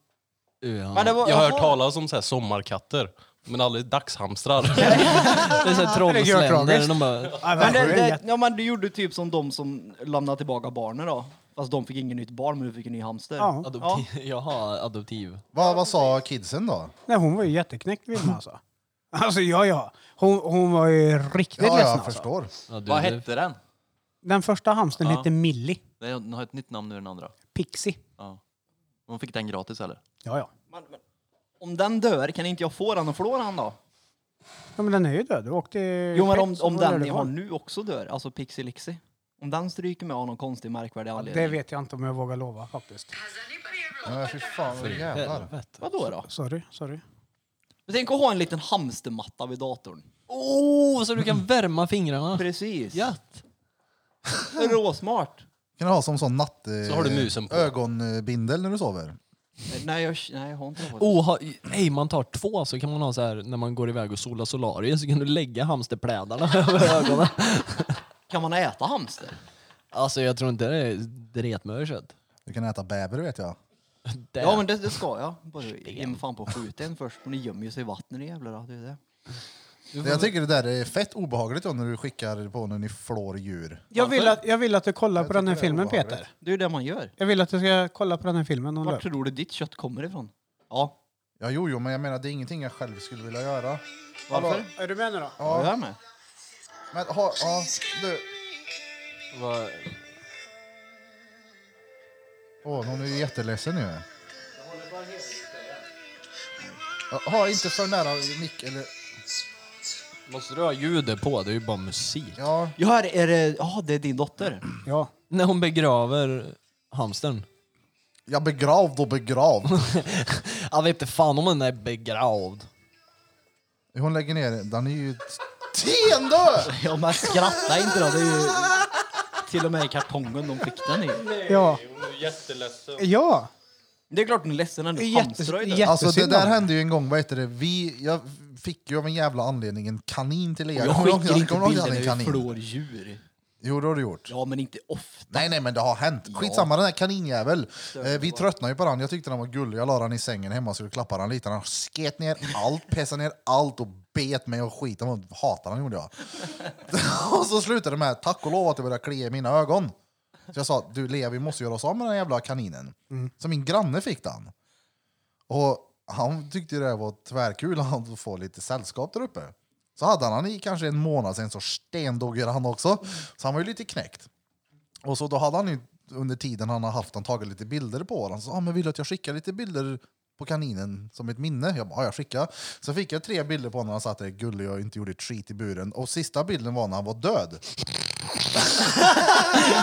[SPEAKER 6] Ja.
[SPEAKER 4] Men det var,
[SPEAKER 8] Jag har hört
[SPEAKER 4] jaha.
[SPEAKER 8] talas om så här sommarkatter, men aldrig (laughs) dagshamstrar.
[SPEAKER 6] Det är
[SPEAKER 5] (laughs)
[SPEAKER 6] såhär
[SPEAKER 5] Det
[SPEAKER 6] trollsländer.
[SPEAKER 5] gör tragiskt.
[SPEAKER 6] De bara,
[SPEAKER 5] Ja,
[SPEAKER 4] Men, det,
[SPEAKER 5] verkligen
[SPEAKER 4] det,
[SPEAKER 5] jätte-
[SPEAKER 4] ja, men du gjorde typ som de som lämnade tillbaka barnen då. Fast de fick inget nytt barn men du fick en ny hamster.
[SPEAKER 5] ja.
[SPEAKER 6] adoptiv. (laughs) Jaha, adoptiv.
[SPEAKER 2] Vad, vad sa kidsen då?
[SPEAKER 5] Nej, hon var ju jätteknäckt Vilma alltså. Alltså ja, ja. Hon, hon var ju riktigt
[SPEAKER 2] Ja,
[SPEAKER 5] ledsen
[SPEAKER 2] jag
[SPEAKER 5] alltså.
[SPEAKER 2] förstår.
[SPEAKER 6] Ja, du,
[SPEAKER 7] Vad
[SPEAKER 6] du-
[SPEAKER 7] hette den?
[SPEAKER 5] Den första hamstern
[SPEAKER 7] Ja.
[SPEAKER 5] hette Millie.
[SPEAKER 7] Den har ett nytt namn nu den andra.
[SPEAKER 5] Pixie.
[SPEAKER 7] Ja. Hon fick den gratis eller?
[SPEAKER 5] Ja, ja.
[SPEAKER 4] Men, men, om den dör, kan inte jag få den och förlora den då?
[SPEAKER 5] Ja, men den är ju död. Du åkte ju
[SPEAKER 4] Jo men
[SPEAKER 5] Pet,
[SPEAKER 4] om,
[SPEAKER 5] så
[SPEAKER 4] om
[SPEAKER 5] vad gör
[SPEAKER 4] den
[SPEAKER 5] du
[SPEAKER 4] jag har
[SPEAKER 5] kvar?
[SPEAKER 4] nu också dör, alltså Pixie Lixie. Om den stryker med av någon konstig märkvärdig anledning.
[SPEAKER 5] Det vet jag inte om jag vågar lova faktiskt.
[SPEAKER 2] Nej, fy fan vad jävlar.
[SPEAKER 4] Vadå då?
[SPEAKER 5] Sorry, sorry.
[SPEAKER 4] Men Tänk att ha en liten hamstermatta vid datorn.
[SPEAKER 6] Oh, så du kan värma fingrarna.
[SPEAKER 4] Precis.
[SPEAKER 6] Gött.
[SPEAKER 4] Råsmart.
[SPEAKER 2] Kan du ha som sån natt... eh,
[SPEAKER 8] Så har du musen på.
[SPEAKER 2] Ögonbindel när du sover.
[SPEAKER 4] Nej jag, nej, jag har inte det.
[SPEAKER 6] Oh, ha, ej, man tar två så kan man ha så här när man går iväg och solar solarium så kan du lägga hamsterplädarna (laughs) över ögonen.
[SPEAKER 4] Kan man äta hamster?
[SPEAKER 6] Alltså jag tror inte det är dretmörset.
[SPEAKER 2] Du kan äta bäver vet jag.
[SPEAKER 4] Ja men det, det ska jag. Bara ge mig fan på att skjuta en först. Ni gömmer ju sig i vattnet ni jävlar. Det är det.
[SPEAKER 2] Jag tycker det där är fett obehagligt då, när du skickar på när ni flår djur.
[SPEAKER 5] Jag vill att, jag vill att du kollar på den här
[SPEAKER 2] tycker det är
[SPEAKER 5] filmen
[SPEAKER 2] obehagligt.
[SPEAKER 5] Peter.
[SPEAKER 4] det är ju det man gör.
[SPEAKER 5] Jag vill att du ska kolla på den här filmen. Om du...
[SPEAKER 4] Vart tror du ditt kött kommer ifrån? Ja,
[SPEAKER 2] Ja, jo, jo, men jag menar det är ingenting jag själv skulle vilja göra.
[SPEAKER 4] varför?
[SPEAKER 2] Hallå?
[SPEAKER 5] Är du med nu då?
[SPEAKER 4] Ja, jag är med.
[SPEAKER 2] Men ha, ja, du. Åh, hon är ju jätteledsen ju. Ja, Ha inte för nära mick eller...
[SPEAKER 6] Måste du ha ljudet på? Det är ju bara musik.
[SPEAKER 2] Ja,
[SPEAKER 4] Ja, här är det... Ja, det är din dotter.
[SPEAKER 5] Ja.
[SPEAKER 6] När hon begraver hamstern.
[SPEAKER 2] jag begravd och begravd.
[SPEAKER 6] Jag vet inte fan om den är begravd.
[SPEAKER 2] Hon lägger ner den. är ju... Ten då!
[SPEAKER 4] Ja, men skratta inte då. Det är ju till och med i kartongen de fick den i.
[SPEAKER 5] Ja. Ja.
[SPEAKER 4] Det är klart hon är ledsen när du
[SPEAKER 5] Jätte-
[SPEAKER 4] hamstrar ju
[SPEAKER 5] jätte-
[SPEAKER 4] det.
[SPEAKER 2] Alltså det
[SPEAKER 5] Jättesynd
[SPEAKER 2] där
[SPEAKER 5] om det.
[SPEAKER 2] hände ju en gång, vad heter det? Vi, jag fick ju av en jävla anledning en kanin till er.
[SPEAKER 4] Jag
[SPEAKER 2] Kommer du ihåg-
[SPEAKER 4] skickar inte
[SPEAKER 2] kommer du ihåg jag hade
[SPEAKER 4] bilder
[SPEAKER 2] en
[SPEAKER 4] när vi
[SPEAKER 2] kanin?
[SPEAKER 4] flår djur.
[SPEAKER 2] Jo, det har du gjort.
[SPEAKER 4] Ja, men inte ofta.
[SPEAKER 2] Nej, nej, men det har hänt. Skitsamma, den här kaninjävel. Eh, vi tröttnade ju på den. Jag tyckte den var gullig. Jag la den i sängen hemma och skulle klappa den lite. Den sket ner allt, pessade ner allt och bet mig och skit. Jag hatade den, gjorde jag. (laughs) och så slutade det med, tack och lov, att det började klia i mina ögon. Så jag sa, du Lea, vi måste göra oss av med den här jävla kaninen. Så min granne fick den. Och han tyckte ju det var tvärkul att få lite sällskap där uppe. Så hade han han i kanske en månad sen så stendog ju han också. Så han var ju lite knäckt. Och så då hade han ju under tiden han har haft han tagit lite bilder på den. Så sa ah, men vill du att jag skickar lite bilder på kaninen som ett minne? Jag bara, "Ja, jag skickar. Så fick jag tre bilder på honom när han satt där gullig och inte gjorde ett skit i buren. Och sista bilden var när han var död. (laughs)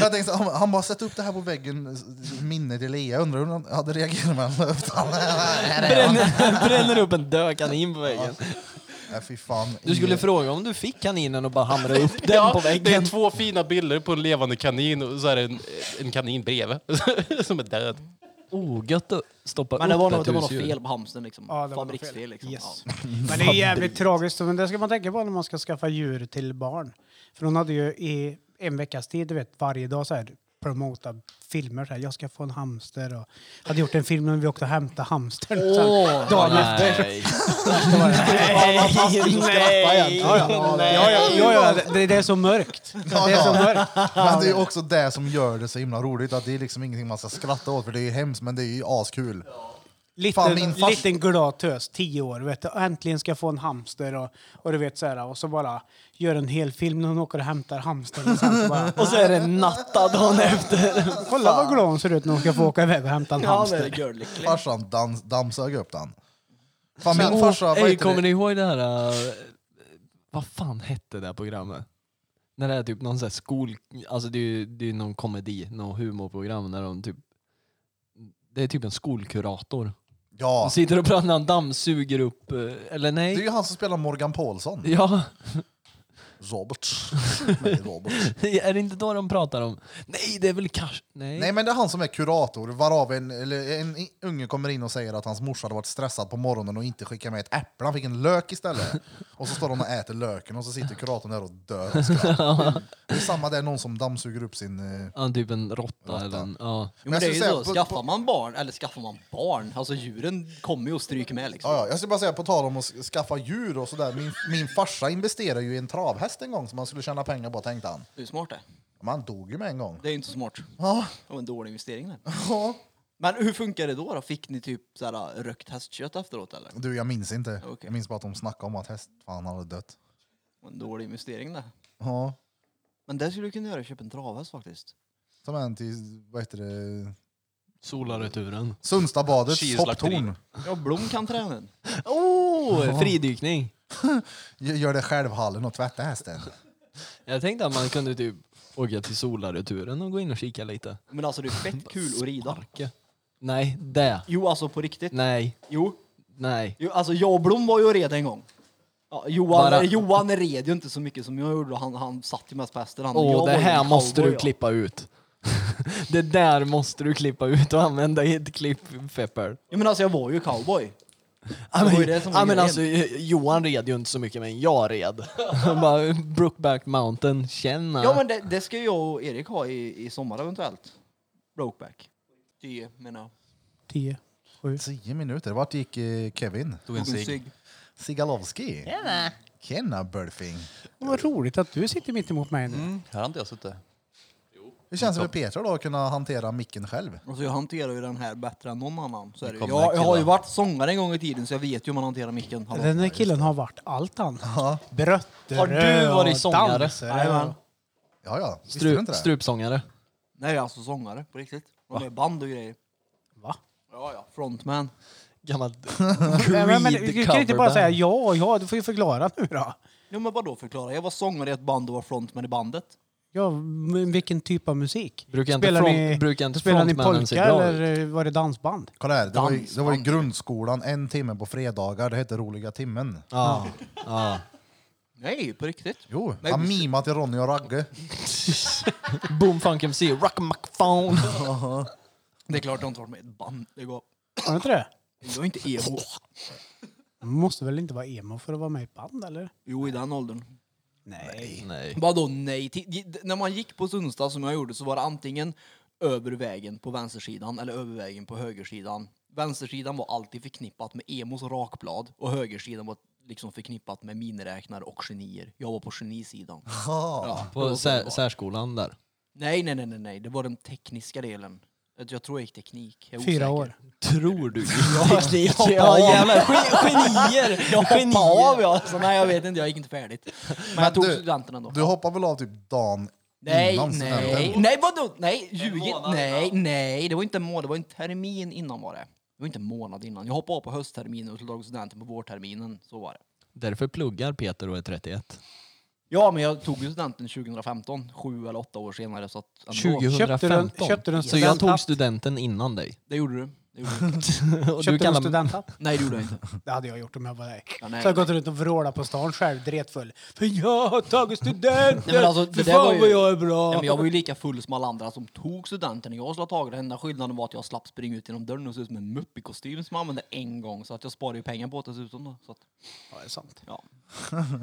[SPEAKER 2] jag tänkte, så här, "Ah, men han bara sätter upp det här på väggen, minne till Lea. Undrar hur han hade reagerat när han la upp den. Här är han.
[SPEAKER 6] (laughs) Bränner, bränner upp en död kanin på väggen.
[SPEAKER 2] Nej, fy fan.
[SPEAKER 6] Du skulle fråga om du fick kaninen och bara hamra upp (laughs) den på
[SPEAKER 8] det
[SPEAKER 6] väggen.
[SPEAKER 8] är två fina bilder på en levande kanin och så är det en, en kanin bredvid (laughs) som är död.
[SPEAKER 6] Oh, gött att stoppa
[SPEAKER 4] Men det
[SPEAKER 6] upp
[SPEAKER 4] var, nog,
[SPEAKER 6] ett
[SPEAKER 4] det var nog
[SPEAKER 6] husdjur.
[SPEAKER 4] fel på hamstern liksom.
[SPEAKER 5] Ja, det var nog
[SPEAKER 4] Fabriksfel
[SPEAKER 5] fel.
[SPEAKER 4] liksom.
[SPEAKER 5] Yes.
[SPEAKER 4] Ja.
[SPEAKER 5] Men det är jävligt tragiskt. Men det ska man tänka på när man ska skaffa djur till barn. För hon hade ju i en veckas tid, du vet, varje dag så här promota filmer. Så här, jag ska få en hamster och hade gjort en film när vi åkte och hämtade hamstern. Oh, dagen efter.
[SPEAKER 6] (laughs) Nej.
[SPEAKER 5] Ja, ja, ja, ja, ja, ja, det- det, det är så mörkt. Det är så mörkt.
[SPEAKER 2] Men det är ju också det som gör det så himla roligt. Att det är liksom ingenting man ska skratta åt för det är ju hemskt men det är ju askul. Fan,
[SPEAKER 5] Liten,
[SPEAKER 2] min fars-
[SPEAKER 5] liten glad tös, tio år, vet du. Äntligen ska jag få en hamster och, och du vet så här, och så bara gör en hel film när hon åker och hämtar hamstern och sen så bara,
[SPEAKER 6] (laughs) Och så är det natta dagen efter.
[SPEAKER 5] kolla vad glad hon ser ut när hon ska få åka iväg och hämta en
[SPEAKER 4] Ja, men det
[SPEAKER 5] hamster.
[SPEAKER 4] är görlycklig.
[SPEAKER 2] Farsan dans, dammsög upp den. Fan min farsa, vad
[SPEAKER 6] Ey,
[SPEAKER 2] heter
[SPEAKER 6] kommer
[SPEAKER 2] det?
[SPEAKER 6] ni ihåg det här... äh, Vad fan hette det här programmet? När det är typ någon sån här skol... Alltså det är ju det är ju någon komedi, någon humorprogram när de typ... Det är typ en skolkurator.
[SPEAKER 2] Ja,
[SPEAKER 6] De sitter och pratar när han dammsuger upp... eh, Eller
[SPEAKER 2] det är
[SPEAKER 6] nej?
[SPEAKER 2] ju han som spelar Morgan Paulsson.
[SPEAKER 6] Ja, (laughs)
[SPEAKER 2] Robert. Nej, Robert.
[SPEAKER 6] är det inte då de pratar om... Nej, det är väl kanske... Nej.
[SPEAKER 2] Nej men det är han som är kurator, varav en, eller en i- unge kommer in och säger att hans morsa hade varit stressad på morgonen och inte skickade med ett äpple, han fick en lök istället. och så står de och äter löken och så sitter kuratorn där och dör av
[SPEAKER 5] (laughs)
[SPEAKER 2] skratt. Det är samma där, någon som dammsuger upp sin... eh,
[SPEAKER 6] Ja, typ en råtta eller en... Ja.
[SPEAKER 4] Jo, men det är
[SPEAKER 2] skulle
[SPEAKER 4] ju
[SPEAKER 2] säga
[SPEAKER 4] så,
[SPEAKER 2] på-
[SPEAKER 4] skaffar man barn, eller skaffar man barn, alltså djuren kommer ju och stryker med liksom.
[SPEAKER 2] Ja, ja, jag ska bara säga, på tal om att s- skaffa djur och sådär, min, min farsa investerade ju i en travhäst en gång som han skulle tjäna pengar på tänkte han.
[SPEAKER 4] Det är ju smart det.
[SPEAKER 2] Men han dog ju med en gång.
[SPEAKER 4] Det är ju inte så smart.
[SPEAKER 2] Ja,
[SPEAKER 4] Det var en dålig investering det.
[SPEAKER 2] ja.
[SPEAKER 4] Men hur funkar det då? då? Fick ni typ så här rökt hästkött efteråt eller?
[SPEAKER 2] Du, jag minns inte.
[SPEAKER 4] Okej.
[SPEAKER 2] Jag minns bara att de snackade om att häst, fan hade dött.
[SPEAKER 4] Det var En dålig investering det.
[SPEAKER 2] Ja,
[SPEAKER 4] Men det skulle du kunna göra, köpa en travhäst faktiskt.
[SPEAKER 2] ta med en till, vad heter det?
[SPEAKER 6] Solarreturen.
[SPEAKER 2] Sundstabadet,
[SPEAKER 8] Kils slakteri.
[SPEAKER 2] hopptorn.
[SPEAKER 4] Ja, Blom kan träna den.
[SPEAKER 6] Oh, fridykning!
[SPEAKER 2] Gör det självhallen och tvätta hästen.
[SPEAKER 6] Jag tänkte att man kunde typ åka till Solarreturen och gå in och kika lite.
[SPEAKER 4] Men alltså det
[SPEAKER 6] (laughs)
[SPEAKER 4] är fett kul att rida.
[SPEAKER 6] Sparka. Nej, det.
[SPEAKER 4] Jo, alltså på riktigt.
[SPEAKER 6] Nej,
[SPEAKER 4] Jo,
[SPEAKER 6] nej.
[SPEAKER 4] jo alltså jag och Blom var ju och red en gång. Ja, Johan,
[SPEAKER 6] Bara-
[SPEAKER 4] Johan red ju inte så mycket som jag gjorde. Han, han satt ju mest på hästen. han. Jag
[SPEAKER 6] Åh, det
[SPEAKER 4] var ju
[SPEAKER 6] här
[SPEAKER 4] en
[SPEAKER 6] måste
[SPEAKER 4] cowboy,
[SPEAKER 6] du
[SPEAKER 4] ja.
[SPEAKER 6] klippa ut. (laughs) det där måste du klippa ut och använda i ett klipp, Pepper.
[SPEAKER 4] Ja, men alltså jag var ju cowboy.
[SPEAKER 6] Ja,
[SPEAKER 4] var ju
[SPEAKER 6] men,
[SPEAKER 4] det som var
[SPEAKER 6] ja, men
[SPEAKER 4] grejen.
[SPEAKER 6] alltså, Johan red ju inte så mycket, men jag
[SPEAKER 4] (laughs)
[SPEAKER 6] red. Han bara, Brookback Mountain, tjena.
[SPEAKER 4] Ja men det, det ska ju jag och Erik ha i, i sommar eventuellt. Brokeback. Det menar jag.
[SPEAKER 5] Tio, sju.
[SPEAKER 2] Tio minuter, vart gick eh, Kevin?
[SPEAKER 8] Tog en cigg.
[SPEAKER 2] Sigalowski? Tjena! Tjena Burfing!
[SPEAKER 5] Vad roligt att du sitter mitt emot mig nu.
[SPEAKER 6] Mm.
[SPEAKER 7] Här har inte jag suttit.
[SPEAKER 2] Hur känns det för Peter då att kunna hantera micken själv?
[SPEAKER 4] Alltså jag hanterar ju den här bättre än någon annan. Så är det. ju.
[SPEAKER 7] kommer
[SPEAKER 4] Jag, jag har ju
[SPEAKER 7] killar.
[SPEAKER 4] varit sångare en gång i tiden så jag vet ju hur man hanterar micken. Hallå.
[SPEAKER 5] Den här killen har varit allt annat. Brötter
[SPEAKER 6] Har du
[SPEAKER 5] och
[SPEAKER 6] varit sångare?
[SPEAKER 5] danser och-
[SPEAKER 4] Jajamän.
[SPEAKER 2] Ja, ja. Visste du
[SPEAKER 6] Stru,
[SPEAKER 2] inte det?
[SPEAKER 6] strupsångare.
[SPEAKER 4] Nej alltså sångare på riktigt. De är med i band och grejer.
[SPEAKER 5] Va?
[SPEAKER 4] Ja ja. Frontman.
[SPEAKER 5] (laughs)
[SPEAKER 6] Gammalt
[SPEAKER 5] Nej, men, men, du kan inte bara
[SPEAKER 6] Creed-coverband.
[SPEAKER 5] säga ja, ja, du får ju förklara nu då.
[SPEAKER 4] Ja men vadå förklara? Jag var sångare i ett band och var frontman i bandet.
[SPEAKER 5] Ja, men vilken typ av musik?
[SPEAKER 6] Brukar inte
[SPEAKER 5] Spelar
[SPEAKER 6] front-
[SPEAKER 5] ni-
[SPEAKER 6] brukar inte
[SPEAKER 5] Spelar ni
[SPEAKER 6] frontmännen se
[SPEAKER 5] polka
[SPEAKER 6] bra
[SPEAKER 5] eller eh, var det dansband?
[SPEAKER 2] Kolla här, det var, ju, det var ju
[SPEAKER 4] Dansband.
[SPEAKER 2] grundskolan en timme på fredagar, det hette roliga timmen.
[SPEAKER 5] (laughs)
[SPEAKER 6] Ja, ja.
[SPEAKER 4] Nej på riktigt.
[SPEAKER 2] Jo,
[SPEAKER 4] Nej,
[SPEAKER 2] han
[SPEAKER 4] visst.
[SPEAKER 2] mimade till Ronny och Ragge.
[SPEAKER 6] Boom Funk MC, Rock Phone.
[SPEAKER 4] Det är klart jag inte varit med i ett band. Det går.
[SPEAKER 5] Var det inte det?
[SPEAKER 4] Jag är (laughs) inte E emo.
[SPEAKER 5] Man måste väl inte vara emo för att vara med i ett band eller?
[SPEAKER 4] Jo i den åldern.
[SPEAKER 5] Nej.
[SPEAKER 6] Nej.
[SPEAKER 4] Vadå (laughs) nej? Ti- di- När man gick på Sundsta som jag gjorde så var det antingen över vägen på vänstersidan eller över vägen på högersidan. Vänstersidan var alltid förknippat med emos och rakblad och högersidan var liksom förknippat med miniräknare och genier. Jag var på genisidan. Ja, det var
[SPEAKER 6] På
[SPEAKER 4] så det
[SPEAKER 6] sär,
[SPEAKER 4] var.
[SPEAKER 6] särskolan där.
[SPEAKER 4] Nej, nej, nej, nej, nej, det var den tekniska delen. Jag- Jag tror jag gick teknik. Jag är
[SPEAKER 5] Fyra
[SPEAKER 4] osäker.
[SPEAKER 5] år.
[SPEAKER 6] Tror du? (laughs)
[SPEAKER 4] Teknik, ja jävlar. Ge- (laughs) Genier! Jag hoppade av jag. Så nej, jag vet inte, jag gick inte färdigt. Men, jag tog
[SPEAKER 2] du-
[SPEAKER 4] studenten ändå.
[SPEAKER 2] Du hoppar väl av typ dagen
[SPEAKER 4] Nej,
[SPEAKER 2] innan
[SPEAKER 4] nej,
[SPEAKER 2] studenten?
[SPEAKER 4] nej, vadå? Nej, ljugit. Nej, nej, det var inte en månad, det var en termin innan var det. Det var inte en månad innan. Jag hoppade av på höstterminen och skulle ta studenten på vårterminen. Så var det.
[SPEAKER 6] Därför pluggar Peter och är 31.
[SPEAKER 4] Ja, men jag tog ju studenten 2015, sju eller åtta år senare. Så att ändå.
[SPEAKER 6] 2015.
[SPEAKER 5] Köpte du en- köpte du en
[SPEAKER 6] så jag
[SPEAKER 5] studenthatt?
[SPEAKER 6] tog studenten innan dig.
[SPEAKER 4] Det gjorde du. Det gjorde jag inte.
[SPEAKER 5] Och
[SPEAKER 6] du
[SPEAKER 5] Köpte du
[SPEAKER 6] kallar-
[SPEAKER 5] studentapp?
[SPEAKER 6] (laughs)
[SPEAKER 4] Nej, det gjorde jag inte.
[SPEAKER 5] Det hade jag gjort om jag var dig.
[SPEAKER 4] Ja,
[SPEAKER 5] så
[SPEAKER 4] nej.
[SPEAKER 5] jag har gått runt och vrålat på stan själv, dretfull. För jag har tagit studenten!
[SPEAKER 4] Nej, men alltså, det
[SPEAKER 5] Fy
[SPEAKER 4] där
[SPEAKER 5] fan
[SPEAKER 4] var ju-
[SPEAKER 5] vad jag är bra!
[SPEAKER 4] Ja, men jag var ju lika full som alla andra som tog studenten när jag skulle ha tagit den. Enda skillnaden var att jag slapp springa ut genom dörren och se ut som en mupp i kostym som jag använde en gång. Så att jag sparade ju pengar på det dessutom. Då, så att,
[SPEAKER 5] Ja, det är sant. (laughs)
[SPEAKER 4] ja.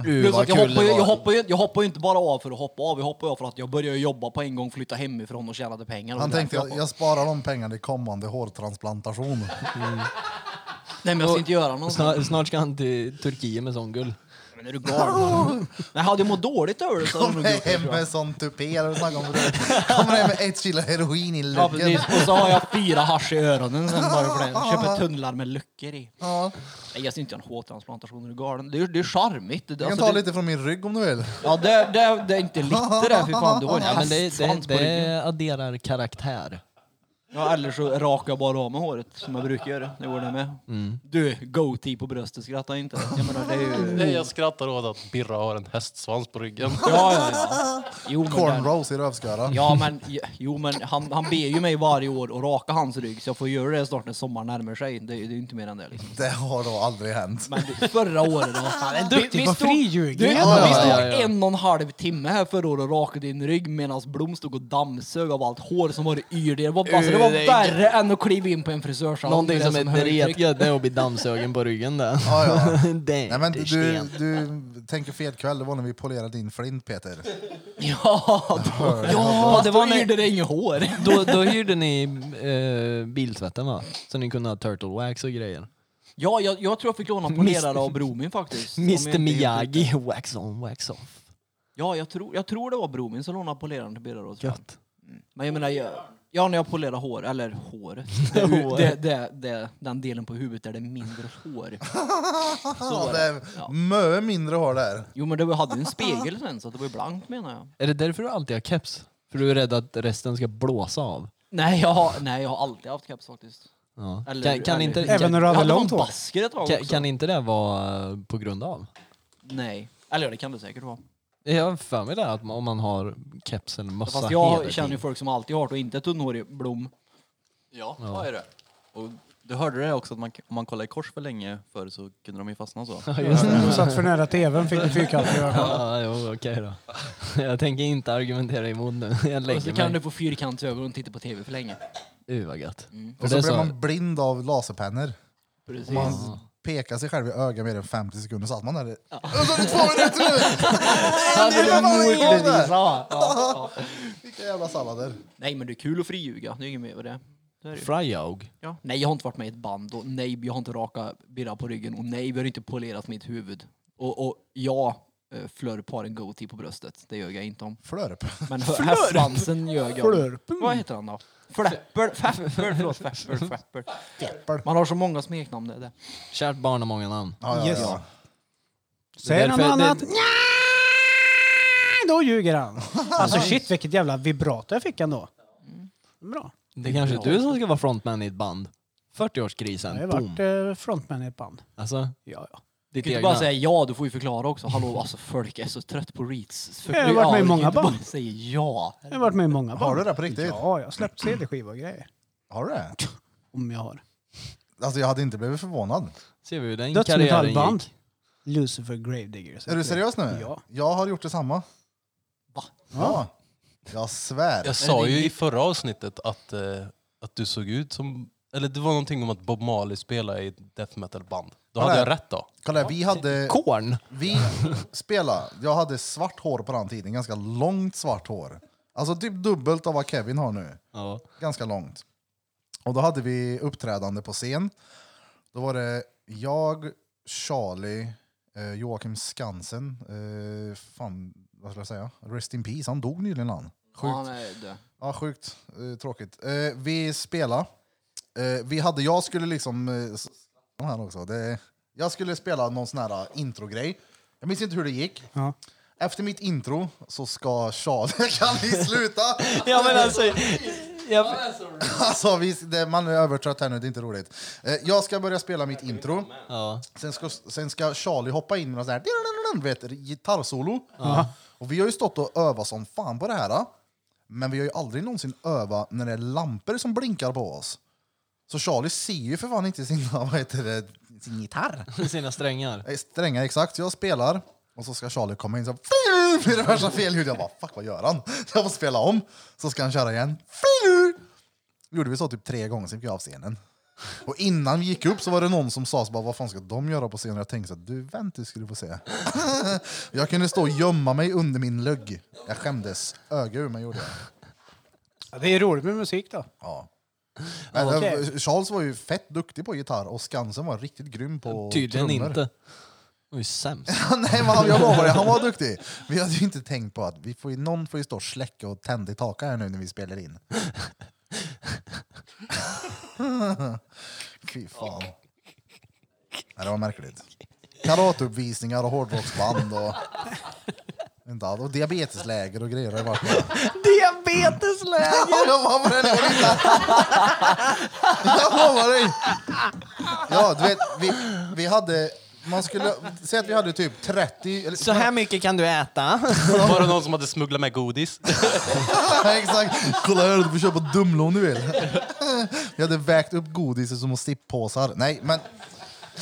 [SPEAKER 6] Gud
[SPEAKER 4] Plus
[SPEAKER 6] vad
[SPEAKER 4] att jag,
[SPEAKER 6] kul
[SPEAKER 4] hoppar ju,
[SPEAKER 6] det
[SPEAKER 4] jag,
[SPEAKER 6] var.
[SPEAKER 4] hoppar ju, jag hoppar ju inte bara av för att hoppa av. Jag hoppar ju av för att jag började jobba på en gång, flytta hemifrån och tjänade pengar. och
[SPEAKER 2] Han
[SPEAKER 4] det där
[SPEAKER 2] tänkte
[SPEAKER 4] jag
[SPEAKER 2] jag,
[SPEAKER 4] hoppade av.
[SPEAKER 2] jag sparar de pengarna i kommande
[SPEAKER 4] (laughs)
[SPEAKER 2] hårtransplantation.
[SPEAKER 4] Nej men jag ska inte göra något.
[SPEAKER 6] Snart, snart ska han till Turkiet med sån guld.
[SPEAKER 4] Men är
[SPEAKER 5] (laughs)
[SPEAKER 4] du galen? Nej, hade jag mått dåligt över det så hade jag nog
[SPEAKER 2] Kommer
[SPEAKER 4] gjort det.
[SPEAKER 2] hem
[SPEAKER 4] tror jag.
[SPEAKER 2] med sån tupé. eller vad du snackar om förut. Kommer hem med ett kilo heroin i luggen.
[SPEAKER 4] Ja, precis. Alltså, Och så har jag fyra hasch i öronen sen bara för det. Köper tunnlar med luckor i.
[SPEAKER 2] Ja,
[SPEAKER 4] Nej, jag ser inte göra en hårtransplantation, är du galen? Det är, det är charmigt. Det, Oh
[SPEAKER 2] du kan
[SPEAKER 4] alltså,
[SPEAKER 2] ta
[SPEAKER 4] det-
[SPEAKER 2] lite från min rygg om du vill.
[SPEAKER 4] Ja, det, det, det är inte lite det, fy fan. Du har en
[SPEAKER 6] Ja, men det, det,
[SPEAKER 4] hästsvans på ryggen.
[SPEAKER 6] det adderar karaktär.
[SPEAKER 4] Ja, eller så rakar jag bara av med håret, som jag brukar göra. Det går det med. Du, goatee på bröstet, skratta inte. Jag menar, det är ju...
[SPEAKER 8] (laughs) Nej, jag skrattar åt att Birra har en hästsvans på ryggen.
[SPEAKER 4] Ja, ja, ja. Jo, men den-
[SPEAKER 2] Cornrows i rövsköra.
[SPEAKER 4] Ja, men, jo, men han, han ber ju mig varje år att raka hans rygg, så jag får göra det snart när sommaren närmar sig. Det, det är ju inte mer än det. Liksom.
[SPEAKER 2] Det har då aldrig hänt.
[SPEAKER 4] Men du, förra året då. Fan, du,
[SPEAKER 5] Duktig på friljugning!
[SPEAKER 4] Du,
[SPEAKER 2] Ja,
[SPEAKER 4] vi
[SPEAKER 2] ja,
[SPEAKER 4] stod
[SPEAKER 6] ja, ja.
[SPEAKER 4] en och en halv timme här förra året och rakade din rygg medan Blom stod och dammsög av allt hår som var i yr. Det var, alltså, det var
[SPEAKER 6] Ur-
[SPEAKER 4] värre än att kliva in på en frisörsalong.
[SPEAKER 6] Någonting
[SPEAKER 4] Det
[SPEAKER 6] som är
[SPEAKER 4] högtryck.
[SPEAKER 6] berättigat det är att bli dammsugen på ryggen där.
[SPEAKER 2] Ja, ja.
[SPEAKER 6] Det är
[SPEAKER 2] Nej, men
[SPEAKER 6] inte
[SPEAKER 2] du,
[SPEAKER 6] sten.
[SPEAKER 2] du tänker fel kväll. Det var när vi polerade din flint, Peter.
[SPEAKER 4] (laughs) Ja, då, ja, det var när... Då yrde det inget hår.
[SPEAKER 6] Då, då hyrde ni eh, biltvätten va? Så ni kunde ha turtle wax och grejer.
[SPEAKER 4] (laughs) Ja, jag, jag tror jag fick låna polerare av Bromin faktiskt. om jag inte
[SPEAKER 6] Mr
[SPEAKER 4] är helt ute.
[SPEAKER 6] Miyagi, wax on, wax off.
[SPEAKER 4] Ja, jag tror, jag tror det var Bromin som lånade poleraren till Birra då. tror jag.
[SPEAKER 6] Gött.
[SPEAKER 4] Men jag menar, jag, ja när jag polerar hår, eller (laughs) håret, det,
[SPEAKER 6] Hår.
[SPEAKER 4] det, det, det, den delen på huvudet där det är mindre (laughs) hår. Så
[SPEAKER 2] Ja,
[SPEAKER 4] var
[SPEAKER 2] det
[SPEAKER 4] det.
[SPEAKER 2] är
[SPEAKER 4] Ja.
[SPEAKER 2] mycket mindre hår där.
[SPEAKER 4] Jo men det
[SPEAKER 5] (laughs)
[SPEAKER 4] var, hade ju en spegel sen så att det var ju blankt menar jag.
[SPEAKER 6] Är det därför du alltid har keps? För du är rädd att resten ska blåsa av?
[SPEAKER 4] Nej jag har, nej, jag har alltid haft keps faktiskt.
[SPEAKER 6] Ja.
[SPEAKER 4] Eller-
[SPEAKER 6] kan, kan,
[SPEAKER 4] eller-
[SPEAKER 6] inte,
[SPEAKER 5] Även
[SPEAKER 6] kan,
[SPEAKER 5] när du
[SPEAKER 4] Jag
[SPEAKER 5] hade
[SPEAKER 4] hade
[SPEAKER 5] långt
[SPEAKER 4] en
[SPEAKER 5] hår?
[SPEAKER 4] basker ett tag
[SPEAKER 6] kan,
[SPEAKER 4] också.
[SPEAKER 6] kan inte det vara eh, på grund av?
[SPEAKER 4] Nej. Eller ja, det kan det säkert vara.
[SPEAKER 6] Jag har för mig det, att man- om man har keps eller mössa hela
[SPEAKER 4] Fast jag
[SPEAKER 6] tiden.
[SPEAKER 4] känner ju folk som alltid har det och inte är tunnhårig Blom.
[SPEAKER 7] Ja, vad är det? Och du hörde det också att man, om man kollade i kors för länge förr så kunde de ju fastna
[SPEAKER 4] (laughs)
[SPEAKER 7] så.
[SPEAKER 6] Ja, just det.
[SPEAKER 5] Du satt för nära tvn, fick du fyrkantiga ögon.
[SPEAKER 6] Ja, jo, okej då. (laughs) Jag tänker inte argumentera emot nu. Jag
[SPEAKER 4] Och så
[SPEAKER 6] lägger
[SPEAKER 4] kan
[SPEAKER 6] mig.
[SPEAKER 4] du få fyrkantsögon och titta på tv för länge.
[SPEAKER 6] Uh, vad gött. För
[SPEAKER 2] Och så
[SPEAKER 6] det
[SPEAKER 2] blir
[SPEAKER 6] sa-
[SPEAKER 2] man blind av laserpennor.
[SPEAKER 4] Precis.
[SPEAKER 2] Om man pekar sig själv i ögat mer än 50 sekunder så att man är det. Och så är det två minuter nu!
[SPEAKER 4] Hade
[SPEAKER 2] det är fan ingen av det.
[SPEAKER 4] ja, ja.
[SPEAKER 2] Vilka jävla sallader.
[SPEAKER 4] Nej men det är kul att friuga, det är inget mer med det. det, är det. ju.
[SPEAKER 6] Fryaug.
[SPEAKER 4] Ja. Nej jag har inte varit med i ett band och nej jag har inte rakat Birra på ryggen och nej vi har inte polerat mitt huvud. Och, och ja, eh, flörp har en goatee på bröstet, det ljög jag inte om.
[SPEAKER 2] Flörp.
[SPEAKER 5] (laughs)
[SPEAKER 4] Men hö- hästsvansen ljög jag om. Vad heter han då? Fläppel, fäppel, förlåt, fäppel, fläppel.
[SPEAKER 2] Fläppel.
[SPEAKER 4] Man har så många smeknamn det är det.
[SPEAKER 6] Kärt barn har många namn.
[SPEAKER 2] Ja, ja,
[SPEAKER 5] Yes.
[SPEAKER 2] ja.
[SPEAKER 5] Säger han
[SPEAKER 6] Därför-
[SPEAKER 5] annat?
[SPEAKER 6] det-
[SPEAKER 5] Nja, Då ljuger han. Alltså shit vilket jävla vibrato jag fick ändå. Bra.
[SPEAKER 6] Det är kanske är du som ska vara frontman i ett band.
[SPEAKER 5] Jag har ju
[SPEAKER 6] 40-årskrisen. Boom.
[SPEAKER 5] varit eh, frontman i ett band.
[SPEAKER 6] Alltså,
[SPEAKER 5] Ja, ja.
[SPEAKER 4] Du
[SPEAKER 6] ditt
[SPEAKER 4] kan inte
[SPEAKER 6] egna.
[SPEAKER 4] bara säga ja, du får ju förklara också. Hallå, alltså folk är så trött på reads. För,
[SPEAKER 5] Jag har varit med i många band.
[SPEAKER 4] Säg ja.
[SPEAKER 5] Jag har varit med i många band.
[SPEAKER 2] Har du det på riktigt?
[SPEAKER 5] Ja, jag har släppt CD-skiva och grejer.
[SPEAKER 2] Har du det?
[SPEAKER 5] Om jag har.
[SPEAKER 2] Alltså jag hade inte blivit förvånad.
[SPEAKER 6] Ser vi hur den karriären
[SPEAKER 5] Dödsmetallband.
[SPEAKER 6] gick?
[SPEAKER 5] Lucifer Gravediggers.
[SPEAKER 2] Är du seriös nu?
[SPEAKER 5] Ja.
[SPEAKER 2] Jag har gjort detsamma.
[SPEAKER 4] Va?
[SPEAKER 2] Ja. Jag svär.
[SPEAKER 8] Jag sa ju i förra avsnittet att, eh, att du såg ut som... Eller det var någonting om att Bob Marley spelade i ett death metal-band. Då
[SPEAKER 2] Ja,
[SPEAKER 8] hade
[SPEAKER 2] det.
[SPEAKER 8] jag rätt då.
[SPEAKER 2] Kolla, vi hade...
[SPEAKER 6] Korn!
[SPEAKER 2] Vi spelade. Jag hade svart hår på den tiden. Ganska långt svart hår. Alltså typ dubbelt av vad Kevin har nu.
[SPEAKER 6] Ja.
[SPEAKER 2] ganska långt. Och då hade vi uppträdande på scen. Då var det jag, Charlie, eh, Joakim Skansen, eh, fan, vad ska jag säga? Rest in peace, han dog nyligen han. Sjukt.
[SPEAKER 4] Han är död.
[SPEAKER 2] Ja, sjukt eh, tråkigt. Eh, vi spelade. Eh, vi hade, jag skulle liksom... Eh, s- de här också. Det, jag skulle spela någon sån här eh, introgrej. Jag minns inte hur det gick.
[SPEAKER 5] Ja.
[SPEAKER 2] Efter mitt intro så ska Charlie... (laughs) Kan vi sluta?
[SPEAKER 6] Ja men alltså... (laughs) Jag...
[SPEAKER 2] (laughs) Alltså, vi, det, man är övertrött här nu, det är inte roligt. Eh, jag ska börja spela mitt intro.
[SPEAKER 6] Ja.
[SPEAKER 2] Sen ska, sen ska Charlie hoppa in med någon sån här du vet, gitarrsolo. Och vi har ju stått och övat som fan på det här. Men vi har ju aldrig någonsin övat när det är lampor som blinkar på oss. Så Charlie ser ju för fan inte sina, (laughs) vad heter det, sin gitarr.
[SPEAKER 6] Sina strängar.
[SPEAKER 2] Nej, Strängar exakt, jag spelar. Och så ska Charlie komma in så här, blir det värsta felljud. Jag bara fuck vad gör han? (laughs) Jag får spela om. Så ska han köra igen. Gjorde vi så typ tre gånger, sen gick jag av scenen. Och innan vi gick upp så var det någon som sa så bara, vad fan ska de göra på scenen? Jag tänkte så här, du vänta skulle du få se. (laughs) jag kunde stå och gömma mig under min lögg. Jag skämdes öga ur mig gjorde jag.
[SPEAKER 5] Ja, det är roligt med musik då.
[SPEAKER 2] Ja. Men,
[SPEAKER 5] Okej.
[SPEAKER 2] eh, Charles var ju fett duktig på gitarr och Skansen var riktigt grym på
[SPEAKER 6] Tydligen
[SPEAKER 2] trummor.
[SPEAKER 6] inte. De är ju sämst.
[SPEAKER 2] (laughs) Nej, men han- jag lovar det, han var duktig. Vi hade ju inte tänkt på att vi får, ju- någon får ju stå och släcka och tända i taket här nu när vi spelar in. Fy fan. Nej, det var märkligt. Karateuppvisningar och hårdrocksband och, inte allt. och diabetesläger och grejer har det varit. med.
[SPEAKER 5] Diabetesläge!
[SPEAKER 2] Jag lovar dig, det var inte Jag lovar dig! Ja, du vet, vi, vi hade... Man skulle... Säg att vi hade typ 30... Eller,
[SPEAKER 6] Så här mycket kan du äta.
[SPEAKER 8] Var det någon som hade smugglat med godis? (laughs)
[SPEAKER 2] (laughs) Exakt! Kolla här, du får köpa Dumla om du
[SPEAKER 6] (laughs)
[SPEAKER 2] vill. Vi hade vägt upp godis i som sipppåsar. Nej, men...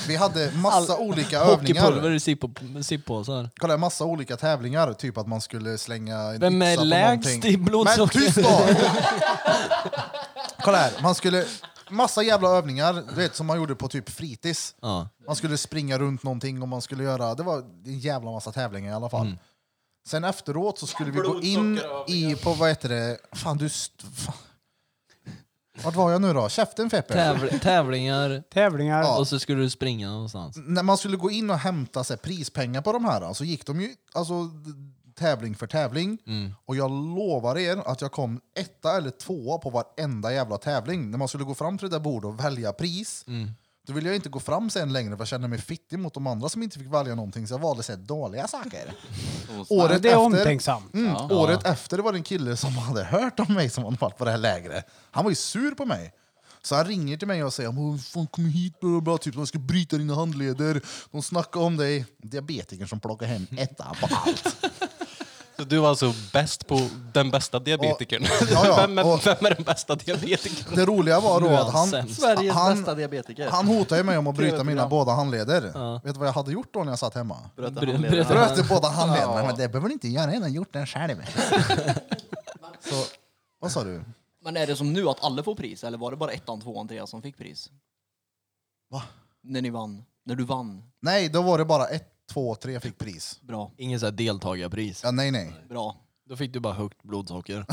[SPEAKER 2] Vi hade massa olika
[SPEAKER 6] (laughs) Hockeypulver
[SPEAKER 2] övningar.
[SPEAKER 6] i sippo- sippåsar.
[SPEAKER 2] Kolla, här, massa olika tävlingar. Typ att man skulle slänga en
[SPEAKER 6] Vem är
[SPEAKER 2] yxa på
[SPEAKER 6] lägst
[SPEAKER 2] någonting.
[SPEAKER 6] i blodsocker?
[SPEAKER 2] Men tyst då! Kolla här, man skulle... Massa jävla övningar, du vet, som man gjorde på typ fritids.
[SPEAKER 6] Ja.
[SPEAKER 2] Man skulle springa runt någonting och man skulle göra... Det var en jävla massa tävlingar i alla fall. Sen efteråt så skulle vi gå in i... På vad heter det? Fan, du... st- Fan. Vart var jag nu då? Käften Feppe?
[SPEAKER 6] Tävl- tävlingar
[SPEAKER 5] Tävlingar.
[SPEAKER 6] och så skulle du springa någonstans.
[SPEAKER 2] När man skulle gå in och hämta så här, prispengar på de här så gick de ju alltså, d- tävling för tävling. Och jag lovar er att jag kom etta eller tvåa på varenda jävla tävling. När man skulle gå fram till det där bordet och välja pris Då ville jag inte gå fram sen längre för jag kände mig fittig mot de andra som inte fick välja någonting så jag valde så här dåliga
[SPEAKER 5] (laughs)
[SPEAKER 2] saker.
[SPEAKER 5] Ja,
[SPEAKER 2] året
[SPEAKER 5] det är
[SPEAKER 2] efter,
[SPEAKER 5] omtänksamt.
[SPEAKER 2] mm, året efter var det en kille som (laughs) hade hört om mig som hade varit på det här lägret. Han var ju sur på mig. Så han ringer till mig och säger "Åh, fan kom hit, bla, bla, bla, typ, de ska bryta dina handleder, de snackar om dig. Diabetikern som plockar
[SPEAKER 4] (laughs)
[SPEAKER 2] hem ettan på allt.
[SPEAKER 8] Så du var alltså bäst på den bästa diabetikern?
[SPEAKER 2] Och- ja, ja,
[SPEAKER 8] (laughs) vem, är,
[SPEAKER 2] och-
[SPEAKER 8] vem är den bästa diabetikern?
[SPEAKER 2] Det roliga var då
[SPEAKER 6] Nu är
[SPEAKER 2] att
[SPEAKER 6] han
[SPEAKER 2] han,
[SPEAKER 6] sämst.
[SPEAKER 4] Sveriges
[SPEAKER 2] han,
[SPEAKER 4] bästa diabetiker.
[SPEAKER 2] han hotade ju mig om att bryta mina
[SPEAKER 4] Tv-program.
[SPEAKER 2] båda handleder. Vet du vad jag hade gjort då när jag satt hemma?
[SPEAKER 4] Berätta,
[SPEAKER 6] Bry-
[SPEAKER 4] han lever.
[SPEAKER 6] berätta.
[SPEAKER 2] Bröt i båda handlederna. Men det behöver du inte göra, jag har redan gjort den
[SPEAKER 4] (laughs)
[SPEAKER 2] själv. Så, vad sa du?
[SPEAKER 4] Men är det som nu att alla får pris eller var det bara ettan, tvåan, trean som fick pris?
[SPEAKER 2] Va?
[SPEAKER 4] När ni vann. När du vann.
[SPEAKER 2] Nej, då var det bara ett, två, tre fick pris.
[SPEAKER 4] Bra.
[SPEAKER 6] Ingen så här deltagarpris.
[SPEAKER 2] Ja, nej, nej.
[SPEAKER 4] Bra.
[SPEAKER 6] Då fick du bara högt blodsocker.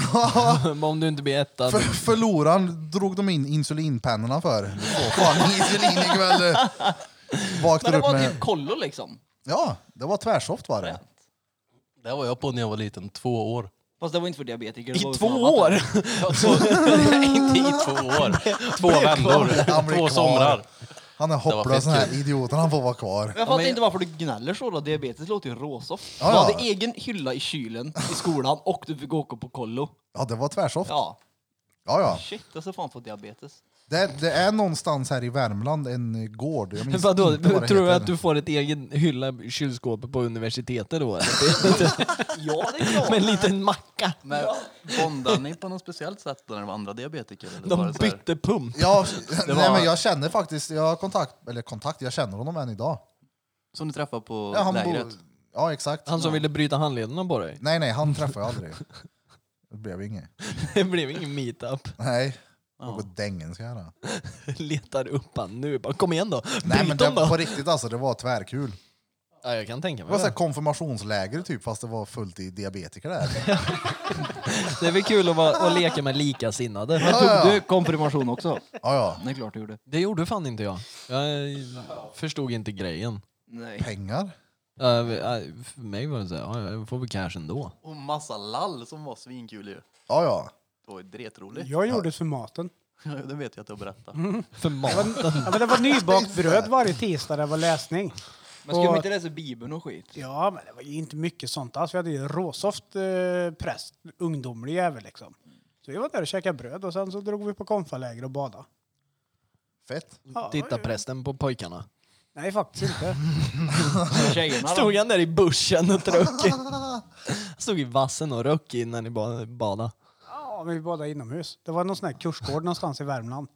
[SPEAKER 6] (laughs) Men om du inte blir etta.
[SPEAKER 2] För, förloraren drog de in insulinpennorna för. Du får fan (laughs) insulin ikväll.
[SPEAKER 4] Men
[SPEAKER 2] Vaknar
[SPEAKER 4] det
[SPEAKER 2] upp
[SPEAKER 4] var
[SPEAKER 2] med...
[SPEAKER 4] typ kollo liksom.
[SPEAKER 2] Ja, det var tvärsoft var det.
[SPEAKER 8] Det var jag på när jag var liten,
[SPEAKER 2] (laughs)
[SPEAKER 8] två år. (laughs)
[SPEAKER 4] Fast det var inte för diabetiker.
[SPEAKER 6] I
[SPEAKER 4] det var
[SPEAKER 6] två
[SPEAKER 4] för annat.
[SPEAKER 6] år?
[SPEAKER 8] Inte i två år. Två vändor. Två
[SPEAKER 2] Amerikan.
[SPEAKER 8] somrar.
[SPEAKER 2] Han är hopplös
[SPEAKER 8] fett
[SPEAKER 2] den här
[SPEAKER 8] kul.
[SPEAKER 2] idioten, han får vara kvar.
[SPEAKER 4] Jag fattar inte varför du gnäller så då. Diabetes låter ju råsoft.
[SPEAKER 2] Ja,
[SPEAKER 4] Du
[SPEAKER 2] ja.
[SPEAKER 4] hade egen hylla i kylen i skolan och du fick åka på kollo.
[SPEAKER 2] Ja, det var tvärsoft.
[SPEAKER 4] Ja.
[SPEAKER 2] Ja, ja.
[SPEAKER 4] Shit, jag ska fan få diabetes.
[SPEAKER 2] Det, det är någonstans här i Värmland en gård. Jag minns
[SPEAKER 6] (laughs) Vadå,
[SPEAKER 2] inte vad det
[SPEAKER 6] tror du
[SPEAKER 2] heter.
[SPEAKER 6] att du får ett egen hylla i kylskåpet på universitetet (laughs) då?
[SPEAKER 4] Ja, det
[SPEAKER 2] (laughs)
[SPEAKER 4] är klart.
[SPEAKER 6] Med en liten macka.
[SPEAKER 7] Men bondade ni på något speciellt sätt när det var andra diabetiker? Eller var
[SPEAKER 6] De
[SPEAKER 7] det så här-
[SPEAKER 6] bytte pump.
[SPEAKER 2] Ja, nej,
[SPEAKER 7] var-
[SPEAKER 2] men jag känner faktiskt, jag har kontakt, eller kontakt, jag känner honom än idag.
[SPEAKER 7] Som du träffade på
[SPEAKER 2] Ja, han
[SPEAKER 7] lägret?
[SPEAKER 2] bo, ja exakt.
[SPEAKER 6] Han som ville bryta handlederna på dig.
[SPEAKER 2] Nej, nej, han träffar jag aldrig. Det blev inget.
[SPEAKER 6] Det blev ingen meetup.
[SPEAKER 2] Nej. Något dängen ska jag göra.
[SPEAKER 6] Letar upp han nu. Bara, kom igen då.
[SPEAKER 2] Nej, men
[SPEAKER 6] Bryt
[SPEAKER 2] det,
[SPEAKER 6] dem
[SPEAKER 2] på
[SPEAKER 6] då.
[SPEAKER 2] riktigt alltså, det var tvärkul.
[SPEAKER 6] Ja, jag kan tänka
[SPEAKER 2] Det var
[SPEAKER 6] mig
[SPEAKER 2] så här
[SPEAKER 6] det.
[SPEAKER 2] konfirmationsläger typ, fast det var fullt i diabetiker där.
[SPEAKER 6] Det är väl kul att, vara, att leka med likasinnade.
[SPEAKER 2] Ja, ja, ja.
[SPEAKER 4] konfirmation också?
[SPEAKER 2] ja, ja.
[SPEAKER 4] Det är klart du gjorde.
[SPEAKER 6] Det gjorde fan inte jag. Jag eh, förstod inte grejen.
[SPEAKER 4] Nej.
[SPEAKER 2] Pengar.
[SPEAKER 6] Eh, eh, För mig var det så här, ja, jag får väl cash ändå.
[SPEAKER 7] Och massa lall som var svinkul ju.
[SPEAKER 2] Ja, ja.
[SPEAKER 7] Det var ju dretroligt.
[SPEAKER 5] Jag gjorde det för maten.
[SPEAKER 7] (laughs) det vet jag att du har berättat.
[SPEAKER 2] Mm.
[SPEAKER 6] För maten.
[SPEAKER 5] Ja, men det
[SPEAKER 2] (laughs)
[SPEAKER 5] var nybakt bröd varje tisdag, det var läsning.
[SPEAKER 4] Men skulle man inte läsa Bibeln och skit?
[SPEAKER 5] Ja, men det var ju inte mycket sånt alls. Vi hade ju råsoft eh, präst, ungdomlig jävel liksom. Så vi var där och käkade bröd och sen så drog vi på konfaläger och badade.
[SPEAKER 2] Fett.
[SPEAKER 5] Ja,
[SPEAKER 6] Titta prästen på pojkarna.
[SPEAKER 5] Nej, faktiskt inte.
[SPEAKER 4] Tjejerna då?
[SPEAKER 6] Stod han där i buschen och röck? Stod i vassen och röck innan ni ba- badade.
[SPEAKER 5] Ja, men vi badade inomhus. Det var någon sån här kursgård någonstans i Värmland.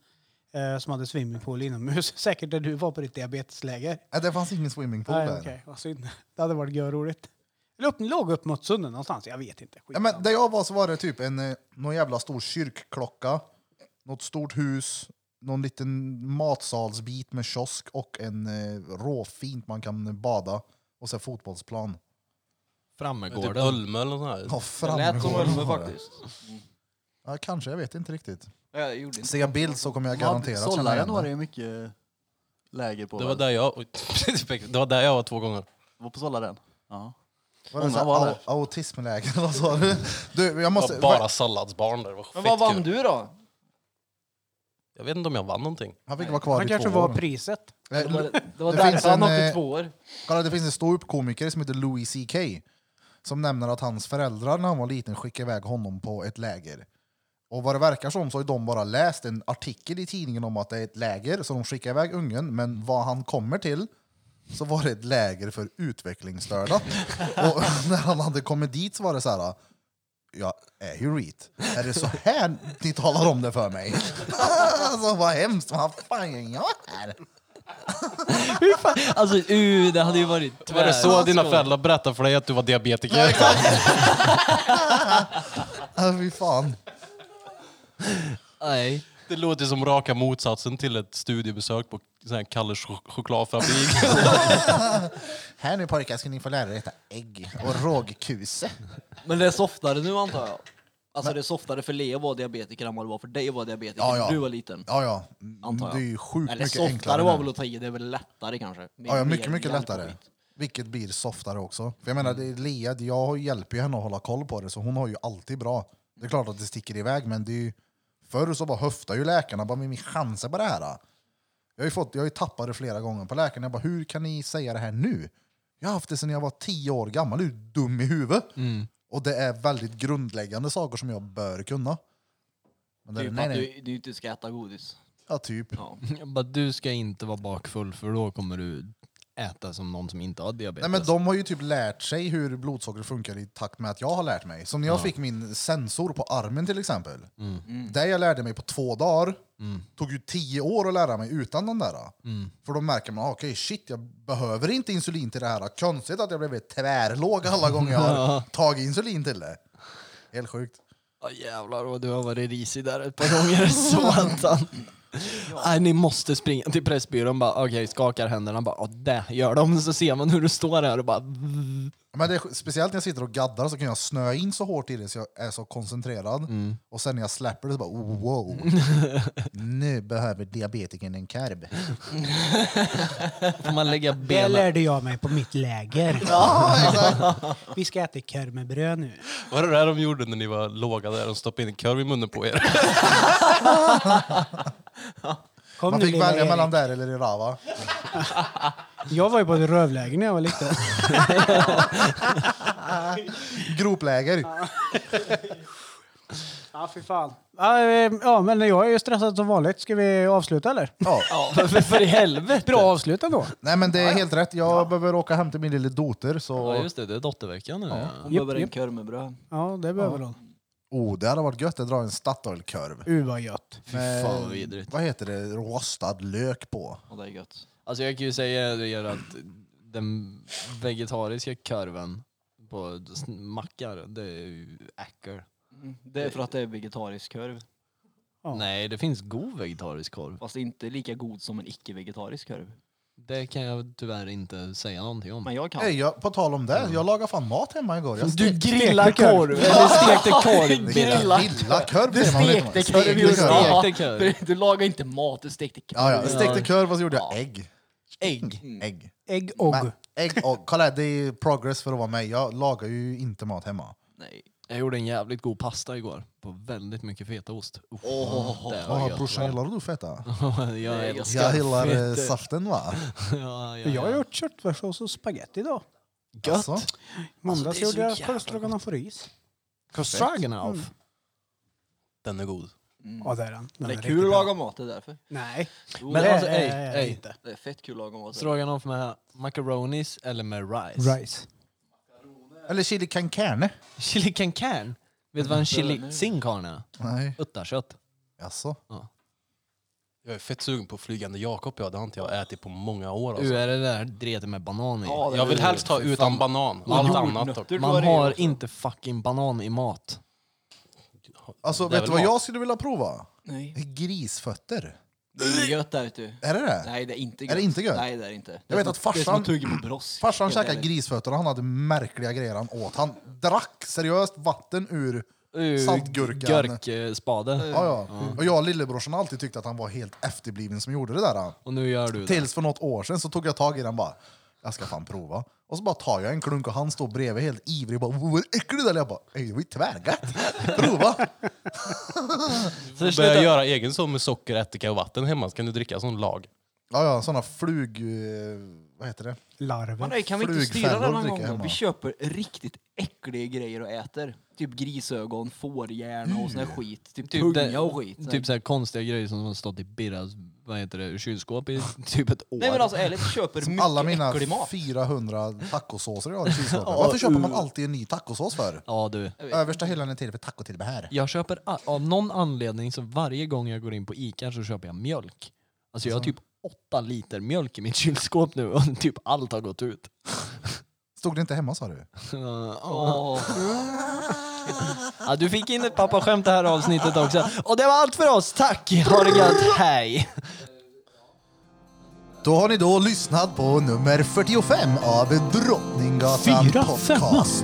[SPEAKER 5] eh, som hade swimmingpool inomhus. (laughs) Säkert där du var på ditt diabetesläger.
[SPEAKER 2] Nej, det fanns ingen swimmingpool
[SPEAKER 5] Nej,
[SPEAKER 2] där.
[SPEAKER 5] okej. Vad synd. Det hade varit görroligt. Eller upp, låg upp mot sunden någonstans. Jag vet inte.
[SPEAKER 2] Ja, men där jag var så var det typ en, eh, någon jävla stor kyrkklocka, något stort hus, någon liten matsalsbit med kiosk och en eh, råfint man kan bada och så fotbollsplan.
[SPEAKER 8] Typ
[SPEAKER 6] Frammegården.
[SPEAKER 8] Ölme eller något sånt
[SPEAKER 2] Ja,
[SPEAKER 8] här.
[SPEAKER 2] framgår
[SPEAKER 4] lät som Ölme
[SPEAKER 2] var det.
[SPEAKER 4] faktiskt. Mm.
[SPEAKER 2] Ja, kanske, jag vet inte riktigt.
[SPEAKER 4] Ja, Jag gjorde inte
[SPEAKER 2] Ser jag bild så kommer jag garanterat känna
[SPEAKER 7] Sollaren var det
[SPEAKER 2] igen det.
[SPEAKER 7] ju mycket läger på.
[SPEAKER 8] Det var
[SPEAKER 7] väl?
[SPEAKER 8] där jag, (laughs) oj, det var där jag var två gånger.
[SPEAKER 7] var på Sollaren. Ja.
[SPEAKER 2] Var det
[SPEAKER 7] Många
[SPEAKER 2] så här
[SPEAKER 7] var
[SPEAKER 2] au-
[SPEAKER 7] där.
[SPEAKER 2] autismläger? Vad sa du? Du, jag
[SPEAKER 8] Det var
[SPEAKER 2] måste...
[SPEAKER 8] bara salladsbarn där. Det var
[SPEAKER 4] Men vad vann
[SPEAKER 8] skitkul.
[SPEAKER 4] du då?
[SPEAKER 8] Jag vet inte om jag vann någonting.
[SPEAKER 2] Han fick vara kvar
[SPEAKER 5] Han
[SPEAKER 2] i två
[SPEAKER 5] kanske var
[SPEAKER 2] år.
[SPEAKER 5] priset.
[SPEAKER 2] Eh,
[SPEAKER 4] Det var, det var
[SPEAKER 2] Det finns
[SPEAKER 4] därför
[SPEAKER 2] en,
[SPEAKER 4] han åkte
[SPEAKER 2] eh,
[SPEAKER 4] två år.
[SPEAKER 2] Kolla, det finns en stor komiker som heter Louis CK som nämner att hans föräldrar när han var liten skickade iväg honom på ett läger. Och vad det verkar som så har de bara läst en artikel i tidningen om att det är ett läger, så de skickar iväg ungen. Men vad han kommer till så var det ett läger för utvecklingsstörda. Och (laughs) när han hade kommit dit så var det så här... Jag är ju reet. Är det så här ni talar om det för mig? (laughs) alltså vad hemskt, vad fan gör jag här?
[SPEAKER 6] Alltså, uh, det hade ju varit
[SPEAKER 8] Var det så
[SPEAKER 6] tvärskoj.
[SPEAKER 8] dina föräldrar berättade för dig att du var diabetiker?
[SPEAKER 2] Äh, fy fan.
[SPEAKER 6] Nej.
[SPEAKER 8] Det låter som raka motsatsen till ett studiebesök på sån här Kalles chok- chokladfabrik.
[SPEAKER 2] Här nu pojkar ska ni få lära er äta ägg och rågkuse.
[SPEAKER 4] Men det är softare nu antar jag. Alltså det är softare för Lea att vara diabetiker än vad det var för dig att vara diabetiker
[SPEAKER 2] Ja, ja.
[SPEAKER 4] när du var liten.
[SPEAKER 2] Ja, ja. Mm,
[SPEAKER 4] Antar jag.
[SPEAKER 2] Det är ju sjukt
[SPEAKER 4] Eller
[SPEAKER 2] mycket
[SPEAKER 4] softare
[SPEAKER 2] enklare.
[SPEAKER 4] var
[SPEAKER 2] nu.
[SPEAKER 4] väl att ta i, det är väl lättare kanske? Mer-
[SPEAKER 2] ja, ja,
[SPEAKER 4] mer
[SPEAKER 2] mycket, mycket
[SPEAKER 4] hjälp och
[SPEAKER 2] lättare. Mm.
[SPEAKER 4] skit.
[SPEAKER 2] Vilket blir softare också. För jag menar, det är Lea, jag hjälper ju henne att hålla koll på det, så hon har ju alltid bra. Det är klart att det sticker iväg, men det är ju... Förr så bara höftade ju läkarna, bara med min chanser på det här. då?" Jag har ju, fått, jag har ju tappat det flera gånger på läkaren. Jag bara, hur kan ni säga det här nu? Jag har haft det sedan jag var tio år gammal. Du är dum i huvudet. Och det är väldigt grundläggande saker som jag bör kunna. Men det,
[SPEAKER 4] Typ
[SPEAKER 2] nej,
[SPEAKER 4] att
[SPEAKER 2] nej.
[SPEAKER 4] du, du inte ska äta godis.
[SPEAKER 2] Ja, typ.
[SPEAKER 4] Ja.
[SPEAKER 6] Jag bara, du ska inte vara bakfull för då kommer du äta som någon som inte har diabetes.
[SPEAKER 2] Nej, men de har ju typ lärt sig hur blodsocker funkar i takt med att jag har lärt mig. Som när jag fick min sensor på armen till exempel. Det jag lärde mig på två dagar tog ju tio år att lära mig utan den där. För då märker man, ah, okej shit, jag behöver inte insulin till det här. Konstigt att jag blev tvärlåg alla gånger jag har tagit insulin till det. Helt sjukt.
[SPEAKER 6] Ja, jävlar vad du har varit risig där ett par gånger. (laughs) Satan. Nej, ni måste springa till Pressbyrån bara, okej, skakar händerna bara, "Ja, det gör de. Så ser man hur du står här och bara,
[SPEAKER 2] Men det är, speciellt när jag sitter och gaddar så kan jag snöa in så hårt i det så jag är så koncentrerad.
[SPEAKER 6] Mm.
[SPEAKER 2] Och sen när jag släpper det så bara oh,
[SPEAKER 6] (laughs)
[SPEAKER 2] wow. nu behöver diabetikern en
[SPEAKER 6] (laughs)
[SPEAKER 2] karb.
[SPEAKER 6] får man lägga
[SPEAKER 5] Det
[SPEAKER 6] benen...
[SPEAKER 5] lärde jag mig på mitt läger.
[SPEAKER 2] Ah,
[SPEAKER 5] Vi ska äta korv med bröd nu.
[SPEAKER 8] Var det det de gjorde när ni var låga där? De stoppade in en korv i munnen på er.
[SPEAKER 5] Kom
[SPEAKER 2] Man
[SPEAKER 5] nu,
[SPEAKER 2] fick
[SPEAKER 5] lilla
[SPEAKER 2] välja
[SPEAKER 5] Erik.
[SPEAKER 2] mellan där eller i Rava.
[SPEAKER 5] Jag var ju på ett rövläger när jag
[SPEAKER 2] (laughs)
[SPEAKER 5] var liten.
[SPEAKER 2] Gropläger.
[SPEAKER 5] Ja, fy fan. Ja, eh, ja, men jag är ju stressad som vanligt. Ska vi avsluta eller?
[SPEAKER 2] Ja.
[SPEAKER 6] För, för i helvete!
[SPEAKER 5] Bra avslut ändå.
[SPEAKER 2] Nej men det är helt rätt, jag behöver åka hem till min lille doter
[SPEAKER 6] Ja,
[SPEAKER 2] så...
[SPEAKER 6] just det, det är dotterveckan nu.
[SPEAKER 4] Hon
[SPEAKER 5] Japp,
[SPEAKER 4] behöver en
[SPEAKER 5] japp.
[SPEAKER 4] korv med bröd.
[SPEAKER 5] Ja, det behöver hon.
[SPEAKER 2] Oh, det hade varit gött att dra en Statoil-korv.
[SPEAKER 5] Uh, vad gött.
[SPEAKER 6] Fy fan vad vidrigt.
[SPEAKER 2] Vad heter det? Rostad lök på.
[SPEAKER 4] Och det är gött.
[SPEAKER 6] Alltså jag kan ju säga det er att den vegetariska korven på s- mackar, det är ju äckel.
[SPEAKER 4] Mm. Det är för att det är vegetarisk korv.
[SPEAKER 5] Ja.
[SPEAKER 6] Nej, det finns god vegetarisk korv.
[SPEAKER 4] Fast inte lika god som en icke-vegetarisk korv.
[SPEAKER 6] Det kan jag tyvärr inte säga någonting om.
[SPEAKER 4] Men jag kan.
[SPEAKER 2] Hey, jag, på tal om det, jag lagade fan mat hemma igår. Jag
[SPEAKER 6] Mm. Du grillar
[SPEAKER 5] Stekte korv.
[SPEAKER 6] korv! Eller stekte
[SPEAKER 4] (laughs)
[SPEAKER 6] korv!
[SPEAKER 2] grillade korv. Du
[SPEAKER 4] Stekte korv.
[SPEAKER 6] Du stekte korv.
[SPEAKER 4] Ja, du lagar inte mat, du stekte korv.
[SPEAKER 2] Ja, ja. Jag stekte korv och så gjorde jag ägg.
[SPEAKER 6] Ägg!
[SPEAKER 2] Ägg.
[SPEAKER 5] Ägg och.
[SPEAKER 2] Men, ägg och. Kolla, här, det är progress för att vara mig. Jag lagar ju inte mat hemma.
[SPEAKER 4] Nej.
[SPEAKER 6] Jag gjorde en jävligt god pasta igår. På väldigt mycket fetaost. Uff, det var
[SPEAKER 2] Ja,
[SPEAKER 6] gött. (laughs)
[SPEAKER 2] brorsan, gillar du feta?
[SPEAKER 6] jag älskar
[SPEAKER 2] Jag gillar eh,
[SPEAKER 6] fett.
[SPEAKER 2] saften va?
[SPEAKER 6] (laughs) Ja, ja,
[SPEAKER 5] Jag har
[SPEAKER 6] ja.
[SPEAKER 5] gjort köttfärssås och spagetti idag.
[SPEAKER 6] Gött!
[SPEAKER 2] Alltså,
[SPEAKER 5] Måndags
[SPEAKER 6] det är så
[SPEAKER 5] gjorde jag
[SPEAKER 6] jävla
[SPEAKER 5] korvstroganoff och ris.
[SPEAKER 6] Stroganoff.
[SPEAKER 8] Den är god.
[SPEAKER 5] Ja, det är den. den
[SPEAKER 4] Men det
[SPEAKER 5] är
[SPEAKER 4] är
[SPEAKER 5] riktigt
[SPEAKER 4] kul att
[SPEAKER 5] bra.
[SPEAKER 4] laga mat, det är därför.
[SPEAKER 5] Nej.
[SPEAKER 4] Jo,
[SPEAKER 6] Men
[SPEAKER 4] det, är-
[SPEAKER 6] alltså, ej,
[SPEAKER 5] Eh,
[SPEAKER 6] ej.
[SPEAKER 5] inte.
[SPEAKER 4] det är fett kul att laga mat.
[SPEAKER 6] Stroganoff med macaronis eller med rice?
[SPEAKER 5] Rice.
[SPEAKER 2] eller chili con carne.
[SPEAKER 6] Chili can can.
[SPEAKER 5] Mm.
[SPEAKER 6] Vet du vad en chili sin carne är?
[SPEAKER 2] Nej.
[SPEAKER 6] Uttarkött.
[SPEAKER 2] Alltså.
[SPEAKER 6] Ja.
[SPEAKER 8] Jag är fett sugen på flygande Jakob, ja. Det har inte jag ätit på många år.
[SPEAKER 6] Du
[SPEAKER 4] typ,
[SPEAKER 8] Alltså.
[SPEAKER 6] är det där dretet med banan i.
[SPEAKER 1] Ja, det-
[SPEAKER 8] Jag vill helst ha
[SPEAKER 6] Fy fan.
[SPEAKER 8] utan banan. Allt annat dock.
[SPEAKER 1] jordnötter.
[SPEAKER 6] Man
[SPEAKER 1] tror jag det är
[SPEAKER 6] har
[SPEAKER 1] också.
[SPEAKER 6] inte fucking banan i mat.
[SPEAKER 2] Alltså,
[SPEAKER 8] Det är
[SPEAKER 2] vet du
[SPEAKER 8] väl
[SPEAKER 2] vad
[SPEAKER 8] mat.
[SPEAKER 2] jag skulle vilja prova?
[SPEAKER 4] Nej.
[SPEAKER 2] Grisfötter.
[SPEAKER 4] Det är gött där vet du.
[SPEAKER 2] Är det det?
[SPEAKER 4] Nej det är inte gött.
[SPEAKER 2] det inte gött?
[SPEAKER 4] Nej det är det inte.
[SPEAKER 2] Jag vet att farsan-
[SPEAKER 4] Det är som att tugga på bross.
[SPEAKER 2] Farsan
[SPEAKER 4] Helt
[SPEAKER 2] käkade
[SPEAKER 4] ärligt.
[SPEAKER 2] grisfötter och han hade märkliga grejer han åt. Han drack seriöst vatten ur...
[SPEAKER 6] Uh,
[SPEAKER 2] Saltgurkan.
[SPEAKER 4] Eh,
[SPEAKER 6] Gurkspade.
[SPEAKER 2] Ja, ja. Och jag och lillebrorsan har alltid tyckt att han var helt efterbliven som gjorde det där. han.
[SPEAKER 6] Och nu gör du
[SPEAKER 4] typ
[SPEAKER 6] det.
[SPEAKER 2] Tills för något år sedan så tog jag tag i den bara, jag ska fan prova. Och så bara tar jag en klunk och han står bredvid helt ivrig och bara, vad äckligt det där. Jag bara, "Ey, det var ju tvärgött. Prova! (laughs)
[SPEAKER 6] Så
[SPEAKER 8] Börja
[SPEAKER 6] sluta-
[SPEAKER 8] göra egen sån med socker, ättika och vatten hemma så kan du dricka som lag.
[SPEAKER 2] Ja, ja, sådana flug... eh, Vad heter det?
[SPEAKER 5] Larver.
[SPEAKER 4] Men nej, kan vi inte
[SPEAKER 2] Flugfällor
[SPEAKER 4] styra den någon
[SPEAKER 2] dricker
[SPEAKER 4] gång då?
[SPEAKER 2] hemma.
[SPEAKER 4] Vi köper riktigt äckliga grejer och äter. Typ grisögon, fårhjärna och sån här
[SPEAKER 2] Mm.
[SPEAKER 4] skit. Typ,
[SPEAKER 6] Typ
[SPEAKER 4] tunga
[SPEAKER 6] det-
[SPEAKER 4] och skit.
[SPEAKER 6] Typ så här konstiga grejer som har stått i Birras vad heter det, kylskåp
[SPEAKER 4] (laughs)
[SPEAKER 6] i typ ett år.
[SPEAKER 4] nej men alltså ärligt, köper mycket
[SPEAKER 2] Alla mina
[SPEAKER 4] äcklig mat. Mm.
[SPEAKER 2] 400 tacosåser jag har i kylskåpet. Varför köper man alltid en ny tacosås för?
[SPEAKER 6] Ja du.
[SPEAKER 2] Översta hyllan är till för tacotillbehör.
[SPEAKER 6] Jag köper a- av någon anledning så varje gång jag går in på Ica så köper jag mjölk. Alltså jag har typ åtta liter mjölk i mitt kylskåp nu och (laughs) typ allt har gått ut.
[SPEAKER 2] Stod det inte hemma sa du?
[SPEAKER 4] Åh.
[SPEAKER 6] Ja, du fick in ett pappaskämt det här avsnittet också. Och det var allt för oss, tack! Ha det gött, hej!
[SPEAKER 2] Då har ni då lyssnat på nummer 45 av Drottninggatan
[SPEAKER 5] Fyra,
[SPEAKER 2] Podcast.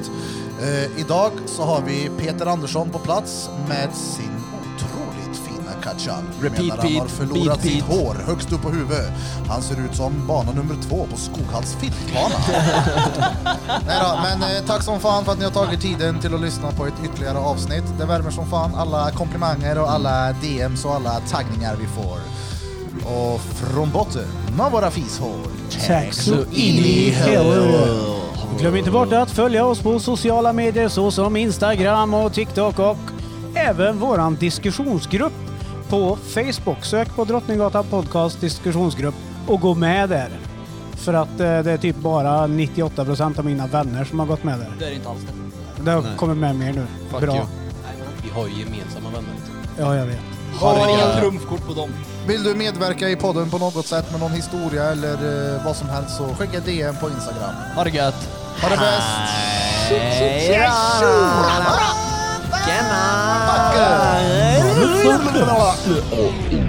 [SPEAKER 2] Eh, idag så har vi Peter Andersson på plats med sin otroligt fina kachal.
[SPEAKER 6] Repeat,
[SPEAKER 2] Menar han har
[SPEAKER 6] Pete.
[SPEAKER 2] förlorat
[SPEAKER 6] Beat,
[SPEAKER 2] sitt
[SPEAKER 6] Pete.
[SPEAKER 2] hår högst upp på huvudet. Han ser ut som bana nummer två på Skoghalls filtbana. Nej då, men eh, tack som fan för att ni har tagit tiden till att lyssna på ett ytterligare avsnitt. Det värmer som fan alla komplimanger och alla DMs och alla taggningar vi får. Och från botten av våra fishår.
[SPEAKER 5] Tack så in i helvete. Glöm inte bort att följa oss på sociala medier såsom Instagram och TikTok och även våran diskussionsgrupp på Facebook. Sök på Drottninggatan Podcast diskussionsgrupp och gå med där. För att eh, det är typ bara 98 procent av mina vänner som har gått med där.
[SPEAKER 4] Det är det inte alls det. Nej,
[SPEAKER 5] Det har kommit med mer nu.
[SPEAKER 6] Fuck
[SPEAKER 5] Bra.
[SPEAKER 6] you.
[SPEAKER 4] men
[SPEAKER 8] Vi har ju gemensamma vänner.
[SPEAKER 5] Ja, jag vet.
[SPEAKER 4] Har inga trumfkort på dem.
[SPEAKER 2] Vill du medverka i podden på något sätt med någon historia eller eh, vad som helst så skicka DM på Instagram.
[SPEAKER 6] Ha det gött!
[SPEAKER 2] Ha det bäst!
[SPEAKER 6] Hej då! Tjena!
[SPEAKER 2] Tack!